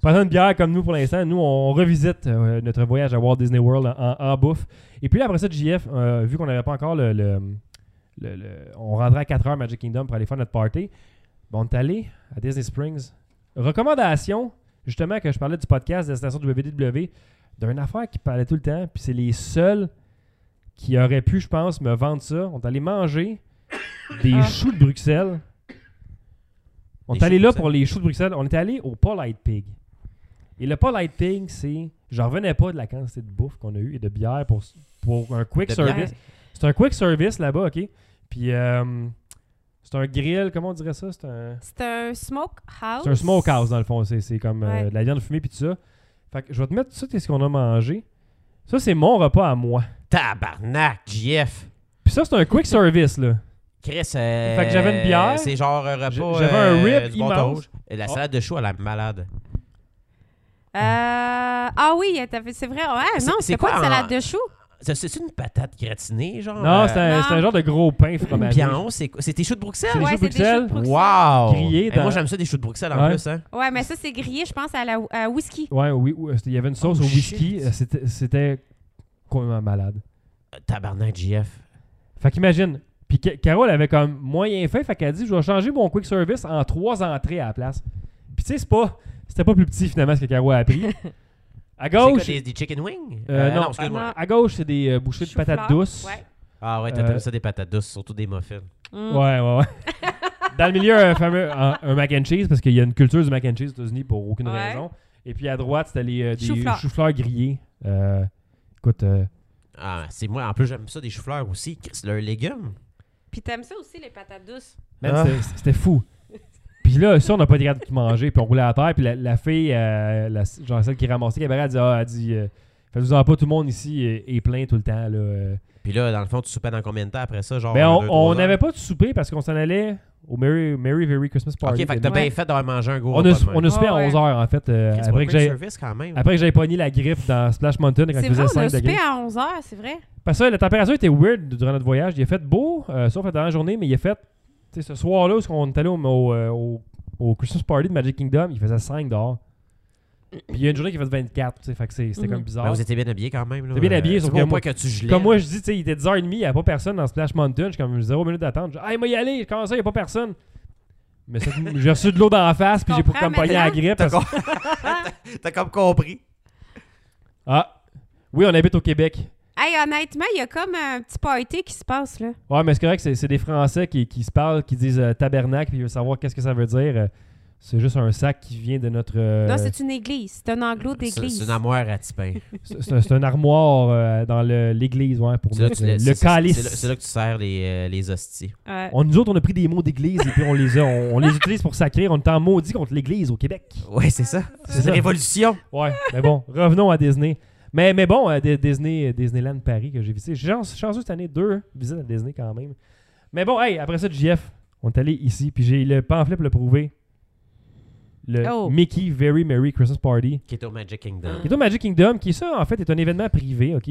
Speaker 3: Prenons une bière comme nous pour l'instant. Nous, on revisite euh, notre voyage à Walt Disney World en, en bouffe. Et puis là, après ça, JF, euh, vu qu'on n'avait pas encore le, le- le- le- On rentrait à 4h Magic Kingdom pour aller faire notre party. Bon, on est allé à Disney Springs. Recommandation, justement, que je parlais du podcast de la station WDW, d'une affaire qui parlait tout le temps, puis c'est les seuls qui auraient pu, je pense, me vendre ça. On est allé manger des
Speaker 5: Ah.
Speaker 3: choux de Bruxelles. On
Speaker 4: Des
Speaker 3: est allé
Speaker 4: choux de
Speaker 3: là
Speaker 4: Bruxelles.
Speaker 3: pour les choux de Bruxelles. On est allé au Polite Pig. Et le Polite Pig, c'est. J'en revenais pas de la quantité de bouffe qu'on a eue et de bière pour, pour un quick
Speaker 4: De bière.
Speaker 3: service. C'est un quick service là-bas, OK? Puis euh, c'est un grill, comment on dirait ça? C'est un.
Speaker 5: C'est un smokehouse.
Speaker 3: C'est un smokehouse, dans le fond. C'est c'est comme euh,
Speaker 5: Ouais.
Speaker 3: de la viande fumée puis tout ça. Fait que je vais te mettre tout ça, qu'est-ce qu'on a mangé. Ça, c'est mon repas à moi.
Speaker 4: Tabarnak, JF.
Speaker 3: Puis ça, c'est un
Speaker 5: <laughs>
Speaker 3: quick service, là.
Speaker 4: Chris. euh,
Speaker 3: Fait que j'avais une bière.
Speaker 4: C'est genre un repas.
Speaker 3: J- j'avais un
Speaker 4: euh,
Speaker 3: rib
Speaker 4: du bon
Speaker 3: immense.
Speaker 4: rouge. Et La
Speaker 3: Oh.
Speaker 4: salade de choux, elle est malade.
Speaker 5: Euh, ah oui, t'as fait- c'est vrai. Ouais,
Speaker 4: C'est-
Speaker 5: non,
Speaker 4: c'est
Speaker 5: c'est
Speaker 4: quoi
Speaker 5: pas une
Speaker 4: en-
Speaker 5: salade de choux.
Speaker 4: Ça, C'est une patate gratinée, genre.
Speaker 3: non,
Speaker 4: euh,
Speaker 3: c'est un,
Speaker 5: non.
Speaker 3: c'est un genre de gros pain
Speaker 4: une
Speaker 3: fromagé.
Speaker 4: pion, c'est quoi- c'est tes choux de
Speaker 3: C'est
Speaker 4: Bruxelles?
Speaker 3: les
Speaker 5: ouais,
Speaker 3: choux
Speaker 5: c'est
Speaker 3: de
Speaker 5: des choux
Speaker 3: Bruxelles.
Speaker 5: de Bruxelles.
Speaker 4: Wow!
Speaker 3: grillés
Speaker 4: Hey,
Speaker 3: dans-
Speaker 4: Moi, j'aime ça, des choux de Bruxelles en
Speaker 3: Ouais.
Speaker 4: plus. Hein.
Speaker 5: Ouais, mais ça, c'est grillé, je pense, à la à whisky.
Speaker 3: Ouais, oui, oui, c'était- il y avait une sauce
Speaker 4: Oh,
Speaker 3: au whisky.
Speaker 4: shit.
Speaker 3: Euh, c'était- C'était complètement malade.
Speaker 4: Euh, Tabarnak, JF.
Speaker 3: Fait qu'imagine. Puis Ca- Carole avait comme moyen faim, fait qu'elle dit Je vais changer mon quick service en trois entrées à la place. Puis tu sais, c'est pas. C'était pas plus petit finalement ce que Carole a appris.
Speaker 5: <laughs>
Speaker 3: À
Speaker 4: C'est quoi,
Speaker 3: gauche.
Speaker 4: des, des chicken wings?
Speaker 3: euh, non,
Speaker 4: excuse-moi.
Speaker 5: ah,
Speaker 3: À gauche, c'est des euh, bouchées de
Speaker 5: Chou-fleur,
Speaker 3: patates douces.
Speaker 5: ouais.
Speaker 4: Ah ouais, t'as
Speaker 3: Euh,
Speaker 4: t'aimes ça des patates douces, surtout des muffins.
Speaker 5: Mm.
Speaker 3: Ouais, ouais, ouais.
Speaker 5: <laughs>
Speaker 3: Dans le milieu, un fameux un, un mac and cheese, parce qu'il y a une culture du mac and cheese aux États-Unis pour aucune
Speaker 5: Ouais.
Speaker 3: raison. Et puis à droite, c'était les euh, des
Speaker 5: Chou-fleur.
Speaker 3: choux-fleurs grillés. Euh, écoute, euh,
Speaker 4: Ah, c'est moi. En plus, j'aime ça des choux-fleurs aussi. Chris, leurs légumes.
Speaker 5: Puis t'aimes ça aussi, les patates douces.
Speaker 3: man,
Speaker 4: Ah.
Speaker 3: c'était- c'était fou. Puis là, ça, on n'a pas été capable de tout manger. Puis on roulait à terre. Puis la, la fille, euh, la- genre celle qui ramassait, cabaret, elle dit Ah, elle dit, euh, faites-vous-en pas, tout le monde ici est, est plein tout le temps. Là. euh.
Speaker 4: Puis là, dans le fond, tu soupais dans combien de temps après ça? Genre,
Speaker 3: Mais
Speaker 4: un, deux,
Speaker 3: Ben, on
Speaker 4: Ah, trois
Speaker 3: on
Speaker 4: heures?
Speaker 3: n'avait pas de souper parce qu'on s'en allait au Merry, Merry Very Christmas
Speaker 4: Ok,
Speaker 3: Party.
Speaker 4: fait que t'as
Speaker 5: Ouais.
Speaker 4: bien fait d'avoir mangé un gros.
Speaker 3: on, a,
Speaker 4: repas de
Speaker 3: sou- on
Speaker 4: même.
Speaker 3: a soupé à
Speaker 5: Ouais, ouais.
Speaker 3: 11h en fait. euh,
Speaker 4: Chris,
Speaker 3: après
Speaker 4: pas
Speaker 3: que
Speaker 4: quick
Speaker 3: j'ai.
Speaker 4: service quand même.
Speaker 3: Après que j'avais pogné la grippe dans Splash Mountain quand
Speaker 5: C'est
Speaker 3: il faisait
Speaker 5: vrai, on
Speaker 3: 5
Speaker 5: a
Speaker 3: degrés.
Speaker 5: soupé à 11h, c'est vrai.
Speaker 3: Parce que la température était weird durant notre voyage. Il a fait beau, euh, sauf la dernière journée, mais il a fait. Tu sais, ce soir-là, où on est allé au, au, euh, au- au Christmas Party de Magic Kingdom, il faisait 5 dehors. Puis il y a une journée qui a fait 24, tu sais, fait que c'est- c'était
Speaker 5: Mhm.
Speaker 3: comme bizarre.
Speaker 4: Ben, vous hein? étiez bien habillés quand même. là.
Speaker 3: T'es bien
Speaker 4: Euh,
Speaker 3: habillé, sauf
Speaker 4: tu vois
Speaker 3: que moi-
Speaker 4: pas que tu gelais.
Speaker 3: comme moi, je dis, tu sais, il était 10h30, il n'y avait pas personne dans Splash Mountain. Je suis comme 0 minutes d'attente. Je dis, hey, moi, y aller, comment ça, il n'y a pas personne? Mais ça- <laughs> j'ai reçu de l'eau dans la face, puis j'ai
Speaker 5: Comprends
Speaker 3: comme pogné la
Speaker 5: maintenant.
Speaker 3: grippe.
Speaker 4: T'as
Speaker 3: parce-
Speaker 4: com- T'as comme compris.
Speaker 3: Ah, oui, on habite au Québec.
Speaker 5: Hey, honnêtement, il y a comme un petit party qui se passe, là.
Speaker 3: Ouais, mais c'est correct, c'est c'est des Français qui, qui se parlent, qui disent euh, tabernacle, puis ils veulent savoir qu'est-ce que ça veut dire. Euh, C'est juste un sac qui vient de notre. euh,
Speaker 5: Non, c'est une église. C'est un anglo
Speaker 4: C'est
Speaker 5: d'église.
Speaker 4: c'est une armoire à tipin.
Speaker 3: c'est c'est un, c'est un armoire euh, dans le- l'église, ouais, pour
Speaker 4: C'est là
Speaker 3: nous.
Speaker 4: que tu
Speaker 3: le,
Speaker 4: laisses- c'est- c'est-
Speaker 3: calice.
Speaker 4: c'est là- C'est là que tu sers les, euh, les hosties.
Speaker 5: Ouais.
Speaker 3: On, nous autres, on a pris des mots d'église et puis on les a, on, on les utilise pour sacrer. On est en maudit contre l'église au Québec.
Speaker 4: Ouais, c'est ça. C'est
Speaker 3: ça.
Speaker 4: une révolution.
Speaker 3: Ouais, mais bon, revenons à Disney. Mais, mais bon, euh, Di- Disney, Disneyland Paris que j'ai visité. J'ai chance- chanceux cette année, deux visites à Disney quand même. Mais bon, hey, après ça, JF, on est allé ici, puis j'ai le pamphlet pour le prouver. Le
Speaker 5: Oh.
Speaker 3: Mickey Very Merry Christmas Party.
Speaker 4: Qui est au Magic
Speaker 5: Ah.
Speaker 4: Kingdom.
Speaker 3: Et au Magic Kingdom, qui ça, en fait, est un événement privé, OK?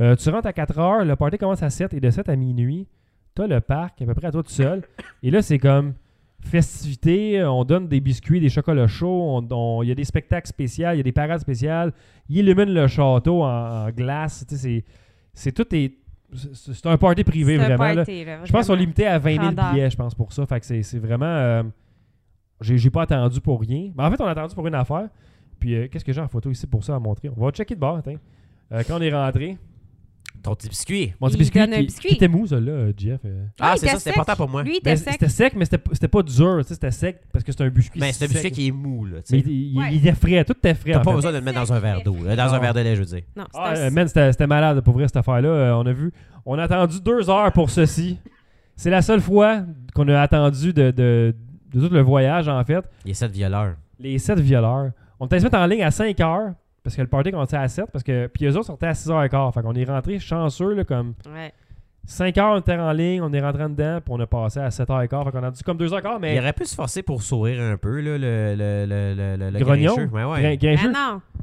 Speaker 3: Euh, tu rentres à 4 heures, le party commence à 7 et de 7 à minuit, t'as le parc à peu près à toi tout seul. Et là, c'est comme festivité, on donne des biscuits, des chocolats chauds, on- on- il y a des spectacles spéciaux, il y a des parades spéciales, ils illuminent le château en, en glace, tu sais, c'est- c'est tout est- c'est- C'est un party privé,
Speaker 5: C'est un
Speaker 3: vraiment. là.
Speaker 5: party, là,
Speaker 3: Je pense qu'on
Speaker 5: euh, Ah, vraiment.
Speaker 3: limité à 20 000
Speaker 5: Grandeur.
Speaker 3: billets, je pense, pour ça. Fait que c'est c'est vraiment. euh, j'ai j'ai pas attendu pour rien. Mais en fait, on a attendu pour une affaire. Puis euh, qu'est-ce que j'ai en photo ici pour ça à montrer On va checker de bord, attends. Euh, quand on est rentré,
Speaker 4: Ah. Ton petit biscuit.
Speaker 3: mon petit
Speaker 5: Il
Speaker 3: biscuit,
Speaker 5: donne un
Speaker 3: qui,
Speaker 5: biscuit.
Speaker 3: qui était mou, ça, là, euh, Jeff. euh.
Speaker 5: Ah,
Speaker 4: Ah,
Speaker 5: il
Speaker 4: c'est
Speaker 5: était
Speaker 4: ça, c'est
Speaker 5: sec.
Speaker 4: important pour moi.
Speaker 5: Lui, il était
Speaker 3: Ben,
Speaker 5: sec.
Speaker 3: C'était sec, mais c'était c'était pas dur. tu sais, C'était sec parce que c'est un biscuit.
Speaker 4: Mais Ben, c'est un
Speaker 3: sec.
Speaker 4: biscuit qui est mou, là. tu sais.
Speaker 3: Mais il, il-
Speaker 5: Ouais.
Speaker 3: il était frais, tout était frais.
Speaker 4: T'as
Speaker 3: en
Speaker 4: pas
Speaker 3: fait.
Speaker 4: besoin de le mettre dans un verre d'eau. euh, Dans un
Speaker 3: Non.
Speaker 4: verre de lait, je veux dire.
Speaker 5: Non, c'est
Speaker 3: Ah,
Speaker 5: un-
Speaker 3: euh, man, c'était c'était malade pour vrai cette affaire-là. Euh, on a vu. On a attendu deux heures pour ceci. C'est la seule fois qu'on a attendu de, de- de tout le voyage, en fait.
Speaker 4: Il y a sept violeurs.
Speaker 3: Les sept violeurs. On était se mettre en ligne à 5 heures parce que le party commençait à 7 parce que puis eux autres sortaient à 6h15. Fait qu'on est rentré chanceux là, comme
Speaker 5: Ouais.
Speaker 3: 5 heures on était en ligne, on est rentré en dedans puis on a passé à 7h15. Fait qu'on a dû comme 2h15
Speaker 4: Il
Speaker 3: mais
Speaker 4: aurait pu se forcer pour sourire un peu, là, le, le, le, le, le, le
Speaker 3: grognon,
Speaker 4: grincheux. Ben Ouais, ouais.
Speaker 3: grin-
Speaker 5: Mais
Speaker 3: grincheux.
Speaker 5: Ah non.
Speaker 3: Mais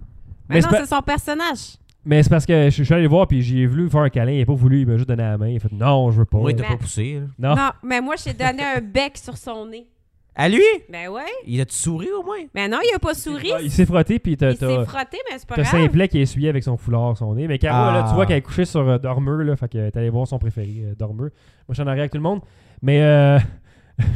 Speaker 5: Mais non,
Speaker 3: c'est pas-
Speaker 5: c'est son personnage.
Speaker 3: Mais c'est parce que je je suis allé le voir puis j'ai voulu lui faire un câlin, il a pas voulu, il m'a juste donné la main, il a fait non, je veux pas.
Speaker 4: Moi, il t'a
Speaker 5: Mais-
Speaker 4: pas poussé.
Speaker 3: Ah.
Speaker 4: là.
Speaker 5: Non, mais moi, j'ai donné un bec sur son nez.
Speaker 4: À lui,
Speaker 5: Ben ouais.
Speaker 4: il a-tu souri au moins?
Speaker 5: Mais non, il a pas souri.
Speaker 3: il s'est frotté puis t'as
Speaker 5: Il s'est
Speaker 3: t'as-
Speaker 5: frotté, mais c'est pas
Speaker 3: t'as
Speaker 5: grave.
Speaker 3: Simplet qui essuyait avec son foulard son nez. Mais Caro,
Speaker 4: Ah.
Speaker 3: là, tu vois qu'elle est couchée sur euh, Dormeux, là, fait que t'es allé voir son préféré, euh, Dormeux. Moi, je suis en arrière avec tout le monde. Mais euh, <laughs>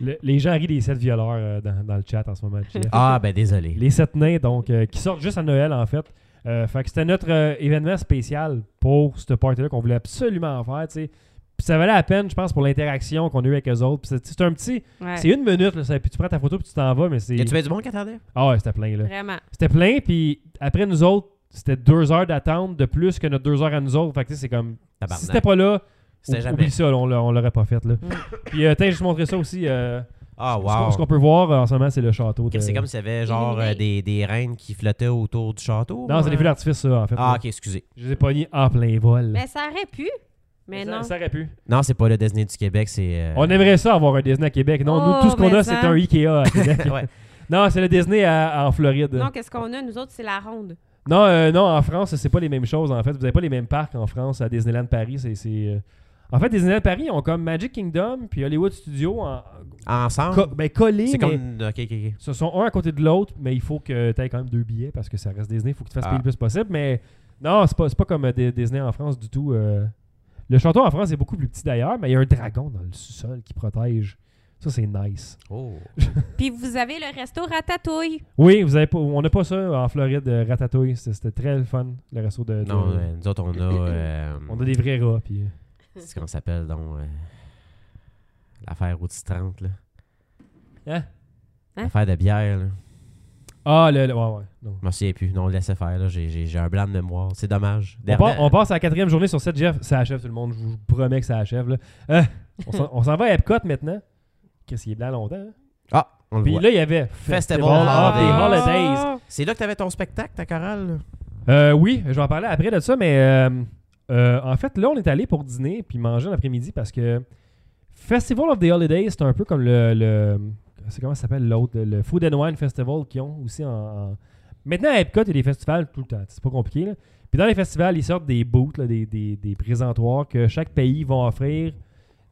Speaker 3: le- les gens rient des sept violeurs euh, dans, dans le chat en ce moment. Jeff.
Speaker 4: Ah, ben désolé.
Speaker 3: Les sept nains, donc, euh, qui sortent juste à Noël, en fait. Euh, fait que c'était notre euh, événement spécial pour cette party-là qu'on voulait absolument faire, tu sais. Puis ça valait la peine, je pense, pour l'interaction qu'on a eue avec eux autres. Puis c'est c'est un petit...
Speaker 5: Ouais,
Speaker 3: C'est une minute, là, ça- puis tu prends ta photo puis tu t'en vas, mais c'est...
Speaker 4: Y a-tu bien du monde qui attendait?
Speaker 3: Ah ouais, c'était plein, là.
Speaker 5: Vraiment.
Speaker 3: C'était plein, puis après nous autres, c'était deux heures d'attente de plus que notre deux heures à nous autres. Fait que tu sais, c'est comme. Si c'était
Speaker 4: Tabarnak.
Speaker 3: pas là,
Speaker 4: C'était
Speaker 3: ou-
Speaker 4: jamais.
Speaker 3: oublie ça, là, on l'a- on l'aurait pas fait. Là.
Speaker 5: Mm.
Speaker 3: puis euh, tiens, juste montrer ça aussi. euh,
Speaker 4: Ah,
Speaker 3: ce qu'on-
Speaker 4: wow.
Speaker 3: Ce qu'on euh, peut voir euh, en ce moment, c'est le château. De...
Speaker 4: C'est comme s'il y avait genre
Speaker 5: Illuminé.
Speaker 4: euh, des, des reines qui flottaient autour du château.
Speaker 3: Non, c'est des
Speaker 5: Ouais.
Speaker 3: feux d'artifice, ça, en fait. là.
Speaker 4: Ah, ok, excusez.
Speaker 3: Je les ai pognés en plein vol.
Speaker 5: Mais ça aurait pu. Mais
Speaker 3: ça,
Speaker 5: non.
Speaker 3: ça aurait pu.
Speaker 4: Non, c'est pas le Disney du Québec, c'est. euh,
Speaker 3: On aimerait ça avoir un Disney à Québec. Non, nous,
Speaker 5: Oh,
Speaker 3: tout ce qu'on
Speaker 5: mais
Speaker 3: a,
Speaker 5: ça.
Speaker 3: c'est un Ikea à Québec.
Speaker 4: <laughs> Ouais.
Speaker 3: Non, c'est le Disney à- en Floride.
Speaker 5: Non, qu'est-ce qu'on a, nous autres, c'est la ronde.
Speaker 3: Non, euh, non, en France, c'est pas les mêmes choses, en fait. Vous avez pas les mêmes parcs en France. À Disneyland Paris, c'est... c'est, euh, En fait, Disneyland Paris ont comme Magic Kingdom puis Hollywood Studios en...
Speaker 4: Ensemble.
Speaker 3: co- ben, collés,
Speaker 4: Ah. c'est
Speaker 3: mais
Speaker 4: comme. une- Ok, ok, ok.
Speaker 3: ce sont un à côté de l'autre, mais il faut que tu aies quand même deux billets parce que ça reste Disney. Il faut que tu fasses
Speaker 4: Ah.
Speaker 3: payer le plus possible. Mais non, c'est pas, c'est pas comme euh, des- Disney en France du tout. euh. Le château en France est beaucoup plus petit d'ailleurs, mais il y a un dragon dans le sous-sol qui protège. Ça, c'est nice.
Speaker 4: Oh.
Speaker 5: Puis vous avez le resto Ratatouille.
Speaker 3: Oui, vous avez pas, on n'a pas ça en Floride, euh, Ratatouille. C'était c'était très le fun, le resto de. de-
Speaker 4: Non, euh, nous autres, on
Speaker 3: <coughs>
Speaker 4: a. euh,
Speaker 3: On a des vrais rats. Puis...
Speaker 4: C'est comment ça s'appelle donc euh, l'affaire routistrante là.
Speaker 3: Hein?
Speaker 5: Hein?
Speaker 4: L'affaire de bière là.
Speaker 3: Ah, le. le- ouais, ouais. non.
Speaker 4: Je m'en souviens plus. Non, on le laissait faire là. J'ai- J'ai j'ai un blanc de mémoire. C'est dommage.
Speaker 3: On,
Speaker 4: Dernière-
Speaker 3: part- on passe à la quatrième journée sur 7, Jeff. Ça achève tout le monde. Je vous promets que ça achève. là. Euh, on s'en- on s'en va à Epcot maintenant. Qu'est-ce qu'il est blanc longtemps? hein?
Speaker 4: Ah, on le
Speaker 3: Puis
Speaker 4: voit.
Speaker 3: là, il y avait
Speaker 4: Festival
Speaker 3: of the
Speaker 5: Oh.
Speaker 4: Holidays.
Speaker 3: Holidays.
Speaker 4: C'est là que t'avais ton spectacle, ta chorale. là?
Speaker 3: Euh, oui, je vais en parler après de ça, mais euh, euh, en fait, là, on est allé pour dîner puis manger l'après-midi parce que Festival of the Holidays, c'est un peu comme le. le- c'est comment ça s'appelle l'autre Le Food and Wine Festival qu'ils ont aussi en. en- Maintenant, à Epcot, il y a des festivals tout le temps. C'est pas compliqué. là. Puis dans les festivals, ils sortent des booths, là, des, des- des présentoirs que chaque pays va offrir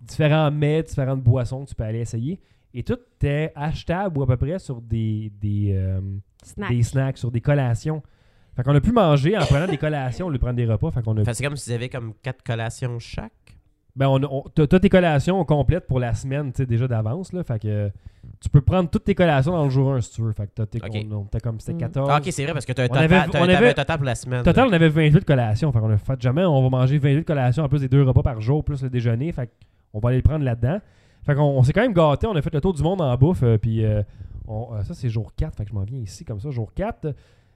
Speaker 3: différents mets, différentes boissons que tu peux aller essayer. Et tout est achetable ou à peu près sur des. des euh,
Speaker 5: Snack.
Speaker 3: des snacks, sur des collations. Fait qu'on a pu manger en prenant des collations, au lieu de prendre des repas. Fait qu'on a.
Speaker 4: Fait que c'est comme si t'avais comme quatre collations chaque.
Speaker 3: Ben, on, on- t'as t'as tes collations complètes pour la semaine, tu sais, déjà d'avance, là. Fait que euh, tu peux prendre toutes tes collations dans le jour 1 si tu veux. Fait que t'as tes-
Speaker 4: Ok.
Speaker 3: on- on- t'as comme, c'était
Speaker 5: Mm.
Speaker 3: 14.
Speaker 4: Ah, ok, c'est vrai parce que t'as un
Speaker 3: Oh. On avait-
Speaker 4: total. t'as-
Speaker 3: on
Speaker 4: t'avais
Speaker 3: avait-
Speaker 4: un total pour la semaine.
Speaker 3: Total,
Speaker 4: là.
Speaker 3: on avait 28 collations. Fait qu'on a fait jamais, on va manger 28 collations en plus des deux repas par jour, plus le déjeuner. Fait qu'on va aller le prendre là-dedans. Fait qu'on on s'est quand même gâté. On a fait le tour du monde en bouffe. euh, puis euh, on- euh, ça, c'est jour 4. Fait que je m'en viens ici comme ça, jour 4.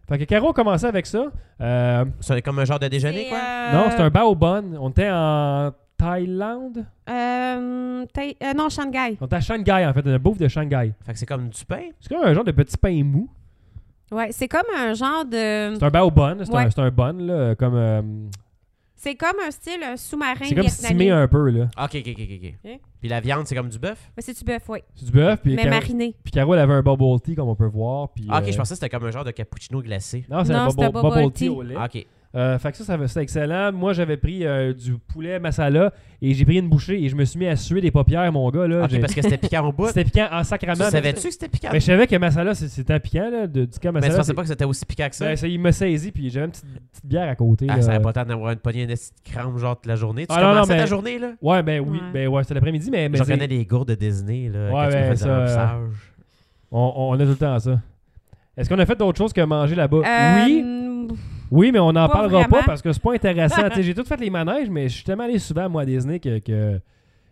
Speaker 3: Fait que Caro a commencé avec ça. Euh,
Speaker 4: C'est comme un genre de déjeuner,
Speaker 5: Et,
Speaker 4: quoi.
Speaker 5: euh,
Speaker 3: Non, c'est un baobon. On était en Thaïlande.
Speaker 5: euh, Thaï- euh, non, Shanghai.
Speaker 3: On était à Shanghai, en fait, une bouffe de Shanghai.
Speaker 4: Fait que c'est comme du pain.
Speaker 3: C'est comme un genre de petit pain mou.
Speaker 5: Ouais, c'est comme un genre de.
Speaker 3: C'est un baobon. C'est
Speaker 5: Ouais.
Speaker 3: un, c'est un bun, là. Comme, euh,
Speaker 5: C'est comme un style un sous-marin
Speaker 3: c'est comme simé
Speaker 5: vietnamien.
Speaker 3: un peu, là.
Speaker 4: Ah, Ok, ok, ok, ok.
Speaker 5: Ok.
Speaker 4: ok. Puis la viande, c'est comme du bœuf.
Speaker 5: Ouais, c'est du bœuf, oui.
Speaker 3: C'est du bœuf. Puis,
Speaker 5: Mais
Speaker 3: Caro-
Speaker 5: mariné.
Speaker 3: puis Caro, elle avait un bubble tea, comme on peut voir. Puis,
Speaker 4: Ah, ok,
Speaker 3: euh,
Speaker 4: je pensais que c'était comme un genre de cappuccino glacé.
Speaker 3: Non, c'est un
Speaker 5: Non,
Speaker 3: bubble,
Speaker 5: c'était un bubble
Speaker 3: bubble tea
Speaker 5: tea.
Speaker 3: au lait.
Speaker 4: Ah, ok.
Speaker 3: Euh, fait que ça, ça va- c'était excellent. Moi, j'avais pris euh, du poulet masala et j'ai pris une bouchée et je me suis mis à suer des paupières, mon gars. Là,
Speaker 4: Ah, Ok,
Speaker 3: J'ai-
Speaker 4: parce que c'était piquant au
Speaker 3: <laughs>
Speaker 4: bout.
Speaker 3: C'était piquant en
Speaker 4: Tu
Speaker 3: sacrament. mais-
Speaker 4: savais-tu que c'était piquant?
Speaker 3: mais je savais que masala, c'est- c'était piquant, là, de- du cas
Speaker 4: Mais
Speaker 3: masala.
Speaker 4: je
Speaker 3: c'est-
Speaker 4: pensais pas que c'était aussi piquant que ça.
Speaker 3: Ben, ça, il me saisit, puis j'avais une petite, petite bière à côté.
Speaker 4: ah,
Speaker 3: là.
Speaker 4: ça aurait pas le temps d'avoir une poignée de petites crampes genre toute la journée. Tu
Speaker 3: euh, Ah, non,
Speaker 4: commençais
Speaker 3: non, mais-
Speaker 4: ta journée, là?
Speaker 3: Ouais, ben oui,
Speaker 5: Ouais.
Speaker 3: ben ouais, c'était l'après-midi, mais, mais
Speaker 4: Je
Speaker 3: c'est-
Speaker 4: reconnais les gourdes de Disney, là,
Speaker 3: Ouais,
Speaker 4: quand
Speaker 3: ben,
Speaker 4: tu me faisais
Speaker 3: ça,
Speaker 4: un
Speaker 3: euh,
Speaker 4: sage.
Speaker 3: on, on a tout le temps ça. Est-ce qu'on a fait d'autres choses que manger là-bas?
Speaker 5: Euh,
Speaker 3: Oui, oui, mais on n'en
Speaker 5: pas
Speaker 3: parlera pas
Speaker 5: vraiment.
Speaker 3: parce que c'est pas
Speaker 5: <laughs>
Speaker 3: intéressant. Tu sais, J'ai tout fait les manèges, mais je suis tellement allé souvent moi, à Disney que, que,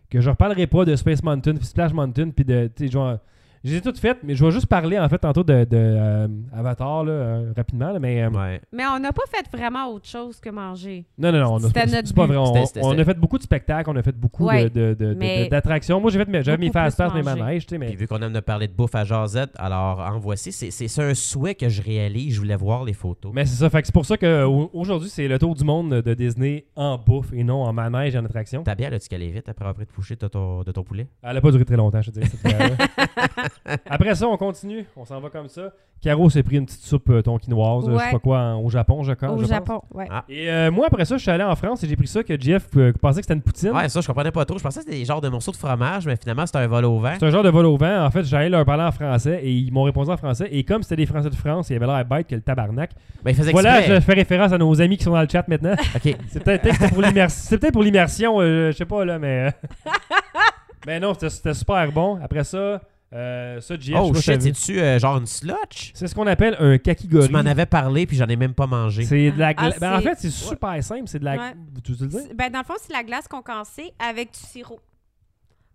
Speaker 3: que je reparlerai pas de Space Mountain, puis Splash Mountain, puis de. tu sais, genre, Je les ai toutes faites, mais je vais juste parler en fait tantôt de, de, euh, Avatar là, euh, rapidement, là, mais euh,
Speaker 4: Ouais.
Speaker 5: Mais on n'a pas fait vraiment autre chose que manger.
Speaker 3: non, non, non, on a-
Speaker 5: C'était
Speaker 3: c'est
Speaker 5: notre
Speaker 3: c'est pas
Speaker 5: but.
Speaker 3: vrai. On,
Speaker 4: C'était- c'était-
Speaker 3: on a
Speaker 4: c'était-
Speaker 3: fait beaucoup de spectacles, on a fait beaucoup de-
Speaker 5: Ouais,
Speaker 3: de- de- de-
Speaker 5: mais
Speaker 3: de- d'attractions. Moi, j'ai fait mes, j'avais mes
Speaker 5: beaucoup plus
Speaker 3: fast-pass, mes
Speaker 5: manger.
Speaker 3: manèges, tu sais, mais
Speaker 4: Puis vu qu'on aime de parler de bouffe à Jazette, alors en voici. C'est- C'est c'est un souhait que je réalise. Je voulais voir les photos.
Speaker 3: Mais c'est ça, fait que c'est pour ça qu'aujourd'hui, c'est le tour du monde de Disney en bouffe et non en manège et en attraction.
Speaker 4: Ta bière, là, tu calais vite après avoir pris de coucher de ton, de ton poulet?
Speaker 3: Elle a pas duré très longtemps, je te dis. cette
Speaker 5: <laughs>
Speaker 3: bière-là. Après ça, on continue, on s'en va comme ça. Caro s'est pris une petite soupe euh, tonkinoise, euh, je sais
Speaker 5: Ouais.
Speaker 3: pas quoi, en- au Japon, je crois.
Speaker 5: Au
Speaker 3: je pense.
Speaker 5: Japon, ouais.
Speaker 4: Ah.
Speaker 3: Et euh, moi, après ça, je suis allé en France et j'ai pris ça que Jeff euh, pensait que c'était une poutine.
Speaker 4: Ouais, ça, je comprenais pas trop. Je pensais que c'était des genres de morceaux de fromage, mais finalement, c'était un vol au vent.
Speaker 3: C'est un genre de vol au vent. En fait, j'allais leur parler en français et ils m'ont répondu en français. Et comme c'était des Français de France, il y avait l'air bête que le tabarnak.
Speaker 4: Mais Ben, il faisait
Speaker 3: Voilà, je
Speaker 4: exprès.
Speaker 3: fais référence à nos amis qui sont dans le chat maintenant. <laughs>
Speaker 4: OK.
Speaker 3: C'est peut-être peut-être que c'était pour l'immersion. C'est peut-être pour l'immersion, euh, je sais pas là, mais.
Speaker 4: <laughs>
Speaker 3: euh, mais non, c'était- c'était super bon. Après ça, euh, ça, JF,
Speaker 4: Oh
Speaker 3: je sais pas
Speaker 4: shit,
Speaker 3: si t'as vu.
Speaker 4: c'est-tu euh, genre une slotch?
Speaker 3: C'est ce qu'on appelle un kakigori.
Speaker 4: Tu m'en avais parlé, puis j'en ai même pas mangé.
Speaker 3: C'est de la
Speaker 5: Ah,
Speaker 3: gla- ben, en
Speaker 5: c'est-
Speaker 3: fait, c'est super simple. C'est de la.
Speaker 5: Ouais.
Speaker 3: Tu veux le dire?
Speaker 5: C'est- Ben, dans le fond, c'est la glace concassée avec du sirop.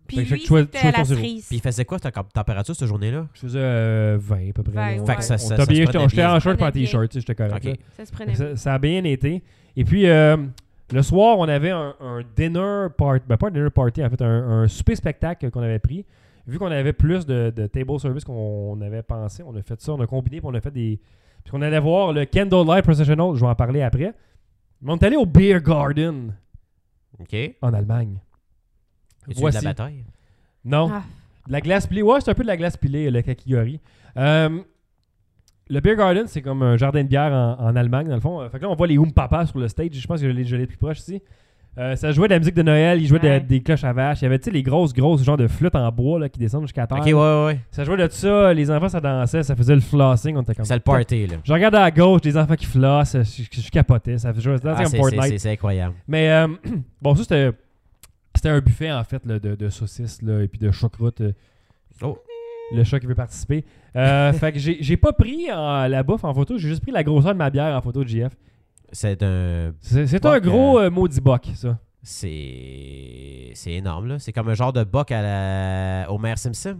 Speaker 5: Puis
Speaker 3: Fait que
Speaker 5: lui,
Speaker 3: tu choisis- tu
Speaker 5: c'était
Speaker 3: choisis ton
Speaker 5: la
Speaker 3: sirop.
Speaker 5: cerise.
Speaker 4: Puis il faisait quoi, ta com- température, cette journée-là?
Speaker 3: Je faisais euh, 20 à peu près.
Speaker 5: 20,
Speaker 3: là.
Speaker 5: ouais.
Speaker 4: Fait que ça-
Speaker 3: On
Speaker 4: ça-
Speaker 3: t'a
Speaker 4: ça
Speaker 3: bien-
Speaker 4: se prenait
Speaker 3: J'étais
Speaker 4: bien.
Speaker 3: en short,
Speaker 5: Ça
Speaker 3: en
Speaker 5: se prenait
Speaker 3: t-shirt, tu sais, j'étais correct.
Speaker 4: Ok.
Speaker 3: là.
Speaker 5: Ça se prenait bien.
Speaker 3: Ça, ça a bien été. Et puis, euh, le soir, on avait un, un dinner party. Ben, pas un dinner party, en fait, un, un souper spectacle qu'on avait pris. Vu qu'on avait plus de, de table service qu'on avait pensé, on a fait ça, on a combiné, puis on a fait des. Puis on allait voir le Candlelight Processional, je vais en parler après. Mais on est allé au Beer Garden
Speaker 4: OK. Et
Speaker 3: en Allemagne.
Speaker 4: tu eu de
Speaker 3: Voici.
Speaker 4: la bataille?
Speaker 3: Non.
Speaker 5: Ah.
Speaker 3: De la glace pilée. Ouais, c'est un peu de la glace pilée, le kakigori. Euh, le Beer Garden, c'est comme un jardin de bière en, en Allemagne, dans le fond. Euh, Fait que là, on voit les Oum Papa sur le stage. Je pense que je l'ai je l'ai plus proche ici. Euh, ça jouait de la musique de Noël, ils jouaient de-
Speaker 5: Ouais.
Speaker 3: des cloches à vache. Il y avait, tu sais, les grosses, grosses genres de flûtes en bois là, qui descendent jusqu'à terre.
Speaker 4: OK, ouais, ouais, ouais.
Speaker 3: Ça jouait de ça, les enfants, ça dansait, ça faisait le flossing. On était comme...
Speaker 4: C'est le party, là.
Speaker 3: Je regardais à gauche, les enfants qui flossent, je, je- je capotais. Ça faisait
Speaker 4: Ah,
Speaker 3: comme
Speaker 4: c'est- c'est
Speaker 3: Fortnite.
Speaker 4: c'est- c'est incroyable.
Speaker 3: Mais euh, <clears throat> bon, ça, c'était, c'était un buffet, en fait, là, de, de saucisses là, et puis de choucroute. euh.
Speaker 4: Oh.
Speaker 3: Le chat qui veut participer. Euh, fait que j'ai, j'ai pas pris euh, la bouffe en photo, j'ai juste pris la grosseur de ma bière en photo de JF.
Speaker 4: C'est un...
Speaker 3: C'est, c'est
Speaker 4: Boc,
Speaker 3: un gros euh, maudit boc, ça.
Speaker 4: C'est... C'est énorme, là. C'est comme un genre de boc à la... Homer Simpson.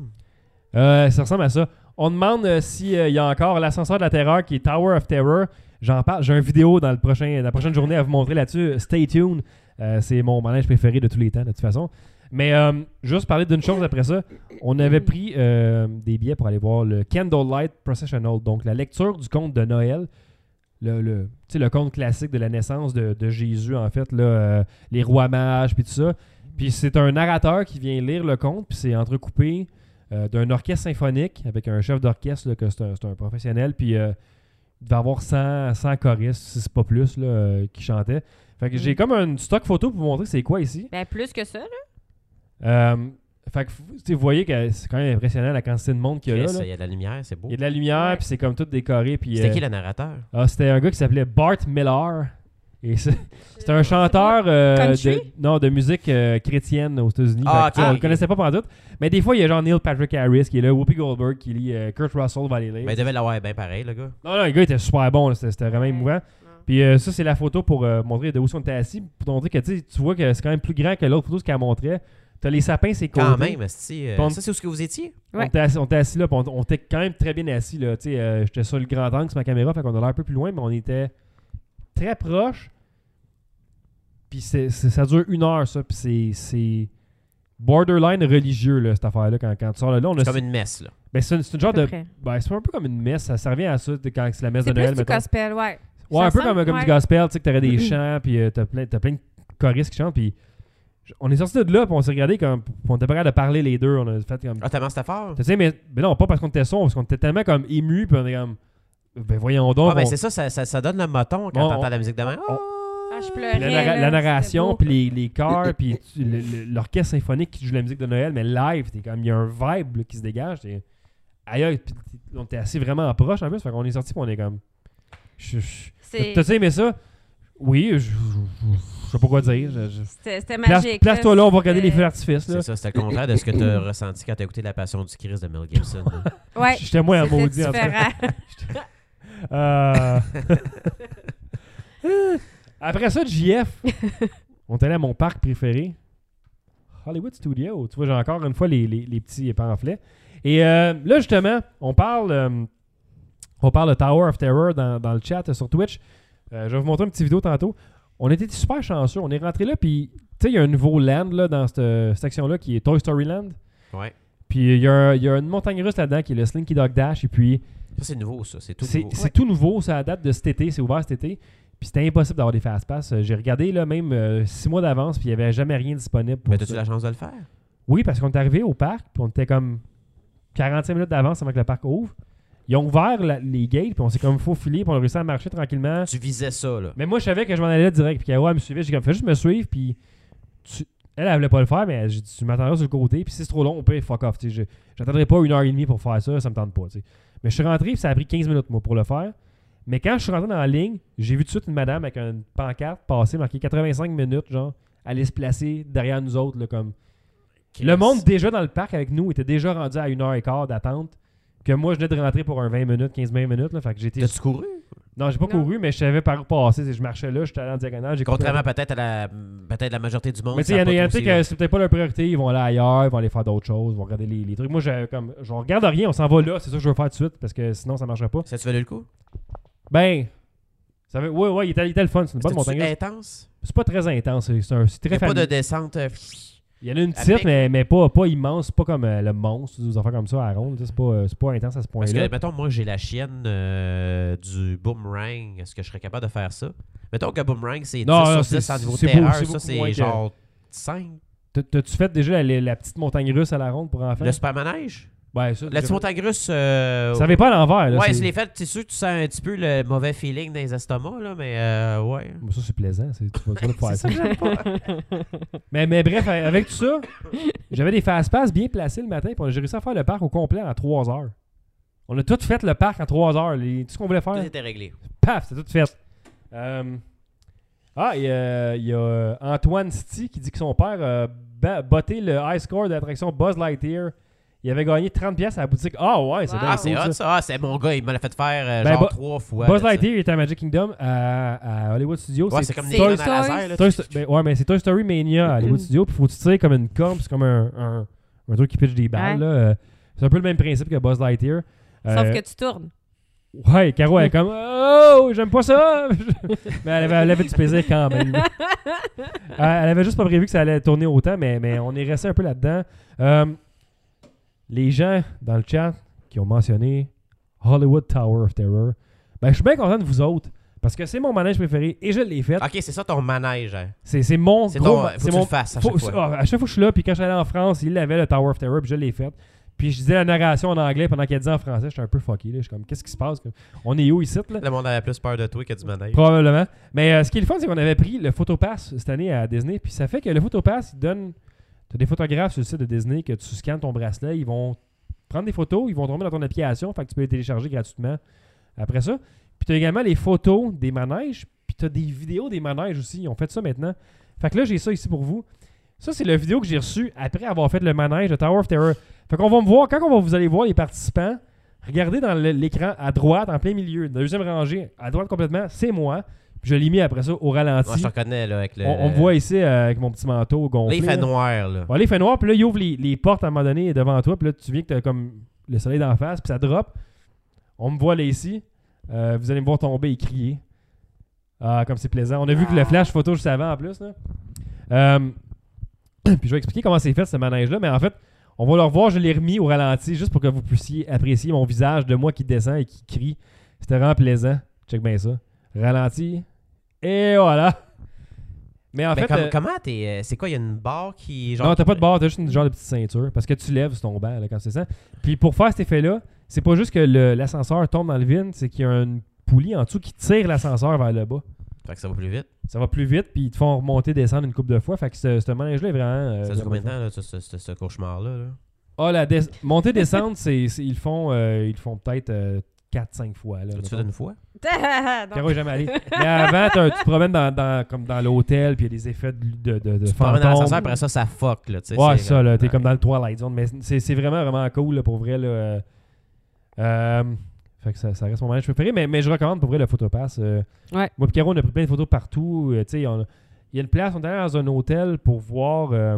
Speaker 3: Euh, ça ressemble à ça. On demande euh, s'il y a encore l'ascenseur de la terreur qui est Tower of Terror. J'en parle, j'ai une vidéo dans le prochain, la prochaine journée à vous montrer là-dessus. Stay tuned. Euh, c'est mon manège préféré de tous les temps, de toute façon. Mais euh, juste parler d'une chose après ça. On avait pris euh, des billets pour aller voir le Candlelight Processional, donc la lecture du conte de Noël. Le, le, tu sais, le conte classique de la naissance de, de Jésus, en fait, là, euh, les rois mages, puis tout ça. Puis c'est un narrateur qui vient lire le conte, puis c'est entrecoupé euh, d'un orchestre symphonique avec un chef d'orchestre, là, que c'est un, c'est un professionnel, puis euh, il devait avoir 100, 100 choristes, si c'est pas plus, là, euh, qui chantaient. Fait que
Speaker 5: Mm.
Speaker 3: j'ai comme un stock photo pour vous montrer c'est quoi ici.
Speaker 5: Ben, plus que ça, là.
Speaker 3: Euh, fait que f- tu sais, vous voyez que c'est quand même impressionnant la quantité de monde qu'il y a là.
Speaker 4: Chris,
Speaker 3: là.
Speaker 4: Il y a de la lumière, c'est beau.
Speaker 3: Il y a de la lumière,
Speaker 5: Ouais.
Speaker 3: puis c'est comme tout décoré. Puis,
Speaker 4: C'était
Speaker 3: euh,
Speaker 4: qui le narrateur?
Speaker 3: ah, c'était un gars qui s'appelait Bart Miller. Et
Speaker 5: <laughs>
Speaker 3: c'est- c'était un chanteur euh, de,
Speaker 5: Country?
Speaker 3: non, de musique euh, chrétienne aux États-Unis.
Speaker 4: Ah,
Speaker 3: Fait que, tu sais,
Speaker 4: ok,
Speaker 3: on le
Speaker 4: ok.
Speaker 3: connaissait pas pendant tout. Mais des fois, il y a genre Neil Patrick Harris qui est là, Whoopi Goldberg qui lit, euh, Kurt Russell va les lire.
Speaker 4: Ben, il devait l'avoir bien pareil, le gars.
Speaker 3: Non, non, le gars était super bon. là. C'était c'était vraiment
Speaker 5: Ouais.
Speaker 3: émouvant. Puis euh, ça, c'est la photo pour euh, montrer de où on était assis. Pour montrer que tu sais, tu vois que c'est quand même plus grand que l'autre photo, ce qu'elle montrait. T'as les sapins, c'est
Speaker 4: Quand
Speaker 3: côtés.
Speaker 4: même, esti, euh,
Speaker 3: Puis on-
Speaker 4: Ça, c'est où ce que vous étiez?
Speaker 3: On
Speaker 5: Ouais.
Speaker 3: était assis, on était assis là, puis on on était quand même très bien assis. Là, Tu sais, euh, J'étais sur le grand angle sur ma caméra, fait qu'on allait un peu plus loin, mais on était très proche. Puis c'est- c'est- ça dure une heure, ça. Puis c'est- c'est borderline religieux, là, cette affaire-là. Quand, quand tu sors de là, on a.
Speaker 4: C'est comme une messe, là.
Speaker 3: Ben, c'est une, c'est une genre
Speaker 5: peu
Speaker 3: de.
Speaker 5: près.
Speaker 3: Ben, c'est un peu comme une messe, ça servait à ça de- quand c'est la messe de
Speaker 5: C'est
Speaker 3: Noël.
Speaker 5: plus du
Speaker 3: mettons.
Speaker 5: gospel, ouais.
Speaker 3: Ouais,
Speaker 5: Ça
Speaker 3: un peu
Speaker 5: ressemble,
Speaker 3: comme, comme du
Speaker 5: ouais. Mm.
Speaker 3: gospel, tu sais, que t'aurais des chants, puis euh, t'as plein, t'as plein de choristes qui chantent, puis j- on est sortis de là, puis on s'est regardés comme, puis on était pas capables de parler les deux, on a fait comme,
Speaker 4: Ah, t'as mangé ta fort?
Speaker 3: tu sais, mais, mais non, pas parce qu'on était sombre, parce qu'on était tellement comme ému, puis on est comme, ben voyons donc.
Speaker 4: Ah, ben
Speaker 3: on-
Speaker 4: c'est ça, ça, ça, ça donne le moton
Speaker 3: Bon,
Speaker 4: quand t'entends
Speaker 3: on-
Speaker 4: la musique de main.
Speaker 3: on-
Speaker 5: Ah, je
Speaker 3: puis la,
Speaker 5: pleurais.
Speaker 3: narra- la
Speaker 5: là, c'était
Speaker 3: narration,
Speaker 5: beau.
Speaker 3: puis les, les chœurs, puis tu- le- le- l'orchestre symphonique qui joue la musique de Noël, mais live, t'es comme, il y a un vibe là, qui se dégage. t'es- Aïe, aïe, puis on était assis vraiment proche en plus, fait qu'on est sorti, puis on est comme, je- je-
Speaker 5: C'est-
Speaker 3: T'as-tu aimé ça? Oui, je, je- je- je sais pas quoi dire. je- je-
Speaker 5: C'était c'était
Speaker 3: Place-
Speaker 5: magique.
Speaker 3: Place-toi là, on va regarder les feux
Speaker 5: c'était-
Speaker 3: d'artifice. là.
Speaker 4: C'est ça, c'était le contraire de ce que t'as ressenti quand t'as écouté La Passion du Christ de Mel Gibson. là.
Speaker 5: Ouais.
Speaker 3: J'étais moins un maudit
Speaker 5: C'était
Speaker 3: en tout cas.
Speaker 5: différent.
Speaker 3: Euh, Après ça, JF, on est allé à mon parc préféré. Hollywood Studios. Tu vois, j'ai encore une fois les, les- les petits pamphlets. Et euh, là, justement, on parle, euh, on parle de Tower of Terror dans, dans le chat euh, sur Twitch. Euh, je vais vous montrer une petite vidéo tantôt. On était super chanceux. On est rentré là, puis tu sais, il y a un nouveau land là, dans cette section-là qui est Toy Story Land.
Speaker 4: Ouais.
Speaker 3: Puis il y, a un- il y a une montagne russe là-dedans qui est le Slinky Dog Dash. Et puis,
Speaker 4: Ça, c'est nouveau, ça. C'est tout
Speaker 3: c'est
Speaker 4: nouveau.
Speaker 3: c'est tout nouveau. Ça date de cet été. C'est ouvert cet été. Puis c'était impossible d'avoir des fast-pass. Euh, J'ai regardé là, même euh, six mois d'avance, puis il n'y avait jamais rien disponible. Pour
Speaker 4: Mais as-tu
Speaker 3: ça.
Speaker 4: la chance de le faire?
Speaker 3: Oui, parce qu'on est arrivé au parc, puis on était comme 45 minutes d'avance avant que le parc ouvre. Ils ont ouvert la- les gates, puis on s'est comme faufilé, puis on a réussi à marcher tranquillement.
Speaker 4: Tu visais ça, là.
Speaker 3: Mais moi, je savais que je m'en allais là direct, puis Kawa elle me suivait. J'ai comme, fais juste me suivre, puis tu- elle, elle voulait pas le faire, mais j'ai dit, tu m'attendras sur le côté, puis si c'est trop long, on peut fuck off. tu sais, je- J'attendrai pas une heure et demie pour faire ça, ça me tente pas. tu sais. Mais je suis rentré, puis ça a pris 15 minutes, moi, pour le faire. Mais quand je suis rentré dans la ligne, j'ai vu tout de suite une madame avec une pancarte passer, marquée 85 minutes, genre, aller se placer derrière nous autres, là, comme. Le monde déjà dans le parc avec nous était déjà rendu à une heure et quart d'attente. Que moi, je venais de rentrer pour un 20 minutes, 15-20 minutes. Là, fait que j'étais.
Speaker 4: T'as-tu couru?
Speaker 3: Non, j'ai pas
Speaker 5: Non.
Speaker 3: couru, mais je savais par où passer. C'est- Je marchais là, j'étais allé en diagonale. j'ai coupé-
Speaker 4: Contrairement peut-être à la, peut-être la majorité du monde.
Speaker 3: Mais tu sais,
Speaker 4: ça
Speaker 3: il y en a- il y en a
Speaker 4: pas
Speaker 3: tu sais,
Speaker 4: aussi,
Speaker 3: que
Speaker 4: là.
Speaker 3: c'est peut-être pas leur priorité. Ils vont aller ailleurs, ils vont aller faire d'autres choses, ils vont regarder les, les trucs. Moi, j'avais comme. Je regarde rien, on s'en va là, c'est ça que je veux faire tout de suite, parce que sinon, ça marcherait pas.
Speaker 4: Ça, tu valais le coup?
Speaker 3: Ben. Ça veut... Ouais, ouais, il était, il était le fun. C'est une bonne montagne.
Speaker 4: C'était-tu intense?
Speaker 3: C'est pas très intense. C'est c'est un- c'est
Speaker 4: Il n'y
Speaker 3: très
Speaker 4: a pas de
Speaker 3: familier.
Speaker 4: descente. euh,
Speaker 3: Il y en a une
Speaker 4: à
Speaker 3: petite,
Speaker 4: pic.
Speaker 3: mais, mais pas, pas immense. Pas comme euh, le monstre, des affaires comme ça à la ronde. tu sais, C'est pas, euh, c'est pas intense à ce point-là.
Speaker 4: Parce que, ben, mettons, moi, j'ai la chienne euh, du boomerang. Est-ce que je serais capable de faire ça? Mettons que boomerang, c'est 10
Speaker 3: Non, non,
Speaker 4: sur
Speaker 3: c'est-
Speaker 4: 10 en niveau
Speaker 3: c'est beau-
Speaker 4: terreur.
Speaker 3: c'est
Speaker 4: ça,
Speaker 3: beaucoup
Speaker 4: c'est
Speaker 3: moins que-
Speaker 4: genre 5.
Speaker 3: T'as- T'as-tu fait déjà la, la petite montagne russe à la ronde pour enfants?
Speaker 4: Le super manège?
Speaker 3: Ouais, ça.
Speaker 4: La
Speaker 3: j'ai-
Speaker 4: petite montagne russe... euh,
Speaker 3: Ça avait pas à l'envers. là,
Speaker 4: ouais,
Speaker 3: c'est-
Speaker 4: c'est les fêtes. C'est sûr que tu sens un petit peu le mauvais feeling dans les estomacs, là, mais euh, ouais.
Speaker 3: Mais Ça, c'est plaisant. c'est- Tu vas,
Speaker 4: <laughs>
Speaker 3: tu vas le faire,
Speaker 4: C'est
Speaker 3: ça.
Speaker 4: ça que j'aime pas.
Speaker 3: Mais, mais bref, avec tout ça, j'avais des fast-pass bien placés le matin. Puis on- j'ai réussi à faire le parc au complet en 3 heures. On a tout fait le parc en 3 heures. les- tout ce qu'on voulait
Speaker 4: Tout
Speaker 3: faire,
Speaker 4: était réglé.
Speaker 3: paf, c'est tout fait. Euh, Ah, il y a, il y a, euh, Antoine Sti qui dit que son père a ba- botté le high score de l'attraction Buzz Lightyear. Il avait gagné 30 pièces à la boutique. Ah ouais, c'est
Speaker 5: Wow.
Speaker 3: bien
Speaker 4: Ah,
Speaker 3: cool,
Speaker 4: c'est
Speaker 3: ça.
Speaker 4: hot, ça. Ah, c'est mon gars, il me l'a fait faire euh,
Speaker 3: Ben,
Speaker 4: genre
Speaker 3: Bo-
Speaker 4: trois fois.
Speaker 3: Buzz
Speaker 4: là, tu sais.
Speaker 3: Lightyear est à Magic Kingdom à, à Hollywood Studios.
Speaker 4: Ouais, c'est comme des
Speaker 5: Toy
Speaker 4: guns à laser,
Speaker 5: Story.
Speaker 4: là.
Speaker 3: Toy Sto- ben ouais, mais c'est Toy Story Mania à
Speaker 5: Mm-hmm.
Speaker 3: Hollywood Studios. Puis faut que tu tires comme une corde, puis c'est comme un, un, un truc qui pitche des balles.
Speaker 5: Ouais.
Speaker 3: là. Euh, C'est un peu le même principe que Buzz Lightyear.
Speaker 5: Sauf
Speaker 3: Euh,
Speaker 5: que tu tournes. <laughs>
Speaker 3: Ouais, Caro elle est comme Oh, j'aime pas ça! <laughs> mais elle avait, elle avait du plaisir quand même.
Speaker 5: <laughs>
Speaker 3: Euh, elle avait juste pas prévu que ça allait tourner autant, mais, mais on est resté un peu là-dedans. Euh, les gens dans le chat qui ont mentionné Hollywood Tower of Terror, ben, je suis bien content de vous autres parce que c'est mon manège préféré et je l'ai fait.
Speaker 4: Ok, c'est ça ton manège. hein.
Speaker 3: C'est c'est mon
Speaker 4: Ah. C'est
Speaker 3: gros.
Speaker 4: ton.
Speaker 3: ma-
Speaker 4: Faut
Speaker 3: c'est
Speaker 4: que tu
Speaker 3: mon
Speaker 4: le fasses à
Speaker 3: faut-
Speaker 4: chaque fois.
Speaker 3: ah, à chaque fois que je suis là, puis quand j'allais en France, il avait le Tower of Terror, puis je l'ai fait. Puis je disais la narration en anglais pendant qu'elle disait en français, j'étais un peu fucké. Là. Je suis comme, qu'est-ce qui se passe? On est où ici? Là?
Speaker 4: Le monde avait plus peur de toi que du manège.
Speaker 3: Probablement. Mais euh, ce qui est le fun, c'est qu'on avait pris le photopass cette année à Disney. Puis ça fait que le photopass, il donne. T'as des photographes sur le site de Disney que tu scannes ton bracelet, ils vont prendre des photos, ils vont tomber dans ton application, fait que tu peux les télécharger gratuitement après ça. Puis t'as également les photos des manèges, puis t'as des vidéos des manèges aussi. Ils ont fait ça maintenant. Fait que là, j'ai ça ici pour vous. Ça, c'est la vidéo que j'ai reçue après avoir fait le manège de Tower of Terror. Fait qu'on va me voir, quand on va vous allez voir les participants, regardez dans le- l'écran à droite, en plein milieu, deuxième rangée, à droite complètement, c'est moi. Puis je l'ai mis après ça au ralenti.
Speaker 4: Moi, je te reconnais, là, avec le.
Speaker 3: on, on me voit ici euh, avec mon petit manteau
Speaker 4: Là,
Speaker 3: gonflé.
Speaker 4: il fait
Speaker 3: là.
Speaker 4: noir, là.
Speaker 3: Ouais, là, il fait noir, puis là, il ouvre les, les portes à un moment donné devant toi, puis là, tu viens que t'as comme le soleil d'en face, puis ça drop. On me voit là ici. Euh, vous allez me voir tomber et crier. Ah, comme c'est plaisant. On a vu que le flash photo juste avant en plus. Là. Euh, <clears throat> puis je vais expliquer comment c'est fait ce manège-là, mais en fait, on va le revoir. Je l'ai remis au ralenti juste pour que vous puissiez apprécier mon visage de moi qui descend et qui crie. C'était vraiment plaisant. Check bien ça. Ralenti. Et voilà. Mais en
Speaker 4: Mais
Speaker 3: fait.
Speaker 4: Ben, comme-
Speaker 3: euh,
Speaker 4: comment t'es. euh, C'est quoi, il y a une barre qui. Genre, euh,
Speaker 3: non, t'as
Speaker 4: qui-
Speaker 3: pas de barre, t'as juste une genre de petite ceinture. Parce que tu lèves sur ton banc là, quand c'est ça. Puis pour faire cet effet-là, c'est pas juste que le- l'ascenseur tombe dans le vide, c'est qu'il y a une poulie en dessous qui tire l'ascenseur vers le bas.
Speaker 4: Fait que ça va plus vite.
Speaker 3: Ça va plus vite, puis ils te font remonter, descendre une coupe de fois. Fait que ce, ce manège-là est vraiment. euh,
Speaker 4: Ça
Speaker 3: vraiment
Speaker 4: dure combien de
Speaker 3: fun.
Speaker 4: temps, là, ce, ce- ce- ce cauchemar-là? là?
Speaker 3: Ah, la des- montée, descendre, c'est, c'est- ils le font, euh, ils le font peut-être 4-5 fois. Là,
Speaker 4: L'as-tu
Speaker 3: mettons.
Speaker 4: fait une fois?
Speaker 5: Non.
Speaker 3: Caro est jamais allé. Mais avant, t'as- tu te promènes dans, dans- comme dans l'hôtel, puis il y a des effets de, de, de, de
Speaker 4: Tu te promènes dans
Speaker 3: fantômes.
Speaker 4: l'ascenseur, après ça, ça fuck, là. tu sais,
Speaker 3: Ouais,
Speaker 4: c'est
Speaker 3: ça, là. T'es
Speaker 4: Ouais.
Speaker 3: comme dans le Twilight Zone. Mais c'est c'est vraiment, vraiment cool, là, pour vrai, là. Euh, euh, fait que ça, ça reste mon manège préféré. Mais, mais je recommande, pour vrai, le photopass. euh.
Speaker 5: Ouais.
Speaker 3: Moi, Picaro, on a pris plein de photos partout. euh, tu sais, on a- il y a une place, on est allé dans un hôtel pour voir. euh,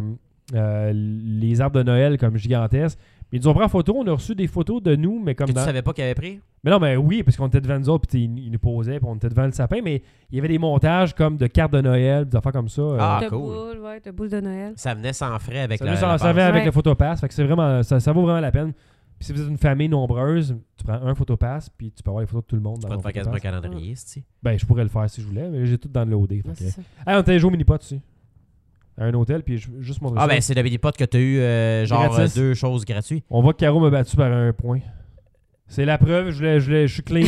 Speaker 3: euh, les arbres de Noël comme gigantesques. Ils nous ont pris en photo, on a reçu des photos de nous, mais
Speaker 4: Que
Speaker 3: comme
Speaker 4: tu
Speaker 3: dans-
Speaker 4: savais pas qu'il avait pris?
Speaker 3: Mais non, mais oui, parce qu'on était devant nous autres, puis ils ils nous posaient, puis on était devant le sapin, mais il y avait des montages comme de cartes de Noël, des affaires comme ça. euh,
Speaker 4: Ah,
Speaker 5: de
Speaker 4: cool.
Speaker 5: boules, ouais, de boules de Noël.
Speaker 4: Ça venait sans frais avec
Speaker 3: ça
Speaker 4: la,
Speaker 3: nous
Speaker 4: la
Speaker 3: en servait
Speaker 5: passe.
Speaker 3: avec
Speaker 5: Ouais.
Speaker 3: le photopass, fait que c'est vraiment, ça, ça vaut vraiment la peine. Puis si vous êtes une famille nombreuse, tu prends un photopass, puis tu peux avoir les photos de tout le monde
Speaker 4: Tu
Speaker 3: dans
Speaker 4: peux
Speaker 3: ton
Speaker 4: te faire quasiment un
Speaker 3: photopass.
Speaker 4: calendrier, c'ti.
Speaker 3: Ben, je pourrais le faire si je voulais, mais j'ai tout dans le loadé. fait
Speaker 5: Ouais,
Speaker 3: que-
Speaker 5: c'est ça.
Speaker 3: Ah, on était joué au mini-pot aussi. À un hôtel, puis je juste montrer
Speaker 4: Ah,
Speaker 3: ça.
Speaker 4: ben, c'est la potes que t'as eu, euh, genre,
Speaker 3: Gratis.
Speaker 4: euh, deux choses gratuites.
Speaker 3: On voit que Caro m'a battu par un point. C'est la preuve, je, voulais- je, voulais- je suis
Speaker 5: <laughs>
Speaker 3: clean.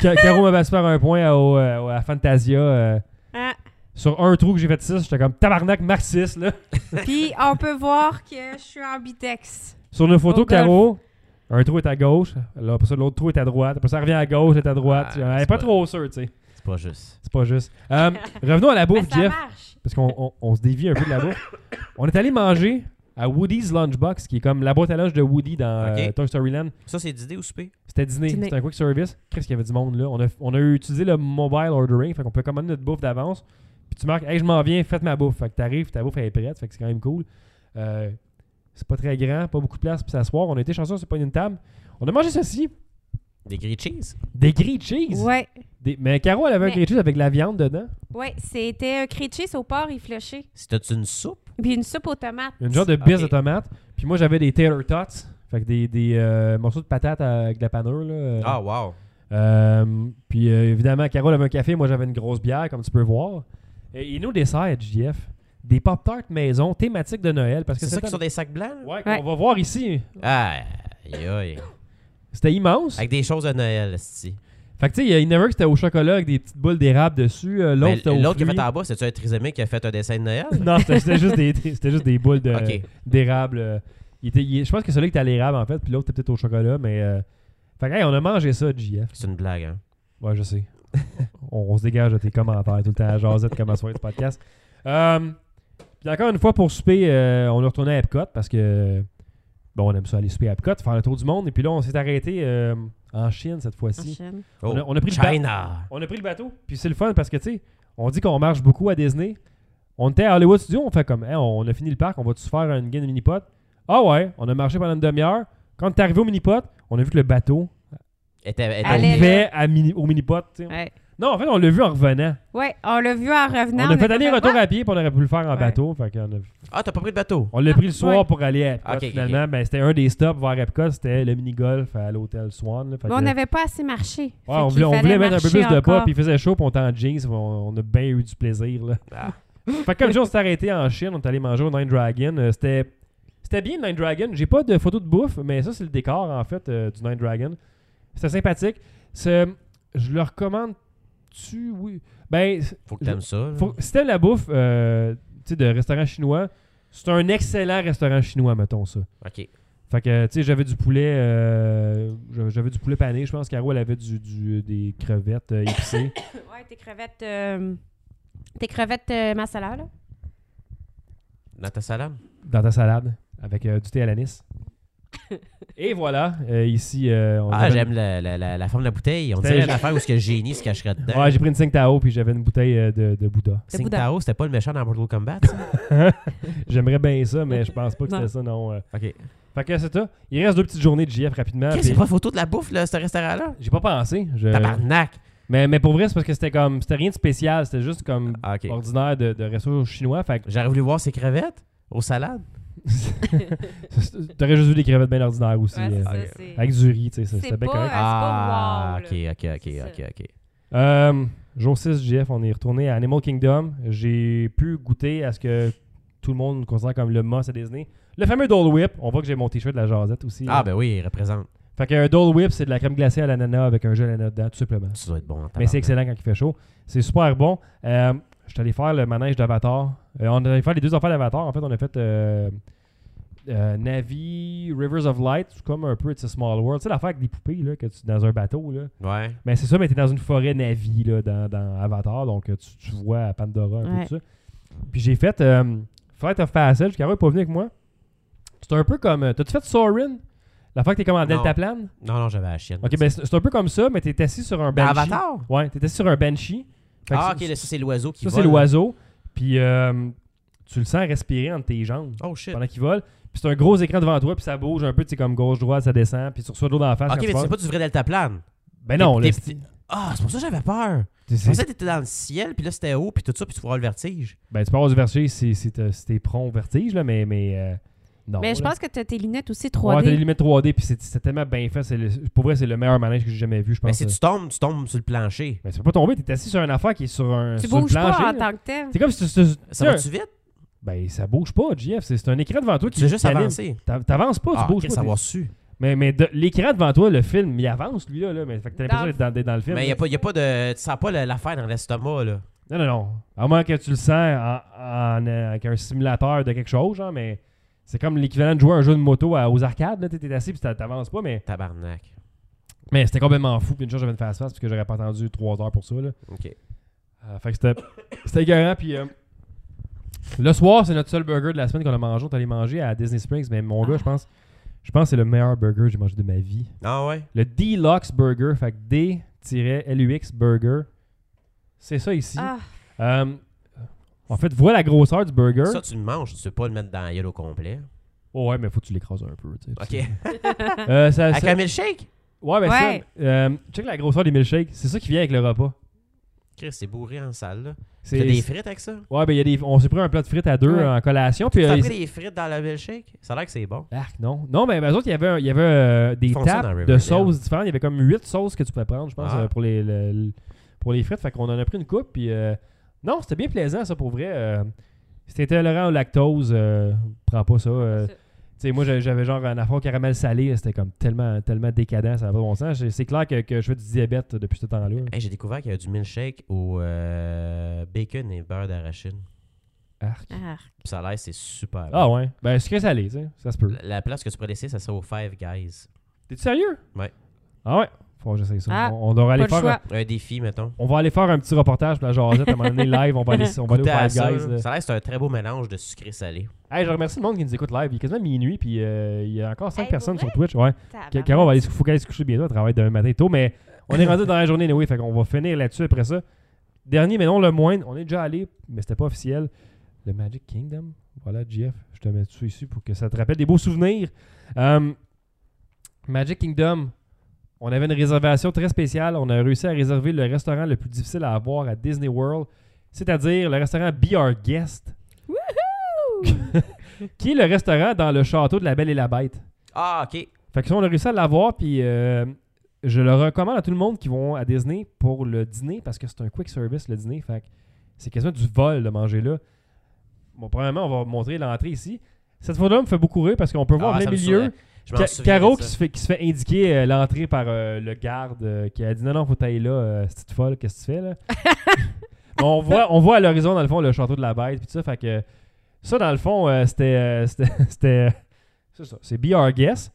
Speaker 3: Ca- Caro m'a battu par un point à, au- euh, à Fantasia. euh,
Speaker 5: Ah,
Speaker 3: sur un trou que j'ai fait 6, j'étais comme tabarnak, marque 6. Là.
Speaker 5: <laughs> Puis on peut voir que je suis en bitex.
Speaker 3: Sur une photo,
Speaker 5: Oh, golf.
Speaker 3: Caro, un trou est à gauche. Là, après ça, l'autre trou est à droite. Après ça, elle revient à gauche, elle est à droite.
Speaker 4: Ah,
Speaker 3: Tu- elle
Speaker 4: c'est
Speaker 3: est pas
Speaker 4: pas-
Speaker 3: trop sûre, tu sais.
Speaker 4: C'est pas juste.
Speaker 3: C'est pas juste. Euh, revenons à la
Speaker 5: Mais
Speaker 3: bouffe,
Speaker 5: Ben, ça
Speaker 3: Jeff.
Speaker 5: marche.
Speaker 3: parce qu'on on- on se dévie un peu de la bouffe. On est allé manger à Woody's Lunchbox, qui est comme la boîte à lunch de Woody dans
Speaker 4: Ok.
Speaker 3: euh, Toy Story Land.
Speaker 4: Ça, c'est dîner ou souper?
Speaker 3: C'était dîner,
Speaker 5: Dîner.
Speaker 3: c'était un quick service. Qu'est-ce qu'il y avait du monde là? On a, on a utilisé le mobile ordering, fait qu'on peut commander notre bouffe d'avance. Puis tu marques, hey, je m'en viens, faites ma bouffe. Fait que t'arrives, ta bouffe elle est prête, fait que c'est quand même cool. Euh, c'est pas très grand, pas beaucoup de place pour s'asseoir. On a été chanceux, c'est pas une table. On a mangé ceci,
Speaker 4: Des grilled cheese?
Speaker 3: des grilled cheese.
Speaker 5: Ouais,
Speaker 3: Des- mais Caro, elle avait un
Speaker 5: Mais-
Speaker 3: grilled cheese avec de la viande dedans.
Speaker 5: ouais, c'était un cream cheese au porc effiloché.
Speaker 4: C'était une soupe?
Speaker 5: Puis une soupe aux tomates.
Speaker 3: Une genre de bise
Speaker 4: Ok.
Speaker 3: de tomate. Puis moi, j'avais des tater tots. Fait que des, des euh, morceaux de patates avec de la panure. Là.
Speaker 4: Ah, wow.
Speaker 3: Euh, puis euh, évidemment, Carole avait un café. Moi, j'avais une grosse bière, comme tu peux voir. Et, et nos desserts, JF, des Pop-Tarts maison thématiques de Noël. Parce que
Speaker 4: C'est ça
Speaker 3: c'est
Speaker 4: qui
Speaker 3: un-
Speaker 4: sont des sacs blancs? là?
Speaker 3: Ouais, qu'on va voir ici.
Speaker 4: Ah, aïe, aïe.
Speaker 3: C'était immense.
Speaker 4: Avec des choses à Noël, c'ti.
Speaker 3: Fait que tu sais, il y a une erreur qui était au chocolat avec des petites boules d'érable dessus. Euh, L'autre,
Speaker 4: Mais
Speaker 3: c'était au
Speaker 4: L'autre qui a
Speaker 3: fruit. <laughs>
Speaker 4: fait en bas, c'est-tu un trisomique qui a fait un dessin de Noël?
Speaker 3: Non, c'était c'était juste, des- c'était juste des boules de-
Speaker 4: Ok.
Speaker 3: d'érable. euh. Il était- il- Je pense que celui-là était à l'érable, en fait, puis l'autre était peut-être au chocolat, mais... euh, Fait que, hey, on a mangé ça, JF.
Speaker 4: C'est une blague, hein?
Speaker 3: Ouais, je sais. <laughs> on, on se dégage de tes commentaires tout le temps. Josette, comment soin du podcast. Euh, puis encore une fois, pour souper, euh, on est retourné à Epcot parce que. Bon, on aime ça aller souper à Epcot, faire le tour du monde. Et puis là, on s'est arrêté euh, en Chine cette
Speaker 5: En
Speaker 3: fois-ci.
Speaker 5: Chine.
Speaker 4: Oh,
Speaker 3: On a- on a pris le ba-
Speaker 4: China!
Speaker 3: On a pris le bateau. Puis c'est le fun parce que, tu sais, on dit qu'on marche beaucoup à Disney. On était à Hollywood Studios, on fait comme, Hey, on a fini le parc, on va-tu se faire une game de mini-pot? Ah ouais, on a marché pendant une demi-heure. Quand t'es arrivé au mini-pot, on a vu que le bateau
Speaker 4: Était, était-
Speaker 5: Allez.
Speaker 3: arrivait à mini- au mini-pot. tu sais.
Speaker 5: Ouais.
Speaker 3: Non, en fait, on l'a vu en revenant.
Speaker 5: Ouais, on l'a vu en revenant.
Speaker 3: on a fait
Speaker 5: était
Speaker 3: aller
Speaker 5: comme,
Speaker 3: retour
Speaker 5: Ah!
Speaker 3: à pied, puis on aurait pu le faire en
Speaker 5: Ouais.
Speaker 3: bateau. Fait qu'on a-
Speaker 4: Ah, t'as pas pris de bateau?
Speaker 3: on l'a pris le soir
Speaker 5: Ouais.
Speaker 3: pour aller à Epcot.
Speaker 4: Ok, ok,
Speaker 3: finalement, ben, c'était un des stops vers Epcot, c'était le mini-golf à l'hôtel Swan. là. Fait
Speaker 5: Mais
Speaker 3: que-
Speaker 5: on n'avait pas assez marché.
Speaker 3: Ouais, on voulait, on voulait mettre un peu plus de pas, puis il faisait chaud, puis on était en jeans, on, on a bien eu du plaisir. Là.
Speaker 4: Ah.
Speaker 3: <laughs> fait que comme je dis, on s'est arrêté en Chine, on est allé manger au Nine Dragon. Euh, c'était, c'était bien le Nine Dragon. J'ai pas de photo de bouffe, mais ça, c'est le décor, en fait, euh, du Nine Dragon. C'était sympathique. C'est- je le recommande-tu? Oui. Ben,
Speaker 4: Faut que t'aimes ça. là.
Speaker 3: Faut- si t'aimes la bouffe euh, tu sais, de restaurant chinois, c'est un excellent restaurant chinois, mettons ça.
Speaker 4: OK.
Speaker 3: Fait que, tu sais, j'avais du poulet, euh, j'avais j'avais du poulet pané, je pense. Caro, elle avait du, du- des crevettes euh,
Speaker 4: <coughs>
Speaker 3: épicées.
Speaker 5: Ouais, tes crevettes. euh, Tes crevettes euh, masala, là.
Speaker 4: Dans ta salade?
Speaker 3: dans ta salade, avec euh, du thé à l'anis. Et voilà, euh, ici, euh, on
Speaker 4: Ah,
Speaker 3: avait-
Speaker 4: j'aime la, la, la, la forme de la bouteille. On
Speaker 3: C'était-
Speaker 4: dirait une affaire où ce que le génie se cacherait dedans.
Speaker 3: Ouais, j'ai pris une 5 Tao, puis j'avais une bouteille euh, de, de Bouddha.
Speaker 5: Le
Speaker 4: Sing
Speaker 5: Bouddha.
Speaker 4: Tao, c'était pas le méchant dans Mortal Kombat, ça?
Speaker 3: J'aimerais bien ça, mais je pense pas que
Speaker 5: Non.
Speaker 3: c'était ça, non. euh.
Speaker 4: OK.
Speaker 3: Fait que c'est ça. Il reste deux petites journées de JF rapidement.
Speaker 4: Qu'est-ce que
Speaker 3: puis-
Speaker 4: c'est pas photo de la bouffe, là, ce restaurant-là?
Speaker 3: J'ai pas pensé. je-
Speaker 4: Tabarnak!
Speaker 3: Mais, mais pour vrai, c'est parce que c'était comme c'était rien de spécial, c'était juste comme
Speaker 4: Ah, OK.
Speaker 3: ordinaire de, de resto chinois. Fait
Speaker 4: <laughs>
Speaker 3: que <laughs>
Speaker 4: J'aurais voulu voir ses crevettes aux salades.
Speaker 3: t'aurais juste vu des crevettes bien ordinaires aussi.
Speaker 5: Ouais, c'est
Speaker 3: euh,
Speaker 5: ça,
Speaker 4: ok.
Speaker 5: c'est-
Speaker 3: avec du riz, tu sais, ça-
Speaker 5: C'est
Speaker 3: c'était bien
Speaker 5: pas-
Speaker 3: correct.
Speaker 5: Ah,
Speaker 4: Ah,
Speaker 5: c'est
Speaker 4: OK, OK,
Speaker 5: pas
Speaker 4: OK,
Speaker 5: C'est
Speaker 4: OK,
Speaker 5: ça.
Speaker 4: OK.
Speaker 3: Euh, jour 6, JF, on est retourné à Animal Kingdom. J'ai pu goûter à ce que tout le monde considère comme le must à Disney. Le fameux Dole Whip. On voit que j'ai mon t-shirt de la jasette aussi.
Speaker 4: Ah, ben oui, il représente.
Speaker 3: Fait qu'un Dole Whip, c'est de la crème glacée à l'ananas avec un jus à l'ananas dedans, tout simplement.
Speaker 4: Ça doit être bon en
Speaker 3: Mais c'est
Speaker 4: tabarnak.
Speaker 3: excellent quand il fait chaud. C'est super bon. Euh, je suis allé faire le manège d'Avatar. Euh, on est allé faire les deux affaires d'Avatar. En fait, on a fait euh, euh, Navi, Rivers of Light, c'est comme un peu It's a Small World. Tu sais, l'affaire avec des poupées, là, que tu dans un bateau. Là.
Speaker 4: Ouais.
Speaker 3: Mais c'est ça, mais t'es dans une forêt Navi, là, dans, dans Avatar. Donc, euh, tu, tu vois à Pandora, un
Speaker 5: Ouais.
Speaker 3: peu tout ça. Puis j'ai fait euh, Flight of Passage. Caro est pas venu avec moi. C'est un peu comme. euh, T'as-tu fait Sorin? La fois que t'es comme en deltaplane?
Speaker 4: Non, non, j'avais la chienne.
Speaker 3: Ok, ben c'est c'est un peu comme ça, mais t'es assis sur un banshee.
Speaker 4: Avatar?
Speaker 3: Ouais, t'étais sur un banshee. Fait que
Speaker 4: Ah,
Speaker 3: c'est-
Speaker 4: ok, là, ça c'est l'oiseau qui
Speaker 3: ça,
Speaker 4: vole.
Speaker 3: c'est l'oiseau. Puis euh, tu le sens respirer entre tes jambes
Speaker 4: Oh shit.
Speaker 3: pendant qu'il vole. Puis c'est un gros écran devant toi, puis ça bouge un peu, tu sais, comme gauche-droite, ça descend, puis tu reçois de l'eau dans la face.
Speaker 4: Ok,
Speaker 3: quand
Speaker 4: mais
Speaker 3: tu pars.
Speaker 4: c'est pas du vrai deltaplane.
Speaker 3: Ben non,
Speaker 4: T'es-
Speaker 3: là,
Speaker 4: t'es-
Speaker 3: c'est-
Speaker 4: Ah, c'est pour ça que j'avais peur. Je
Speaker 3: c'est-
Speaker 4: pensais que t'étais dans le ciel, puis là c'était haut, puis tout ça, puis tu pourras le vertige.
Speaker 3: ben, tu peux avoir du vertige si, si t'as- si t'es prompt au vertige, là, mais, mais euh, non.
Speaker 5: Mais je
Speaker 3: là.
Speaker 5: pense que tu as tes lunettes aussi
Speaker 3: Ouais, t'as les
Speaker 5: 3D.
Speaker 3: limites 3D, puis c'est c'est tellement bien fait. c'est le- pour vrai, c'est le meilleur manège que j'ai jamais vu, je pense. euh.
Speaker 4: Mais si tu tombes, tu tombes sur le plancher.
Speaker 3: Mais tu peux pas tomber, t'es assis sur une affaire qui est sur un
Speaker 5: tu
Speaker 3: sur le
Speaker 5: bouges
Speaker 3: plancher.
Speaker 5: pas en
Speaker 3: là.
Speaker 5: tant que tel.
Speaker 3: C'est comme si tu- tu.
Speaker 4: Ça
Speaker 3: tu-
Speaker 4: va-tu vite?
Speaker 3: Ben, ça bouge pas, JF. C'est c'est un écran devant toi qui.
Speaker 4: Tu veux juste
Speaker 3: t'anime.
Speaker 4: avancer.
Speaker 3: T'a- T'avances pas, Oh, tu
Speaker 4: Ah,
Speaker 3: bouges
Speaker 4: quel
Speaker 3: pas.
Speaker 4: savoir su.
Speaker 3: Mais, mais de- l'écran devant toi, le film, il avance, lui, là. là mais fait que t'as l'impression
Speaker 5: Dans-
Speaker 3: d'être dans, d'être dans le film.
Speaker 4: Mais
Speaker 3: là.
Speaker 4: il n'y a, pas- y a pas de. Tu sens pas le- l'affaire dans l'estomac, là.
Speaker 3: Non, non, non. À moins que tu le sens en, en- euh, avec un simulateur de quelque chose, genre, mais c'est comme l'équivalent de jouer à un jeu de moto à- aux arcades. là. T'es t'es assis puis t'a- t'avances pas, mais,
Speaker 4: Tabarnak. mais
Speaker 3: mais c'était complètement fou. Puis une chose, j'avais une face-face parce que j'aurais pas attendu trois heures pour ça, là.
Speaker 4: OK.
Speaker 3: Euh, fait que c'était- c'était écœurant. Puis euh, le soir, c'est notre seul burger de la semaine qu'on a mangé. On est allé manger à Disney Springs. Mais mon gars, je pense, je pense que c'est le meilleur burger que j'ai mangé de ma vie.
Speaker 4: Ah ouais?
Speaker 3: Le Deluxe Burger, fait que D-LUX Burger. C'est ça ici.
Speaker 5: Ah,
Speaker 3: Euh, en fait, vois la grosseur du burger.
Speaker 4: Ça, tu le manges, tu peux pas le mettre dans la gueule au complet.
Speaker 3: Oh ouais, mais faut que tu l'écrases un peu. tu sais.
Speaker 4: OK. <laughs>
Speaker 3: Euh, ça-
Speaker 4: Avec
Speaker 3: ça-
Speaker 4: un milkshake?
Speaker 3: Ouais, ben
Speaker 5: Ouais.
Speaker 3: ça. euh, check la grosseur des milkshakes. C'est ça qui vient avec le repas.
Speaker 4: Chris, c'est bourré en salle, là.
Speaker 3: C'est
Speaker 4: T'as des frites avec ça?
Speaker 3: Ouais, ben il y a des. On s'est pris un plat de frites à deux
Speaker 4: Ouais.
Speaker 3: en collation. Puis,
Speaker 4: T'as
Speaker 3: euh,
Speaker 4: pris des frites dans le milkshake? Ça a l'air que c'est bon.
Speaker 3: Ah, non. Non, mais ben, eux autres, il y avait, un- il y avait euh, des
Speaker 4: Ils font ça dans
Speaker 3: tapes de
Speaker 4: Riverdale.
Speaker 3: sauces différentes. Il y avait comme huit sauces que tu pouvais prendre, je pense,
Speaker 4: Ah.
Speaker 3: euh, pour, les, le- le- pour les frites. Fait qu'on en a pris une coupe. Puis, euh, non, c'était bien plaisant, ça, pour vrai. Euh, si t'es intolérant au lactose, euh, prends pas ça. euh. tu
Speaker 5: c'est-
Speaker 3: sais, moi, j'avais- j'avais genre un affront caramel salé. là, C'était comme tellement, tellement décadent, ça n'a pas bon sens. J'ai- C'est clair que, que je fais du diabète depuis ce temps-là.
Speaker 4: Hey, J'ai découvert qu'il y a du milkshake au euh, bacon et beurre d'arachide.
Speaker 3: Arc.
Speaker 5: ah.
Speaker 4: Puis ça a l'air, que c'est super
Speaker 3: Ah
Speaker 4: bon.
Speaker 3: ouais. Ben, sucré salé, tu sais. Ça se peut.
Speaker 4: La- La place que tu pourrais laisser, ça serait au Five Guys.
Speaker 3: T'es-tu sérieux?
Speaker 4: Ouais.
Speaker 3: Ah ouais? Faut que j'essaye ça.
Speaker 5: Ah,
Speaker 3: on, on devrait
Speaker 5: Pas
Speaker 3: aller
Speaker 5: le
Speaker 3: faire un-
Speaker 5: choix.
Speaker 4: Un défi, mettons.
Speaker 3: On va aller faire un petit reportage pour la Jazette à un moment
Speaker 4: <laughs>
Speaker 3: donné live. On va aller, on va aller au
Speaker 4: Goûter
Speaker 3: Five
Speaker 4: à ça,
Speaker 3: Guys. euh.
Speaker 4: là.
Speaker 3: là.
Speaker 4: ça a l'air que c'est un très beau mélange de sucré-salé.
Speaker 3: Hey, je remercie le monde qui nous écoute live. Il est quasiment minuit, puis euh, il y a encore 5
Speaker 5: Hey, pour
Speaker 3: personnes sur
Speaker 5: vrai?
Speaker 3: Twitch. Ouais. Ca-
Speaker 5: Tabarnak.
Speaker 3: Caro va aller se, faut qu'elle aille se coucher bientôt. Elle travaille demain matin tôt, mais on est rendu dans la journée, oui. Fait qu'on va finir là-dessus après ça. Dernier, mais non le moindre. On est déjà allé, mais c'était pas officiel. Le Magic Kingdom. Voilà, JF. Je te mets tout ici pour que ça te rappelle des beaux souvenirs. Hum, Magic Kingdom. On avait une réservation très spéciale. On a réussi à réserver le restaurant le plus difficile à avoir à Disney World, c'est-à-dire le restaurant Be Our Guest, qui est le restaurant dans le château de la Belle et la Bête.
Speaker 4: Ah, OK.
Speaker 3: Fait que ça, on a réussi à l'avoir, puis euh, je le recommande à tout le monde qui vont à Disney pour le dîner, parce que c'est un quick service, le dîner. Fait que c'est quasiment du vol de manger là. Bon, premièrement, on va montrer l'entrée ici. Cette photo-là me fait beaucoup rire parce qu'on peut voir
Speaker 4: Ah,
Speaker 3: le
Speaker 4: ça me
Speaker 3: milieu.
Speaker 4: souviens- je m'en
Speaker 3: Ca-
Speaker 4: souviens de
Speaker 3: Caro
Speaker 4: ça.
Speaker 3: qui se, fait, qui se fait indiquer euh, l'entrée par euh, le garde euh, qui a dit non, non, faut t'aller là, euh, c'est petite folle, qu'est-ce que tu fais là? Mais on, voit, on voit à l'horizon, dans le fond, le château de la bête, puis tout ça, fait que ça, dans le fond, euh, c'était. euh, c'était- <laughs> c'était- c'est ça, c'est Be Our Guest.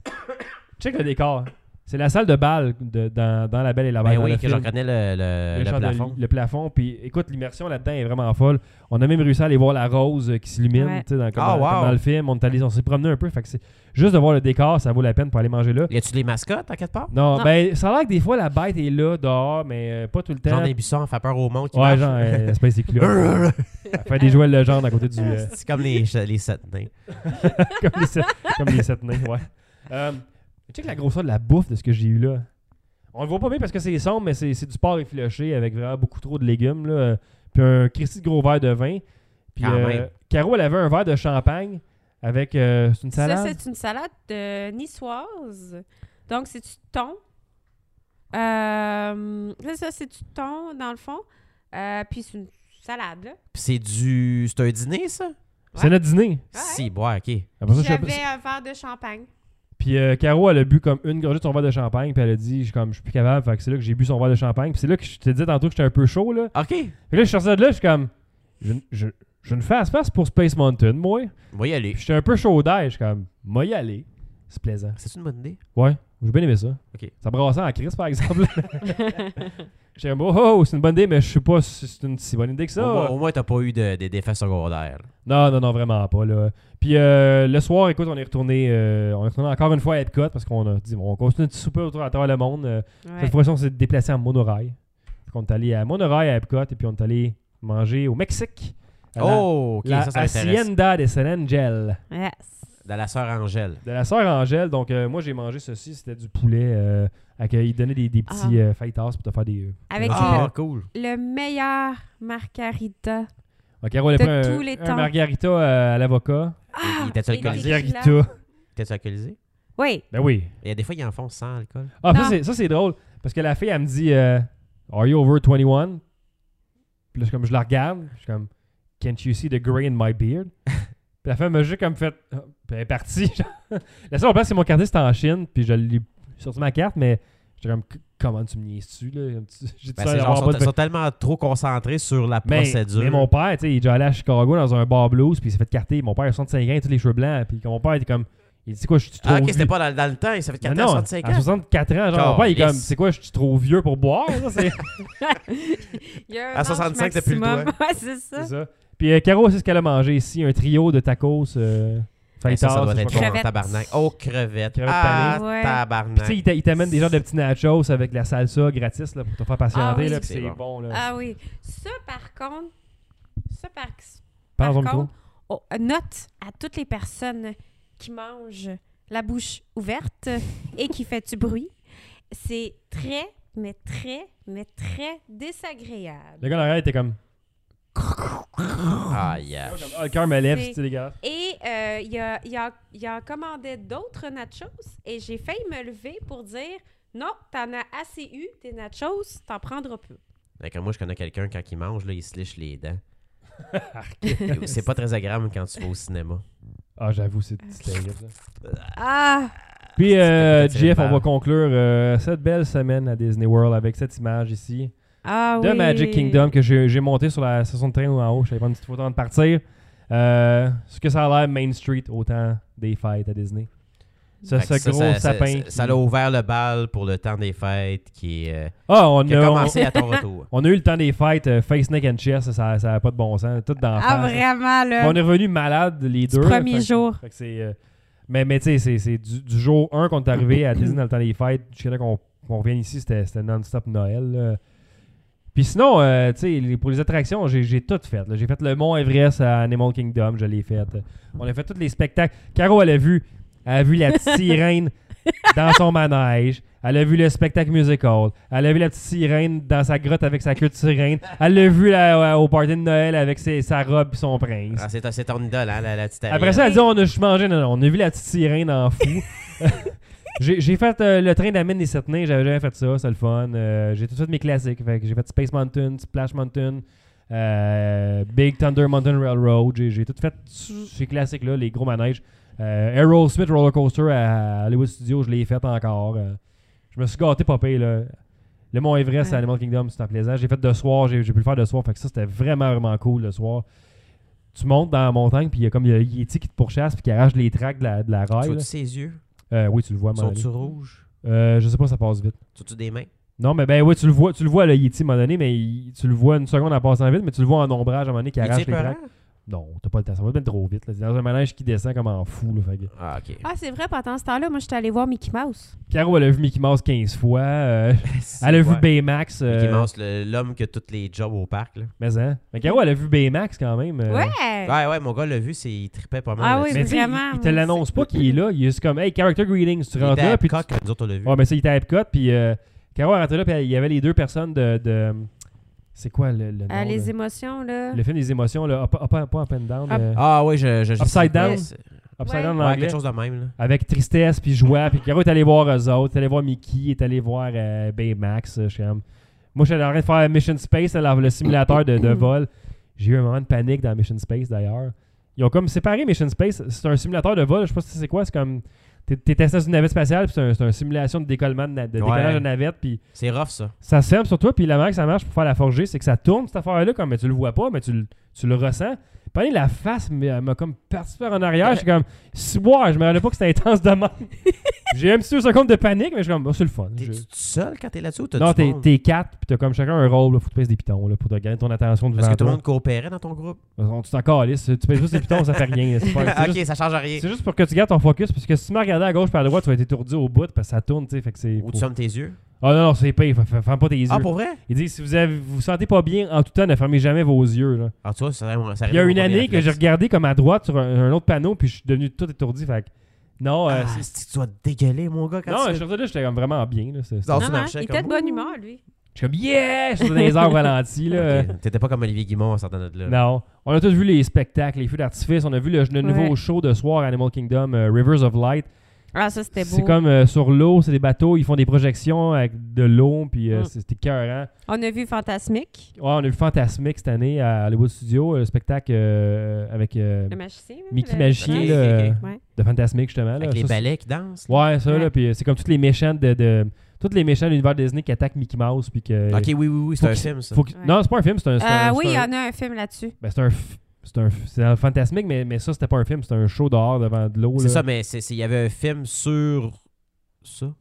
Speaker 3: Check le décor. C'est la salle de bal de- dans, dans La Belle et la Bête.
Speaker 4: Ben
Speaker 3: dans le
Speaker 4: oui, que je
Speaker 3: film.
Speaker 4: reconnais le, le, le
Speaker 3: chandelier-
Speaker 4: plafond.
Speaker 3: le plafond. Puis écoute, l'immersion là-dedans est vraiment folle. On a même réussi à aller voir la rose euh, qui s'illumine
Speaker 5: Ouais.
Speaker 3: tu sais, dans, comme
Speaker 4: Ah,
Speaker 3: dans- comme
Speaker 4: wow.
Speaker 3: dans le film. On, est allé- on s'est promené un peu. Fait que c'est- juste de voir le décor, ça vaut la peine pour aller manger là.
Speaker 4: Y a-tu des mascottes à quatre parts?
Speaker 3: Non,
Speaker 5: Non.
Speaker 3: ben ça a l'air que des fois la bête est là dehors, mais euh, pas tout le temps.
Speaker 4: Genre des buissons, fait peur au monde qui
Speaker 3: ouais,
Speaker 4: marche.
Speaker 3: genre
Speaker 4: <laughs>
Speaker 3: euh, espèce d'éclair. Elle fait des jouets Legendre à côté du euh,
Speaker 4: C'est comme les, les sept nains.
Speaker 3: <laughs> comme les sept, comme les sept nains, ouais. Euh, check la grosseur de la bouffe de ce que j'ai eu là. On le voit pas bien parce que c'est sombre, mais c'est c'est du porc effiloché avec vraiment beaucoup trop de légumes là, euh, puis un Christy de gros verre de vin. Puis
Speaker 4: Quand
Speaker 3: euh,
Speaker 4: même.
Speaker 3: Caro elle avait un verre de champagne avec euh, c'est une salade.
Speaker 5: Ça, c'est une salade de niçoise. Donc, c'est du thon. Euh, là, ça, c'est du thon, dans le fond. Euh, puis, c'est une salade, là.
Speaker 4: Puis c'est du. C'est un dîner, ça?
Speaker 3: C'est notre dîner.
Speaker 5: Ouais.
Speaker 4: Si, ouais, ok.
Speaker 3: Après ça, je sais pas-
Speaker 5: J'avais un verre de champagne.
Speaker 3: Puis euh, Caro, elle a bu comme une gorgée de son verre de champagne, puis elle a dit, je suis comme, je suis plus capable, fait que c'est là que j'ai bu son verre de champagne. Puis c'est là que je te disais tantôt que j'étais un peu chaud, là.
Speaker 4: Ok.
Speaker 3: Puis là, je suis sorti de là, je suis comme, je, je, je ne fais espace pour Space Mountain, moi.
Speaker 4: Moi, y aller.
Speaker 3: Puis j'étais un peu chaud d'air, je suis comme, moi y aller. C'est plaisant.
Speaker 4: C'est une bonne idée.
Speaker 3: Ouais, j'ai bien aimé ça.
Speaker 4: Ok.
Speaker 3: Ça brassait en crise, par exemple. <laughs> J'étais comme, oh, oh, c'est une bonne idée, mais je sais pas si c'est une si bonne idée que ça.
Speaker 4: Au moins- Au moins, t'as pas eu de, des défaites secondaires.
Speaker 3: Non,
Speaker 4: là.
Speaker 3: non, non, vraiment pas. Là. Puis euh, le soir, écoute, on est retourné euh, on est retourné encore une fois à Epcot parce qu'on a dit, bon, on continue de souper autour à travers le monde. euh,
Speaker 5: Ouais.
Speaker 3: Cette fois-ci, on s'est déplacé à Monorail. Fait qu'on est allé à Monorail à Epcot et puis on est allé manger au Mexique Ah, La-
Speaker 4: Oh, ok,
Speaker 3: la
Speaker 4: ça, ça m'intéresse.
Speaker 3: Hacienda de San Angel.
Speaker 5: Yes.
Speaker 4: De la sœur Angèle.
Speaker 3: De la sœur Angèle. Donc, euh, moi, j'ai mangé ceci. C'était du poulet. euh, avec, ils donnaient des, des petits
Speaker 5: Ah.
Speaker 3: euh, fajitas pour te faire des.
Speaker 5: Avec
Speaker 4: Ah, cool.
Speaker 5: le, le meilleur margarita.
Speaker 3: Ok, on a
Speaker 5: de
Speaker 3: pris un,
Speaker 5: tous les
Speaker 3: un
Speaker 5: temps.
Speaker 3: margarita euh, à l'avocat.
Speaker 5: Ah!
Speaker 4: était
Speaker 5: et
Speaker 4: alcoolisé.
Speaker 5: des
Speaker 3: Margarita.
Speaker 5: tequila.
Speaker 4: T'es-tu alcoolisé?
Speaker 5: Oui. <laughs>
Speaker 3: Ben oui.
Speaker 4: Il y a des fois, ils en font sans alcool.
Speaker 3: Ah, ça,
Speaker 5: Non.
Speaker 3: c'est- ça, c'est drôle. Parce que la fille, elle me dit euh, Are you over 21? Puis là, je, comme, je la regarde. Je suis comme Can't you see the gray in my
Speaker 5: <laughs>
Speaker 3: beard? puis la femme m'a juste comme fait. Ah, puis elle est partie. <laughs> la seule place, c'est mon quartier, c'était en Chine. Puis je l'ai sorti ma carte, mais j'étais comme C- Comment tu me niaises-tu? là? Tu- J'ai dit
Speaker 4: Ben,
Speaker 3: ça
Speaker 4: c'est genre,
Speaker 3: d'avoir
Speaker 4: sont,
Speaker 3: pas de.
Speaker 4: sont tellement trop concentrés sur la
Speaker 3: Mais,
Speaker 4: procédure.
Speaker 3: mais mon père, tu sais, il est déjà allé à Chicago dans un bar blues, puis il s'est fait carter. Mon père, il a 65 ans, tous les cheveux blancs. Puis quand mon père, il était comme. Il dit, c'est quoi, je suis trop
Speaker 4: Ah, ok,
Speaker 3: vieux?
Speaker 4: c'était pas dans, dans le temps, ça fait 14
Speaker 3: non, non,
Speaker 4: 65
Speaker 3: à
Speaker 4: ans.
Speaker 3: 64 ans, genre, mon père, il est
Speaker 4: Calisse.
Speaker 3: comme, c'est quoi, je suis trop vieux pour boire, là,
Speaker 4: <laughs>
Speaker 3: c'est
Speaker 5: Il y a un
Speaker 4: À
Speaker 5: âge
Speaker 4: 65, t'as plus le
Speaker 5: maximum.
Speaker 4: droit.
Speaker 5: <laughs> Ouais, c'est ça.
Speaker 3: c'est ça. Puis euh, Caro, c'est ce qu'elle a mangé ici, un trio de tacos, euh,
Speaker 4: Ben, ça, ça
Speaker 3: fajitas,
Speaker 4: doit
Speaker 3: je sais
Speaker 4: être
Speaker 3: pas quoi.
Speaker 4: bon,
Speaker 5: Crevettes.
Speaker 4: tabarnak. Oh, crevettes.
Speaker 3: Crevettes
Speaker 4: ah,
Speaker 5: panées. Ouais.
Speaker 4: tabarnak.
Speaker 3: Puis tu sais, il t'a- il t'amène des genres de petits nachos avec de la salsa gratis, là, pour te faire patienter,
Speaker 5: Ah oui.
Speaker 3: là, puis
Speaker 4: C'est
Speaker 3: c'est bon,
Speaker 4: bon.
Speaker 3: là.
Speaker 5: Ah oui. Ça, par contre, ça, par,
Speaker 3: Parle
Speaker 5: par
Speaker 3: au micro.
Speaker 5: contre, oh, note à toutes les personnes qui mangent la bouche <laughs> ouverte et qui fait du bruit, c'est très, mais très, mais très désagréable.
Speaker 3: Le gars en arrière, il était comme,
Speaker 4: Ah, yeah.
Speaker 3: ah, le cœur me lève,
Speaker 5: C'est-
Speaker 3: c'est les gars.
Speaker 5: Et euh, il a, il a- il a commandé d'autres nachos et j'ai failli me lever pour dire non, t'en as assez eu tes nachos, t'en prendras plus.
Speaker 4: Fait que moi, je connais quelqu'un, quand il mange, là, il se liche
Speaker 3: <laughs>
Speaker 4: les dents. c'est pas très agréable quand tu vas au cinéma.
Speaker 3: Ah, j'avoue, c'est c'est terrible, ça.
Speaker 5: Ah!
Speaker 3: Puis, euh,
Speaker 4: C'est terrible.
Speaker 3: Jeff, on va conclure euh, cette belle semaine à Disney World avec cette image ici.
Speaker 5: Ah
Speaker 3: de
Speaker 5: oui.
Speaker 3: Magic Kingdom que j'ai j'ai monté sur la station de train en haut. J'avais pris une petite photo avant de partir. Euh, ce que ça a l'air Main Street au temps des fêtes à Disney. Ce,
Speaker 4: Fait
Speaker 3: ce
Speaker 4: que ça,
Speaker 3: gros
Speaker 4: ça- ça-
Speaker 3: sapin.
Speaker 4: Ça
Speaker 3: qui-
Speaker 4: ça l'a ouvert le bal pour le temps des fêtes qui, euh,
Speaker 3: Ah, on
Speaker 4: qui a
Speaker 3: a, on,
Speaker 4: commencé
Speaker 3: <laughs>
Speaker 4: à ton retour.
Speaker 3: on a eu le temps des fêtes, euh, face, neck and chest, ça n'a pas de bon sens. Tout dans la
Speaker 5: Ah,
Speaker 3: face.
Speaker 5: vraiment,
Speaker 3: Mais
Speaker 5: là.
Speaker 3: On est revenu malade les
Speaker 5: Du
Speaker 3: deux. là,
Speaker 5: premier
Speaker 3: fait que-
Speaker 5: jour.
Speaker 3: fait que c'est, euh, mais mais tu sais, c'est- c'est du, du jour 1 qu'on est arrivé à Disney dans le temps des fêtes. Je sais qu'on qu'on revient ici, c'était c'était non-stop Noël. là. Puis sinon, euh, tu sais, les- pour les attractions, j'ai- j'ai tout fait. là. J'ai fait le Mont Everest à Animal Kingdom, je l'ai fait. On a fait tous les spectacles. Caro, elle a vu, elle a vu la petite
Speaker 5: <laughs>
Speaker 3: sirène dans son manège. Elle a vu le spectacle musical. Elle a vu la petite sirène dans sa grotte avec sa queue de sirène. Elle l'a vu là, au party de Noël avec ses- sa robe et son prince.
Speaker 4: Ah, c'est c'est ton idole, hein, la, la petite
Speaker 3: Après
Speaker 4: Ariel.
Speaker 3: ça, elle dit on a juste mangé. Non, non, on a vu la petite sirène en fou. j'ai j'ai fait euh, le train d'Amine des Sept Nains, j'avais jamais fait ça, c'est le fun. Euh, j'ai tout fait mes classiques. Fait que j'ai fait Space Mountain, Splash Mountain, euh, Big Thunder Mountain Railroad. J'ai j'ai tout fait ces classiques-là, les gros manèges. Euh, Aerosmith Roller Coaster à Hollywood Studios, je l'ai fait encore. Euh, je me suis gâté, papé, là. Le Mont Everest à
Speaker 5: Ouais.
Speaker 3: Animal Kingdom, c'était plaisant. J'ai fait de soir, j'ai j'ai pu le faire de soir. Fait que ça, c'était vraiment, vraiment cool le soir tu montes dans la montagne, puis il y a comme le Yeti qui te pourchasse, puis qui arrache les tracts de la, de la
Speaker 4: Tu
Speaker 3: rail.
Speaker 4: vois-tu
Speaker 3: là.
Speaker 4: ses yeux?
Speaker 3: Euh, oui, tu le vois, à un moment donné.
Speaker 4: Sont-tu rouges?
Speaker 3: Euh, Je sais pas, ça passe vite.
Speaker 4: Tu vois-tu des mains?
Speaker 3: Non, mais ben oui, tu le vois, tu le vois le Yeti à un moment donné, mais il- tu le vois une seconde en passant vite, mais tu le vois en ombrage à un moment donné qui
Speaker 4: Il est
Speaker 3: arrache les
Speaker 4: épeurant?
Speaker 3: tracts. Non, t'as pas le temps, ça va bien trop vite. là. C'est dans un manège qui descend comme en fou. Là, fait que-
Speaker 4: Ah, ok.
Speaker 5: Ah, c'est vrai, pendant ce temps-là, moi, j'étais allée voir Mickey Mouse.
Speaker 3: Caro, elle a vu Mickey Mouse 15 fois.
Speaker 4: <laughs>
Speaker 3: euh,
Speaker 4: Ah,
Speaker 3: <laughs> elle a vu Baymax. euh,
Speaker 4: Mickey Mouse, le- l'homme qui a tous les jobs au parc. Là.
Speaker 3: Mais, hein. mais Caro, elle a vu Baymax quand même. euh.
Speaker 5: Ouais!
Speaker 4: Ouais, ouais, mon gars l'a vu, c'est- il tripait pas mal.
Speaker 5: Ah
Speaker 4: là-dessus.
Speaker 5: oui,
Speaker 3: Mais tu sais, il-
Speaker 5: vraiment,
Speaker 3: il, te
Speaker 5: moi,
Speaker 3: l'annonce pas qu'il est là. Il est juste comme, hey, character greetings, tu
Speaker 4: Il
Speaker 3: rentres
Speaker 4: était à
Speaker 3: là, puis tu-
Speaker 4: Epcot quand nous autres, on l'a vu.
Speaker 3: Ouais, mais ça, il était à Epcot, puis euh, Caro est rentrée là, puis il y avait les deux personnes de. de- c'est hein. quoi le, le nom
Speaker 5: Euh, les
Speaker 3: là?
Speaker 5: émotions, là.
Speaker 3: Le film des émotions, là, up, up- pas up and down,
Speaker 5: Up-
Speaker 3: euh,
Speaker 4: Ah oui, je, je, je-
Speaker 3: Upside Down?
Speaker 4: Ouais,
Speaker 3: Upside
Speaker 5: Ouais.
Speaker 3: Down en anglais.
Speaker 4: quelque chose de même. Là.
Speaker 3: Avec tristesse puis joie. Puis Caro est allé voir eux autres, est allé voir Mickey, est allé voir euh, Baymax. euh, je suis comme- Moi, j'étais en train de faire Mission Space, là, le simulateur
Speaker 5: <coughs>
Speaker 3: de, de vol. J'ai eu un moment de panique dans Mission Space d'ailleurs. Ils ont comme séparé Mission Space. C'est un simulateur de vol, je sais pas si c'est quoi. C'est comme. T'es t'es testé dans une navette spatiale, puis c'est un- c'est une simulation de décollement de, na- de
Speaker 4: Ouais.
Speaker 3: décollage de navette, puis
Speaker 4: C'est rough, ça.
Speaker 3: ça se ferme sur toi, puis la manière que ça marche pour faire la forger, c'est que ça tourne cette affaire-là, comme mais tu le vois pas, mais tu, le- tu le ressens. Puis allez, la face mais elle m'a comme parti faire en arrière, j'étais comme si ouais, je me rendais pas que c'était intense de même. J'ai un petit deux secondes de panique, mais je suis comme oh, c'est le fun.
Speaker 4: T'es
Speaker 3: Je-
Speaker 4: tu seul quand t'es là-dessus ou t'as
Speaker 3: Non,
Speaker 4: du
Speaker 3: t'es
Speaker 4: monde?
Speaker 3: t'es quatre, puis t'as comme chacun un rôle, là, faut que tu pèses des pitons là, pour te gagner ton attention
Speaker 4: Est-ce
Speaker 3: devant
Speaker 4: que tout le
Speaker 3: toi.
Speaker 4: monde coopérait dans ton groupe?
Speaker 3: On- Tu t'en calisses, tu pèses juste des pitons, ça fait rien. là, c'est
Speaker 4: <laughs>
Speaker 3: pas- c'est
Speaker 4: ok,
Speaker 3: juste-
Speaker 4: ça change à rien.
Speaker 3: C'est juste pour que tu gardes ton focus, parce que si tu m'as regardé à gauche par à droite, tu vas être étourdi au bout, parce que ça tourne, tu sais, fait que c'est...
Speaker 4: Où
Speaker 3: faut-
Speaker 4: tu sommes tes yeux?
Speaker 3: Ah non, non, c'est pire. F- f- Ferme pas tes yeux.
Speaker 4: Ah, pour vrai?
Speaker 3: Il dit si vous avez, vous vous sentez pas bien en tout temps, ne fermez jamais vos yeux. là.
Speaker 4: Ah, tu vois, ça, ça
Speaker 3: Puis Il y a
Speaker 4: arrive à
Speaker 3: une
Speaker 4: mon premier
Speaker 3: année que j'ai
Speaker 4: réflexe.
Speaker 3: regardé comme à droite sur un, un autre panneau, puis je suis devenu tout étourdi. Fait que, non, euh,
Speaker 4: Ah,
Speaker 3: c'est-
Speaker 4: c'est-tu que tu dois te dégueuler, mon gars, quand
Speaker 3: non,
Speaker 4: tu
Speaker 3: je
Speaker 4: fais-
Speaker 3: sortais là, j'étais comme vraiment bien. Là, c'est- c'est-
Speaker 4: Non,
Speaker 5: Non,
Speaker 4: tu
Speaker 5: non,
Speaker 4: marchais
Speaker 5: il
Speaker 4: comme-
Speaker 5: était de bonne humeur, lui.
Speaker 3: Je suis comme, yeah! Je suis dans les arbres ralentis. Là.
Speaker 4: Ok, T'étais pas comme Olivier Guimond en sortant de là.
Speaker 3: Non. On a tous vu les spectacles, les feux d'artifice. On a vu le, le nouveau
Speaker 5: Ouais.
Speaker 3: show de soir Animal Kingdom, euh, Rivers of Light.
Speaker 5: Ah, ça, c'était beau.
Speaker 3: C'est comme euh, sur l'eau, c'est des bateaux, ils font des projections avec de l'eau, puis euh,
Speaker 5: Mm.
Speaker 3: c'est- c'était écœurant.
Speaker 5: On a vu Fantasmique,
Speaker 3: Ouais, on a vu Fantasmic cette année à Hollywood Studio, le spectacle euh, avec euh,
Speaker 5: le magicien. là,
Speaker 3: Mickey
Speaker 5: le-
Speaker 3: Magicien
Speaker 5: Ouais.
Speaker 4: Ok,
Speaker 3: là,
Speaker 4: ok, ok.
Speaker 3: euh,
Speaker 5: Ouais.
Speaker 3: de Fantasmic justement. là.
Speaker 4: Avec les
Speaker 3: Ça, c'est-
Speaker 4: ballets qui dansent. là.
Speaker 3: Ouais, ça, là,
Speaker 5: Ouais.
Speaker 3: puis c'est comme toutes les méchantes de, de- Toutes les méchants de l'univers Disney qui attaquent Mickey Mouse, puis que.
Speaker 4: Ok, oui, oui, oui, c'est
Speaker 3: Euh, Faut
Speaker 4: un
Speaker 3: qu'il-
Speaker 4: film, ça.
Speaker 3: faut que-
Speaker 5: Ouais.
Speaker 3: Non, c'est pas un film, c'est un. c'est
Speaker 5: Euh,
Speaker 3: un-
Speaker 5: oui,
Speaker 3: c'est
Speaker 5: il y
Speaker 3: un-
Speaker 5: en a un film là-dessus.
Speaker 3: Ben, c'est un. f- C'est un, f- c'est dans le fantasmique, mais, mais ça, c'était pas un film, c'était un show dehors devant de l'eau. là.
Speaker 4: C'est ça, mais c'est- c'est- il y avait un film sur ça.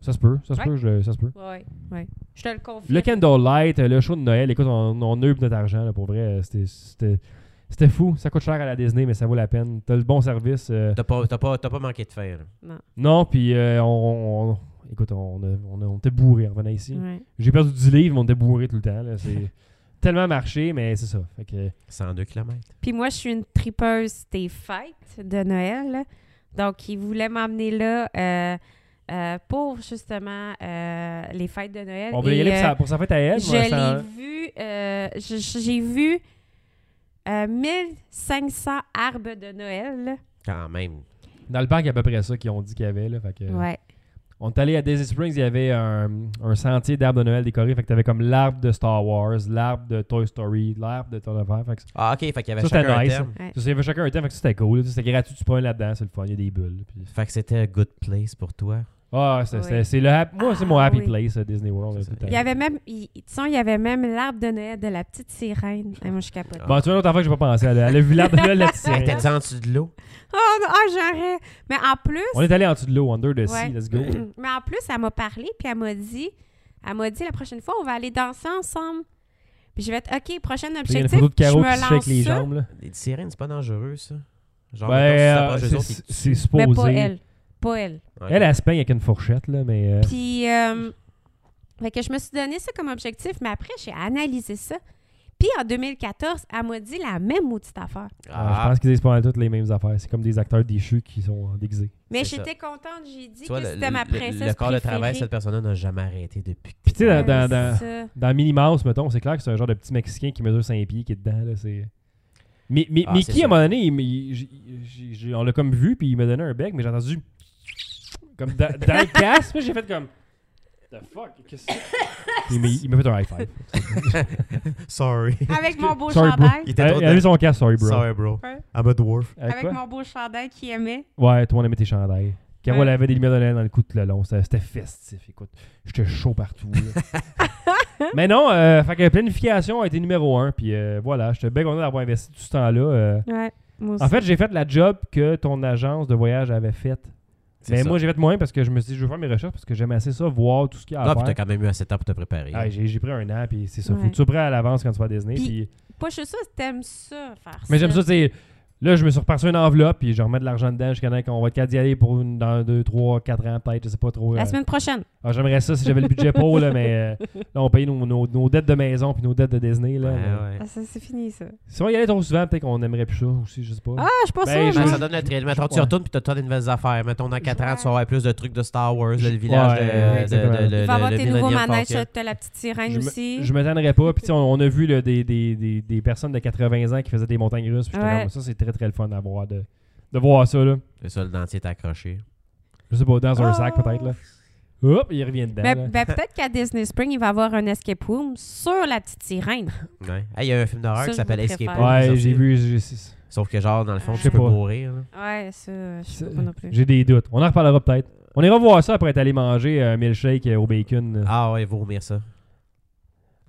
Speaker 3: Ça se peut, ça se
Speaker 5: Ouais.
Speaker 3: peut, je- ça se peut.
Speaker 5: Oui, oui. Je te le confirme.
Speaker 3: Le Candlelight, euh, le show de Noël, écoute, on, on eut notre argent, là, pour vrai. euh, c'était- C'était c'était fou. Ça coûte cher à la Disney, mais ça vaut la peine. T'as le bon service. euh,
Speaker 4: T'as pas, t'as pas, t'as pas manqué de faire. là.
Speaker 3: Non, puis euh, on, on- Écoute, on, a- on, a- on était bourrés en revenant ici.
Speaker 5: Ouais.
Speaker 3: J'ai perdu 10 livres, mais on était bourrés tout le temps. là.
Speaker 5: <laughs>
Speaker 3: C'est tellement marché, mais c'est ça. Fait que,
Speaker 4: 102 km.
Speaker 5: Puis moi, je suis une tripeuse des fêtes de Noël. Donc, il voulait m'emmener là euh, euh, pour justement euh, les fêtes de Noël.
Speaker 3: on veut y
Speaker 5: Et,
Speaker 3: aller
Speaker 5: euh,
Speaker 3: pour sa, pour sa fête à elle.
Speaker 5: Je
Speaker 3: moi,
Speaker 5: l'ai
Speaker 3: ça-
Speaker 5: vu, euh, je- je- j'ai vu euh, 1500 arbres de Noël.
Speaker 4: Quand même.
Speaker 3: Dans le parc, il y a à peu près ça qu'ils ont dit qu'il y avait. Là, fait que,
Speaker 5: Ouais.
Speaker 3: On est allé à Daisy Springs, il y avait un, un sentier d'arbres de Noël décoré. Fait que t'avais comme l'arbre de Star Wars, l'arbre de Toy Story, l'arbre de Tour de Fer. Fait que
Speaker 4: Ah, ok, fait qu'il y avait
Speaker 3: Ça,
Speaker 4: chacun
Speaker 3: c'était
Speaker 4: un
Speaker 3: nice,
Speaker 4: thème.
Speaker 3: ça, il y avait chacun un thème, fait que ça, c'était cool. là. C'était gratuit, tu prends là-dedans, c'est le fun, il y a des bulles. puis-
Speaker 4: Fait que c'était a good place pour toi.
Speaker 3: Ah, c'est
Speaker 5: Oui.
Speaker 3: c'est- c'est le hap- Moi, c'est mon
Speaker 5: Ah,
Speaker 3: happy
Speaker 5: oui.
Speaker 3: place, euh, Disney World. là,
Speaker 4: C'est
Speaker 3: tout
Speaker 4: ça.
Speaker 3: à
Speaker 5: Il y
Speaker 3: fait.
Speaker 5: avait même, il, tu sais, il y avait même l'arbre de Noël de la petite sirène. Ah, moi, je capote.
Speaker 4: Ah.
Speaker 3: Bon, tu vois, l'autre affaire que j'ai pas pensé. Elle, a- elle a vu l'arbre de Noël là-dessus.
Speaker 4: Elle était en dessous de l'eau.
Speaker 5: Oh, non, ah, j'aurais. Mais en plus,
Speaker 3: On est allé en dessous de l'eau, under the sea,
Speaker 5: Ouais.
Speaker 3: let's go.
Speaker 5: <clears throat> mais en plus, elle m'a parlé, puis elle m'a dit, elle m'a dit la prochaine fois, on va aller danser ensemble. Puis je vais être, OK, prochain
Speaker 3: Puis Il y a une
Speaker 5: objectif,
Speaker 3: photo de
Speaker 5: je
Speaker 3: Caro qui
Speaker 5: me
Speaker 3: se fait avec les
Speaker 5: lance ça,
Speaker 3: jambes. là.
Speaker 4: Les sirènes, c'est pas dangereux, ça. Genre,
Speaker 3: Ben,
Speaker 4: mettons,
Speaker 3: euh,
Speaker 4: si tu t'approches
Speaker 3: c'est-
Speaker 4: d'eux autres,
Speaker 3: c'est c'est
Speaker 5: mais
Speaker 3: supposé.
Speaker 5: pas elle. Pas elle.
Speaker 4: ils-
Speaker 3: Elle, elle se peigne avec une fourchette, là, mais. euh,
Speaker 5: Puis, euh, fait que je me suis donné ça comme objectif, mais après, j'ai analysé ça. Puis en 2014, elle m'a dit la même maudite affaire.
Speaker 3: ah, Je pense qu'ils disent pas mal toutes les mêmes affaires. C'est comme des acteurs déchus qui sont euh, déguisés.
Speaker 5: Mais
Speaker 4: C'est
Speaker 5: j'étais contente, j'ai dit
Speaker 4: Tu vois,
Speaker 5: que
Speaker 4: le,
Speaker 5: c'était ma
Speaker 4: le- le-
Speaker 5: princesse.
Speaker 4: le corps de travail,
Speaker 5: préférée.
Speaker 4: cette personne-là n'a jamais arrêté depuis.
Speaker 3: Puis tu sais, dans, dans,
Speaker 5: Ouais,
Speaker 3: dans,
Speaker 5: Euh, c'est ça.
Speaker 3: dans Minnie Mouse, mettons, c'est clair que c'est un genre de petit Mexicain qui mesure 5 pieds qui est dedans. Là, c'est... Mais, mais,
Speaker 4: Ah,
Speaker 3: Mickey,
Speaker 4: c'est
Speaker 3: à un moment donné, il- il- j'ai- j'ai- j'ai- on l'a comme vu, puis il m'a donné un bec, mais j'ai entendu. Comme dans, dans le casque, puis j'ai fait comme. The fuck, qu'est-ce que
Speaker 5: <laughs>
Speaker 3: c'est? Il m'a- il m'a fait un high five.
Speaker 4: <laughs> Sorry.
Speaker 5: <laughs> Avec mon beau
Speaker 3: Sorry, bro.
Speaker 5: chandail.
Speaker 4: Il était
Speaker 3: Elle
Speaker 4: trop
Speaker 3: elle a
Speaker 4: dedans.
Speaker 3: eu son casque, sorry bro.
Speaker 4: bro.
Speaker 5: Ouais.
Speaker 4: I'm a dwarf.
Speaker 3: Euh,
Speaker 5: Avec
Speaker 3: quoi?
Speaker 5: mon beau chandail qui aimait.
Speaker 3: Ouais, tout le monde aimait tes chandails. Carole
Speaker 5: Ouais.
Speaker 3: avait des lumières de Noël dans le cou tout le long. C'était c'était festif. Écoute, j'étais chaud partout.
Speaker 5: <laughs>
Speaker 3: là. Mais non, euh, fait que planification a été numéro un. Puis euh, voilà, j'étais bien content d'avoir investi tout ce temps-là. euh.
Speaker 5: Ouais, moi aussi.
Speaker 3: En fait, j'ai fait la job que ton agence de voyage avait faite.
Speaker 4: C'est
Speaker 3: Mais
Speaker 4: ça.
Speaker 3: moi, j'ai fait moins parce que je me suis dit, je vais faire mes recherches parce que j'aimais assez ça, voir tout ce qu'il y a à
Speaker 4: Non, Ah, puis t'as
Speaker 3: faire.
Speaker 4: quand même eu assez de temps pour te préparer.
Speaker 3: Ah, j'ai j'ai pris un an, puis c'est ça. Faut
Speaker 5: Ouais.
Speaker 3: que tu sois prêt à l'avance quand tu vas à Disney.
Speaker 5: Puis-
Speaker 3: puis-
Speaker 5: Pas je suis sûre que t'aimes ça, faire ça.
Speaker 3: Mais j'aime ça, tu sais. Là, je me suis reparti une enveloppe, puis je remets de l'argent dedans jusqu'à temps qu'on va être capable d'y aller pour une, dans 2, 3, 4 ans, peut-être, je sais pas trop. euh.
Speaker 5: La semaine prochaine.
Speaker 3: Ah, J'aimerais ça si j'avais le budget pour, là, mais euh, là, on paye nos, nos- nos dettes de maison puis nos dettes de Disney. Là,
Speaker 4: Ouais,
Speaker 3: mais-
Speaker 4: ouais.
Speaker 5: Ah, ça, c'est fini, ça.
Speaker 3: Si on y allait trop souvent, peut-être qu'on aimerait plus ça aussi, je sais pas.
Speaker 5: Ah, je suis pas
Speaker 3: Ben,
Speaker 5: sûre.
Speaker 3: je-
Speaker 4: Ouais,
Speaker 5: moi.
Speaker 4: ça donne le thrill. Mettons, tu
Speaker 3: Ouais.
Speaker 4: retournes puis tu as des nouvelles affaires. Mettons, dans 4 ans, tu vas avoir plus de trucs de Star Wars,
Speaker 3: Je-
Speaker 4: le village de-
Speaker 3: ouais,
Speaker 4: de, de, de,
Speaker 3: exactement.
Speaker 4: de-
Speaker 5: Il va avoir
Speaker 4: le
Speaker 5: tes nouveaux
Speaker 4: Millennium
Speaker 5: manèges,
Speaker 4: Falcon.
Speaker 5: t'as la petite sirène
Speaker 3: Je me-
Speaker 5: aussi.
Speaker 3: Je m'étonnerais pas. Puis, tu sais, on, on a vu là, des, des, des, des personnes de 80 ans qui faisaient des montagnes russes. Puis, j'étais
Speaker 5: Ouais.
Speaker 3: comme, ça, c'est très, très le fun à voir, de, de voir ça. Là.
Speaker 4: C'est ça, le dentier est accroché.
Speaker 3: Je sais pas, dans un
Speaker 5: Ah.
Speaker 3: sac, peut-être. là. Hop, il revient dedans.
Speaker 5: Mais
Speaker 3: là.
Speaker 5: ben, peut-être qu'à Disney Spring, il va y avoir un escape room sur la petite sirène.
Speaker 4: Ouais. Hey, Il y a un film d'horreur
Speaker 5: Ça,
Speaker 4: qui
Speaker 5: je
Speaker 4: s'appelle
Speaker 5: vous
Speaker 4: Escape
Speaker 5: préfère.
Speaker 4: Room, qui est
Speaker 3: ouais,
Speaker 4: sorti.
Speaker 3: j'ai vu. j'ai- c'est-
Speaker 4: Sauf que, genre, dans le fond,
Speaker 5: Je
Speaker 4: tu
Speaker 5: sais
Speaker 4: peux
Speaker 3: pas.
Speaker 4: mourir. là.
Speaker 5: Ouais, ça, je sais
Speaker 3: c'est-
Speaker 5: pas non plus.
Speaker 3: J'ai des doutes. On en reparlera peut-être. On ira voir ça après être allé manger un milkshake euh, au bacon. là.
Speaker 4: Ah ouais, vomir ça.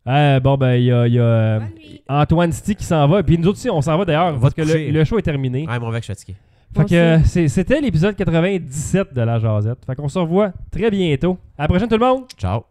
Speaker 3: Ah, bon, ben, il y a, il y a, euh,
Speaker 5: Bonne nuit.
Speaker 3: Antoine Sti qui s'en va. Puis nous autres aussi, on s'en va d'ailleurs
Speaker 4: Va
Speaker 3: parce
Speaker 4: te
Speaker 3: que le,
Speaker 4: coucher.
Speaker 3: le show est terminé.
Speaker 4: Ah, mon mec, je suis fatigué.
Speaker 3: Fait
Speaker 5: Moi
Speaker 3: que euh, c'est- c'était l'épisode 97 de La Jazette. Fait qu'on se revoit très bientôt. À la prochaine, tout le monde!
Speaker 4: Ciao.